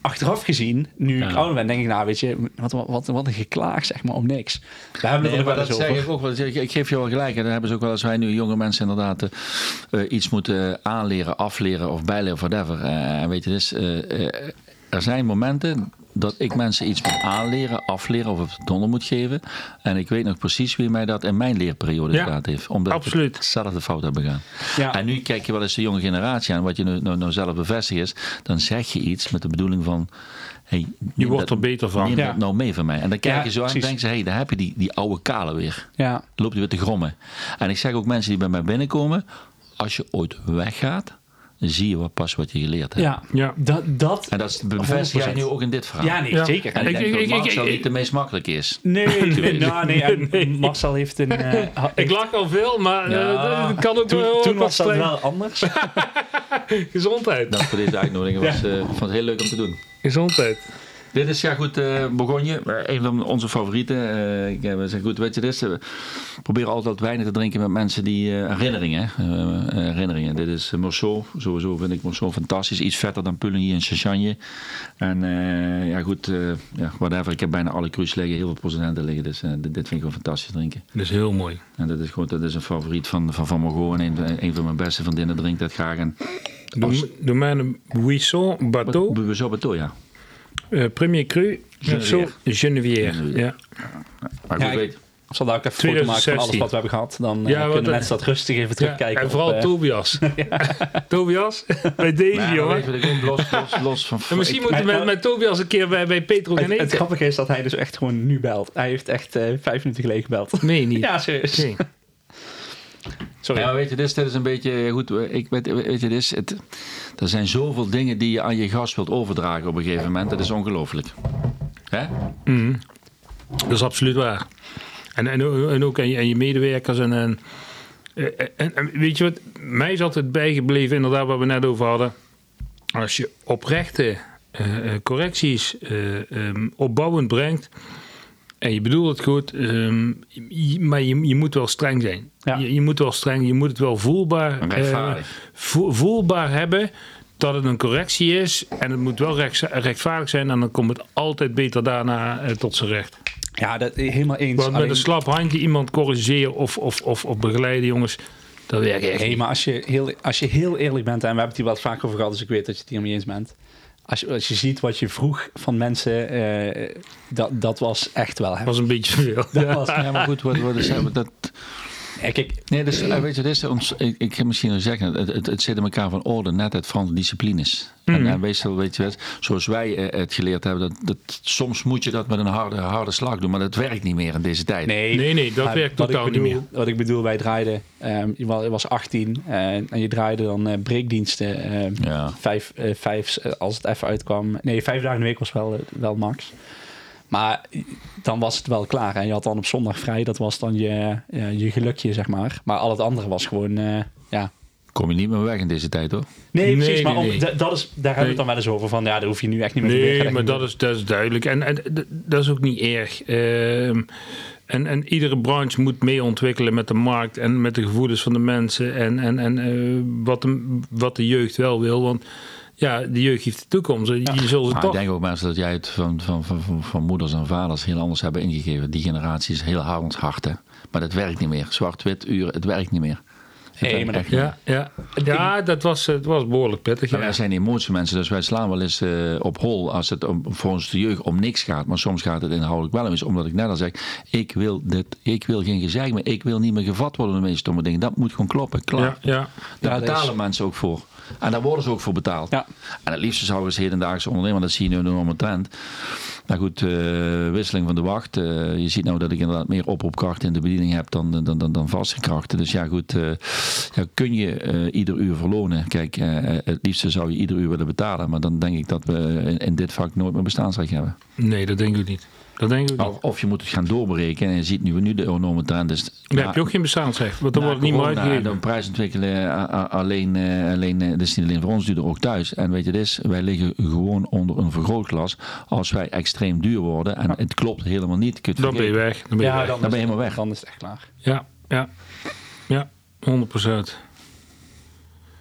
[SPEAKER 2] Achteraf gezien, nu ik
[SPEAKER 3] Ja.
[SPEAKER 2] ouder ben, denk ik, nou weet je, wat, wat, wat, wat een geklaag zeg maar om niks. We hebben
[SPEAKER 3] Nee,
[SPEAKER 2] het er
[SPEAKER 3] maar
[SPEAKER 2] wel
[SPEAKER 3] dat
[SPEAKER 2] eens
[SPEAKER 3] zeg
[SPEAKER 2] over.
[SPEAKER 3] ik ook wel. Ik, ik geef je wel gelijk. En dan hebben ze ook wel als wij nu jonge mensen inderdaad eh, eh, iets moeten aanleren, afleren of bijleren of whatever. Eh, En weet je, dus, eh, eh, er zijn momenten dat ik mensen iets moet aanleren, afleren of op de donder moet geven. En ik weet nog precies wie mij dat in mijn leerperiode
[SPEAKER 4] Ja,
[SPEAKER 3] gedaan heeft. Omdat
[SPEAKER 4] absoluut.
[SPEAKER 3] ik zelf de fout heb begaan.
[SPEAKER 2] Ja.
[SPEAKER 3] En nu kijk je wel eens de jonge generatie aan, wat je nu, nou, nou zelf bevestigt is. Dan zeg je iets met de bedoeling van... Hey,
[SPEAKER 4] Je
[SPEAKER 3] neem
[SPEAKER 4] wordt
[SPEAKER 3] dat-
[SPEAKER 4] er beter van.
[SPEAKER 3] Neem
[SPEAKER 2] Ja.
[SPEAKER 3] dat nou mee van mij. En dan kijken
[SPEAKER 2] Ja,
[SPEAKER 3] ze zo aan en
[SPEAKER 2] precies.
[SPEAKER 3] denken ze, hé, hey, daar heb je die, die oude kale weer.
[SPEAKER 2] Ja,
[SPEAKER 3] Loopt hij weer te grommen. En ik zeg ook mensen die bij mij binnenkomen, als je ooit weggaat, zie je wat pas wat je geleerd hebt.
[SPEAKER 2] ja.
[SPEAKER 4] Ja.
[SPEAKER 2] dat, dat
[SPEAKER 3] En dat bevestig jij nu ook in dit verhaal.
[SPEAKER 2] ja nee,
[SPEAKER 4] Ja.
[SPEAKER 2] zeker.
[SPEAKER 3] En ik,
[SPEAKER 4] Ik-
[SPEAKER 3] denk
[SPEAKER 4] ik-
[SPEAKER 3] dat
[SPEAKER 4] ik-
[SPEAKER 3] Marcel
[SPEAKER 4] ik-
[SPEAKER 3] niet de meest makkelijke is.
[SPEAKER 2] Nee, *laughs* nee, nou, nee, en Marcel heeft een... eh, ha-
[SPEAKER 4] Ik lach al veel, maar eh,
[SPEAKER 2] Ja.
[SPEAKER 4] dat- dat kan ook wel
[SPEAKER 2] toen, toen
[SPEAKER 4] wat
[SPEAKER 2] was dat
[SPEAKER 4] slecht.
[SPEAKER 2] wel anders.
[SPEAKER 4] Gezondheid.
[SPEAKER 3] Dank voor deze uitnodiging. Was, eh, ik vond het heel leuk om te doen.
[SPEAKER 4] Gezondheid.
[SPEAKER 3] Dit is ja goed, eh Bourgogne, eh, een van onze favorieten. Eh, ik, eh, we zeggen goed, weet je, dit is, eh, we proberen altijd weinig te drinken met mensen die eh, herinneringen. hè. Eh, herinneringen. Dit is eh, Morceau, sowieso vind ik Morceau fantastisch. Iets vetter dan Puligny en Champagne. En eh, ja goed, eh ja, whatever. Ik heb bijna alle cru's liggen, heel veel procenten liggen. Dus eh, dit, dit vind ik gewoon fantastisch drinken.
[SPEAKER 4] Dat is heel mooi.
[SPEAKER 3] En dat is gewoon, dat is een favoriet van Van, van Morgoen. Een, een van mijn beste vriendinnen drinkt dat graag. En,
[SPEAKER 4] Doe, doe mij een Buisson Bateau,
[SPEAKER 3] We zo beto, ja.
[SPEAKER 4] eh, premier cru,
[SPEAKER 3] Genevière.
[SPEAKER 4] Genevière. Genevière.
[SPEAKER 3] Genevière.
[SPEAKER 4] Ja,
[SPEAKER 3] Maar
[SPEAKER 2] Ja,
[SPEAKER 3] goed,
[SPEAKER 2] ik-
[SPEAKER 3] weet.
[SPEAKER 2] Ik zal daar ook even foto maken van alles
[SPEAKER 4] 2016.
[SPEAKER 2] wat we hebben gehad. Dan eh,
[SPEAKER 4] Ja, want,
[SPEAKER 2] kunnen
[SPEAKER 4] eh,
[SPEAKER 2] mensen dat rustig even terugkijken.
[SPEAKER 4] Ja, en
[SPEAKER 2] op,
[SPEAKER 4] vooral
[SPEAKER 2] eh, *laughs*
[SPEAKER 4] Tobias. Tobias, bij deze
[SPEAKER 3] Maar
[SPEAKER 4] jongen.
[SPEAKER 3] weet je wat ik ook los, los, los van...
[SPEAKER 4] En misschien
[SPEAKER 3] ik-
[SPEAKER 4] moeten we
[SPEAKER 2] maar-
[SPEAKER 4] met, met Tobias een keer bij, bij Petro gaan
[SPEAKER 2] Het,
[SPEAKER 4] eten.
[SPEAKER 2] het grappige is dat hij dus echt gewoon nu belt. Hij heeft echt eh, vijf minuten geleden gebeld.
[SPEAKER 4] nee, niet.
[SPEAKER 2] Ja, serieus.
[SPEAKER 4] Nee.
[SPEAKER 2] Sorry.
[SPEAKER 3] Ja, Nou, weet je, dit is, dit is een beetje ja, goed. eh, Ik weet, weet je, dit is, het, er zijn zoveel dingen die je aan je gast wilt overdragen op een gegeven moment. Dat is ongelooflijk. Hè?
[SPEAKER 4] Mhm. Dat is absoluut waar. En, en, o- en ook aan je, aan je medewerkers. En, en, en- en weet je wat, mij is altijd bijgebleven, inderdaad, wat we net over hadden. Als je oprechte eh, eh, correcties eh, ehm, opbouwend brengt. En je bedoelt het goed, ehm, je- maar je, je moet wel streng zijn.
[SPEAKER 2] Ja.
[SPEAKER 4] Je, je moet wel streng, je moet het wel voelbaar, eh,
[SPEAKER 3] Rechtvaardig.
[SPEAKER 4] vo- voelbaar hebben dat het een correctie is. En het moet wel rechts- rechtvaardig zijn. En dan komt het altijd beter daarna eh, tot zijn recht.
[SPEAKER 2] Ja, dat helemaal eens.
[SPEAKER 4] Want met
[SPEAKER 2] Alleen-
[SPEAKER 4] een slap handje iemand corrigeren of, of, of, of begeleiden, jongens, dat werkt echt
[SPEAKER 2] Nee,
[SPEAKER 4] niet.
[SPEAKER 2] maar als je, heel, als je heel eerlijk bent, en we hebben het hier wel eens vaker over gehad, dus ik weet dat je het hier mee eens bent. Als je, als je ziet wat je vroeg van mensen, eh, dat, dat was echt wel
[SPEAKER 4] Dat
[SPEAKER 2] heftig.
[SPEAKER 4] was een beetje veel.
[SPEAKER 2] *laughs* Dat
[SPEAKER 4] Ja.
[SPEAKER 2] was,
[SPEAKER 3] Ja, maar goed, wat, wat is, dat,
[SPEAKER 2] Ja, kijk,
[SPEAKER 3] nee, dus, eh, weet je, dit is ons, ik, ik heb misschien nog zeggen, het, het, het zit in elkaar van orde, net uit Franse disciplines. En, en wees wel, weet je, wel, zoals wij eh, het geleerd hebben, dat, dat, soms moet je dat met een harde, harde slag doen, maar dat werkt niet meer in deze tijd.
[SPEAKER 2] nee,
[SPEAKER 4] Nee, nee, dat
[SPEAKER 2] Maar
[SPEAKER 4] werkt
[SPEAKER 2] wat ik
[SPEAKER 4] totaal niet
[SPEAKER 2] bedoel-
[SPEAKER 4] meer.
[SPEAKER 2] Wat ik bedoel, wij draaiden, ehm, je wa- je was 18 eh, en je draaide dan eh, breekdiensten. ehm,
[SPEAKER 3] Ja.
[SPEAKER 2] Vijf, eh, vijf, eh, als het even uitkwam. Nee, vijf dagen in de week was wel, eh, wel max. Maar eh, dan was het wel klaar. En je had dan op zondag vrij, dat was dan je, eh, je gelukje, zeg maar. Maar al het andere was gewoon, eh, ja.
[SPEAKER 3] Kom je niet meer weg in deze tijd hoor.
[SPEAKER 2] Nee,
[SPEAKER 4] Nee,
[SPEAKER 2] precies.
[SPEAKER 4] nee,
[SPEAKER 2] maar om-
[SPEAKER 4] nee.
[SPEAKER 2] da- dat is, daar hebben we het dan wel eens over. Van ja, daar hoef je nu echt niet meer te
[SPEAKER 4] Nee,
[SPEAKER 2] leren.
[SPEAKER 4] maar dat is, dat is duidelijk. En, en d- dat is ook niet erg. Ehm, en, en iedere branche moet mee ontwikkelen met de markt en met de gevoelens van de mensen. En, en, en eh, wat, de, wat de jeugd wel wil. Want ja, de jeugd heeft de toekomst. Je zult het
[SPEAKER 2] Ah,
[SPEAKER 3] Maar Ah, ik
[SPEAKER 4] toch...
[SPEAKER 3] denk ook mensen dat jij het van, van, van, van, van moeders en vaders heel anders hebben ingegeven. Die generatie is heel hard ons hart, hè. Maar dat werkt niet meer. Zwart-wit uren, het werkt niet meer. Het
[SPEAKER 2] Nee,
[SPEAKER 3] werkt
[SPEAKER 2] maar dat-
[SPEAKER 3] echt niet meer.
[SPEAKER 4] Ja, ja. ja dat, was, eh, het was behoorlijk pittig.
[SPEAKER 3] Maar
[SPEAKER 4] ja.
[SPEAKER 3] wij zijn emotiemensen, dus wij slaan wel eens eh, op hol als het om, voor ons de jeugd om niks gaat. Maar soms gaat het inhoudelijk wel eens, omdat ik net al zeg, ik wil, dit, ik wil geen gezeik meer. Ik wil niet meer gevat worden door de meeste stomme dingen. Dat moet gewoon kloppen, klaar.
[SPEAKER 4] ja, ja.
[SPEAKER 3] Daar
[SPEAKER 2] Ja, dat
[SPEAKER 3] betalen
[SPEAKER 2] is-
[SPEAKER 3] mensen ook voor. En daar worden ze ook voor betaald.
[SPEAKER 2] Ja.
[SPEAKER 3] En het liefste zou eens hedendaagse ondernemer, dat zie je nu een enorme trend. Nou goed, eh, wisseling van de wacht. Eh, je ziet nou dat ik inderdaad meer oproepkrachten in de bediening heb dan, dan, dan, dan vaste krachten. Dus ja goed, eh, ja, kun je eh, ieder uur verlonen? Kijk, eh, eh, het liefste zou je ieder uur willen betalen. Maar dan denk ik dat we in, in dit vak nooit meer bestaansrecht hebben.
[SPEAKER 4] Nee, dat denk ik niet. Dat denk
[SPEAKER 2] Oh.
[SPEAKER 4] ik
[SPEAKER 3] Of, of je moet het gaan doorberekenen. En je ziet nu, nu de enorme trend is...
[SPEAKER 4] Daar
[SPEAKER 3] na-
[SPEAKER 4] heb je ook geen bestaansrecht, want dan
[SPEAKER 3] na
[SPEAKER 4] wordt het niet meer
[SPEAKER 3] corona en
[SPEAKER 4] uitgegeven.
[SPEAKER 3] Dan nou, prijs ontwikkelen eh, a- a- alleen, eh, alleen eh, dat is niet alleen voor ons, duurder ook thuis. En weet je, het is, wij liggen gewoon onder een vergrootglas als wij extreem duur worden. En het klopt helemaal niet. Kun je het
[SPEAKER 4] Dan ben je
[SPEAKER 3] vergeten.
[SPEAKER 4] weg. Dan ben je weg.
[SPEAKER 3] dan ben je helemaal weg.
[SPEAKER 2] Dan is het echt klaar.
[SPEAKER 4] Ja, ja. Ja, 100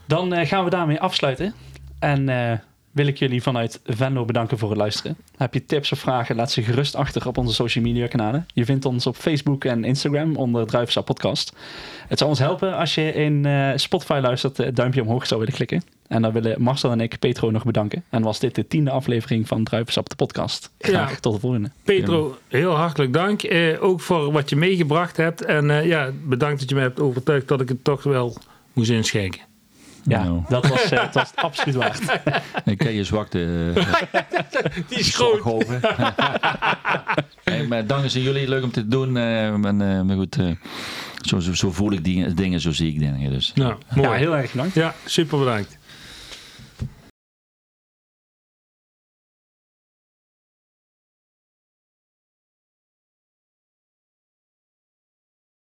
[SPEAKER 2] Dan eh, gaan we daarmee afsluiten. En eh, wil ik jullie vanuit Venlo bedanken voor het luisteren. Heb je tips of vragen, laat ze gerust achter op onze social media kanalen. Je vindt ons op Facebook en Instagram onder Druivesa Podcast. Het zou ons helpen als je in eh, Spotify luistert, eh, het duimpje omhoog zou willen klikken. En dan willen Marcel en ik Petro nog bedanken. En was dit de tiende aflevering van Druivensap de podcast. Graag
[SPEAKER 4] Ja.
[SPEAKER 2] tot de volgende.
[SPEAKER 4] Pedro, heel hartelijk dank. Eh, ook voor wat je meegebracht hebt. En eh, ja, bedankt dat je me hebt overtuigd dat ik het toch wel moest inschenken.
[SPEAKER 2] Ja,
[SPEAKER 3] Nou.
[SPEAKER 2] dat was, eh, het was het absoluut waard.
[SPEAKER 3] Ik ken je
[SPEAKER 4] *laughs*
[SPEAKER 3] zwakte. eh,
[SPEAKER 4] Die is *laughs*
[SPEAKER 3] Zorghoven. hey, maar dank is aan jullie. Leuk om te doen. eh, en, eh, maar goed, eh, zo, zo, zo voel ik dingen, dingen, zo zie ik dingen. Dus.
[SPEAKER 4] Nou, *laughs* mooi.
[SPEAKER 2] Ja, heel erg bedankt.
[SPEAKER 4] ja super bedankt.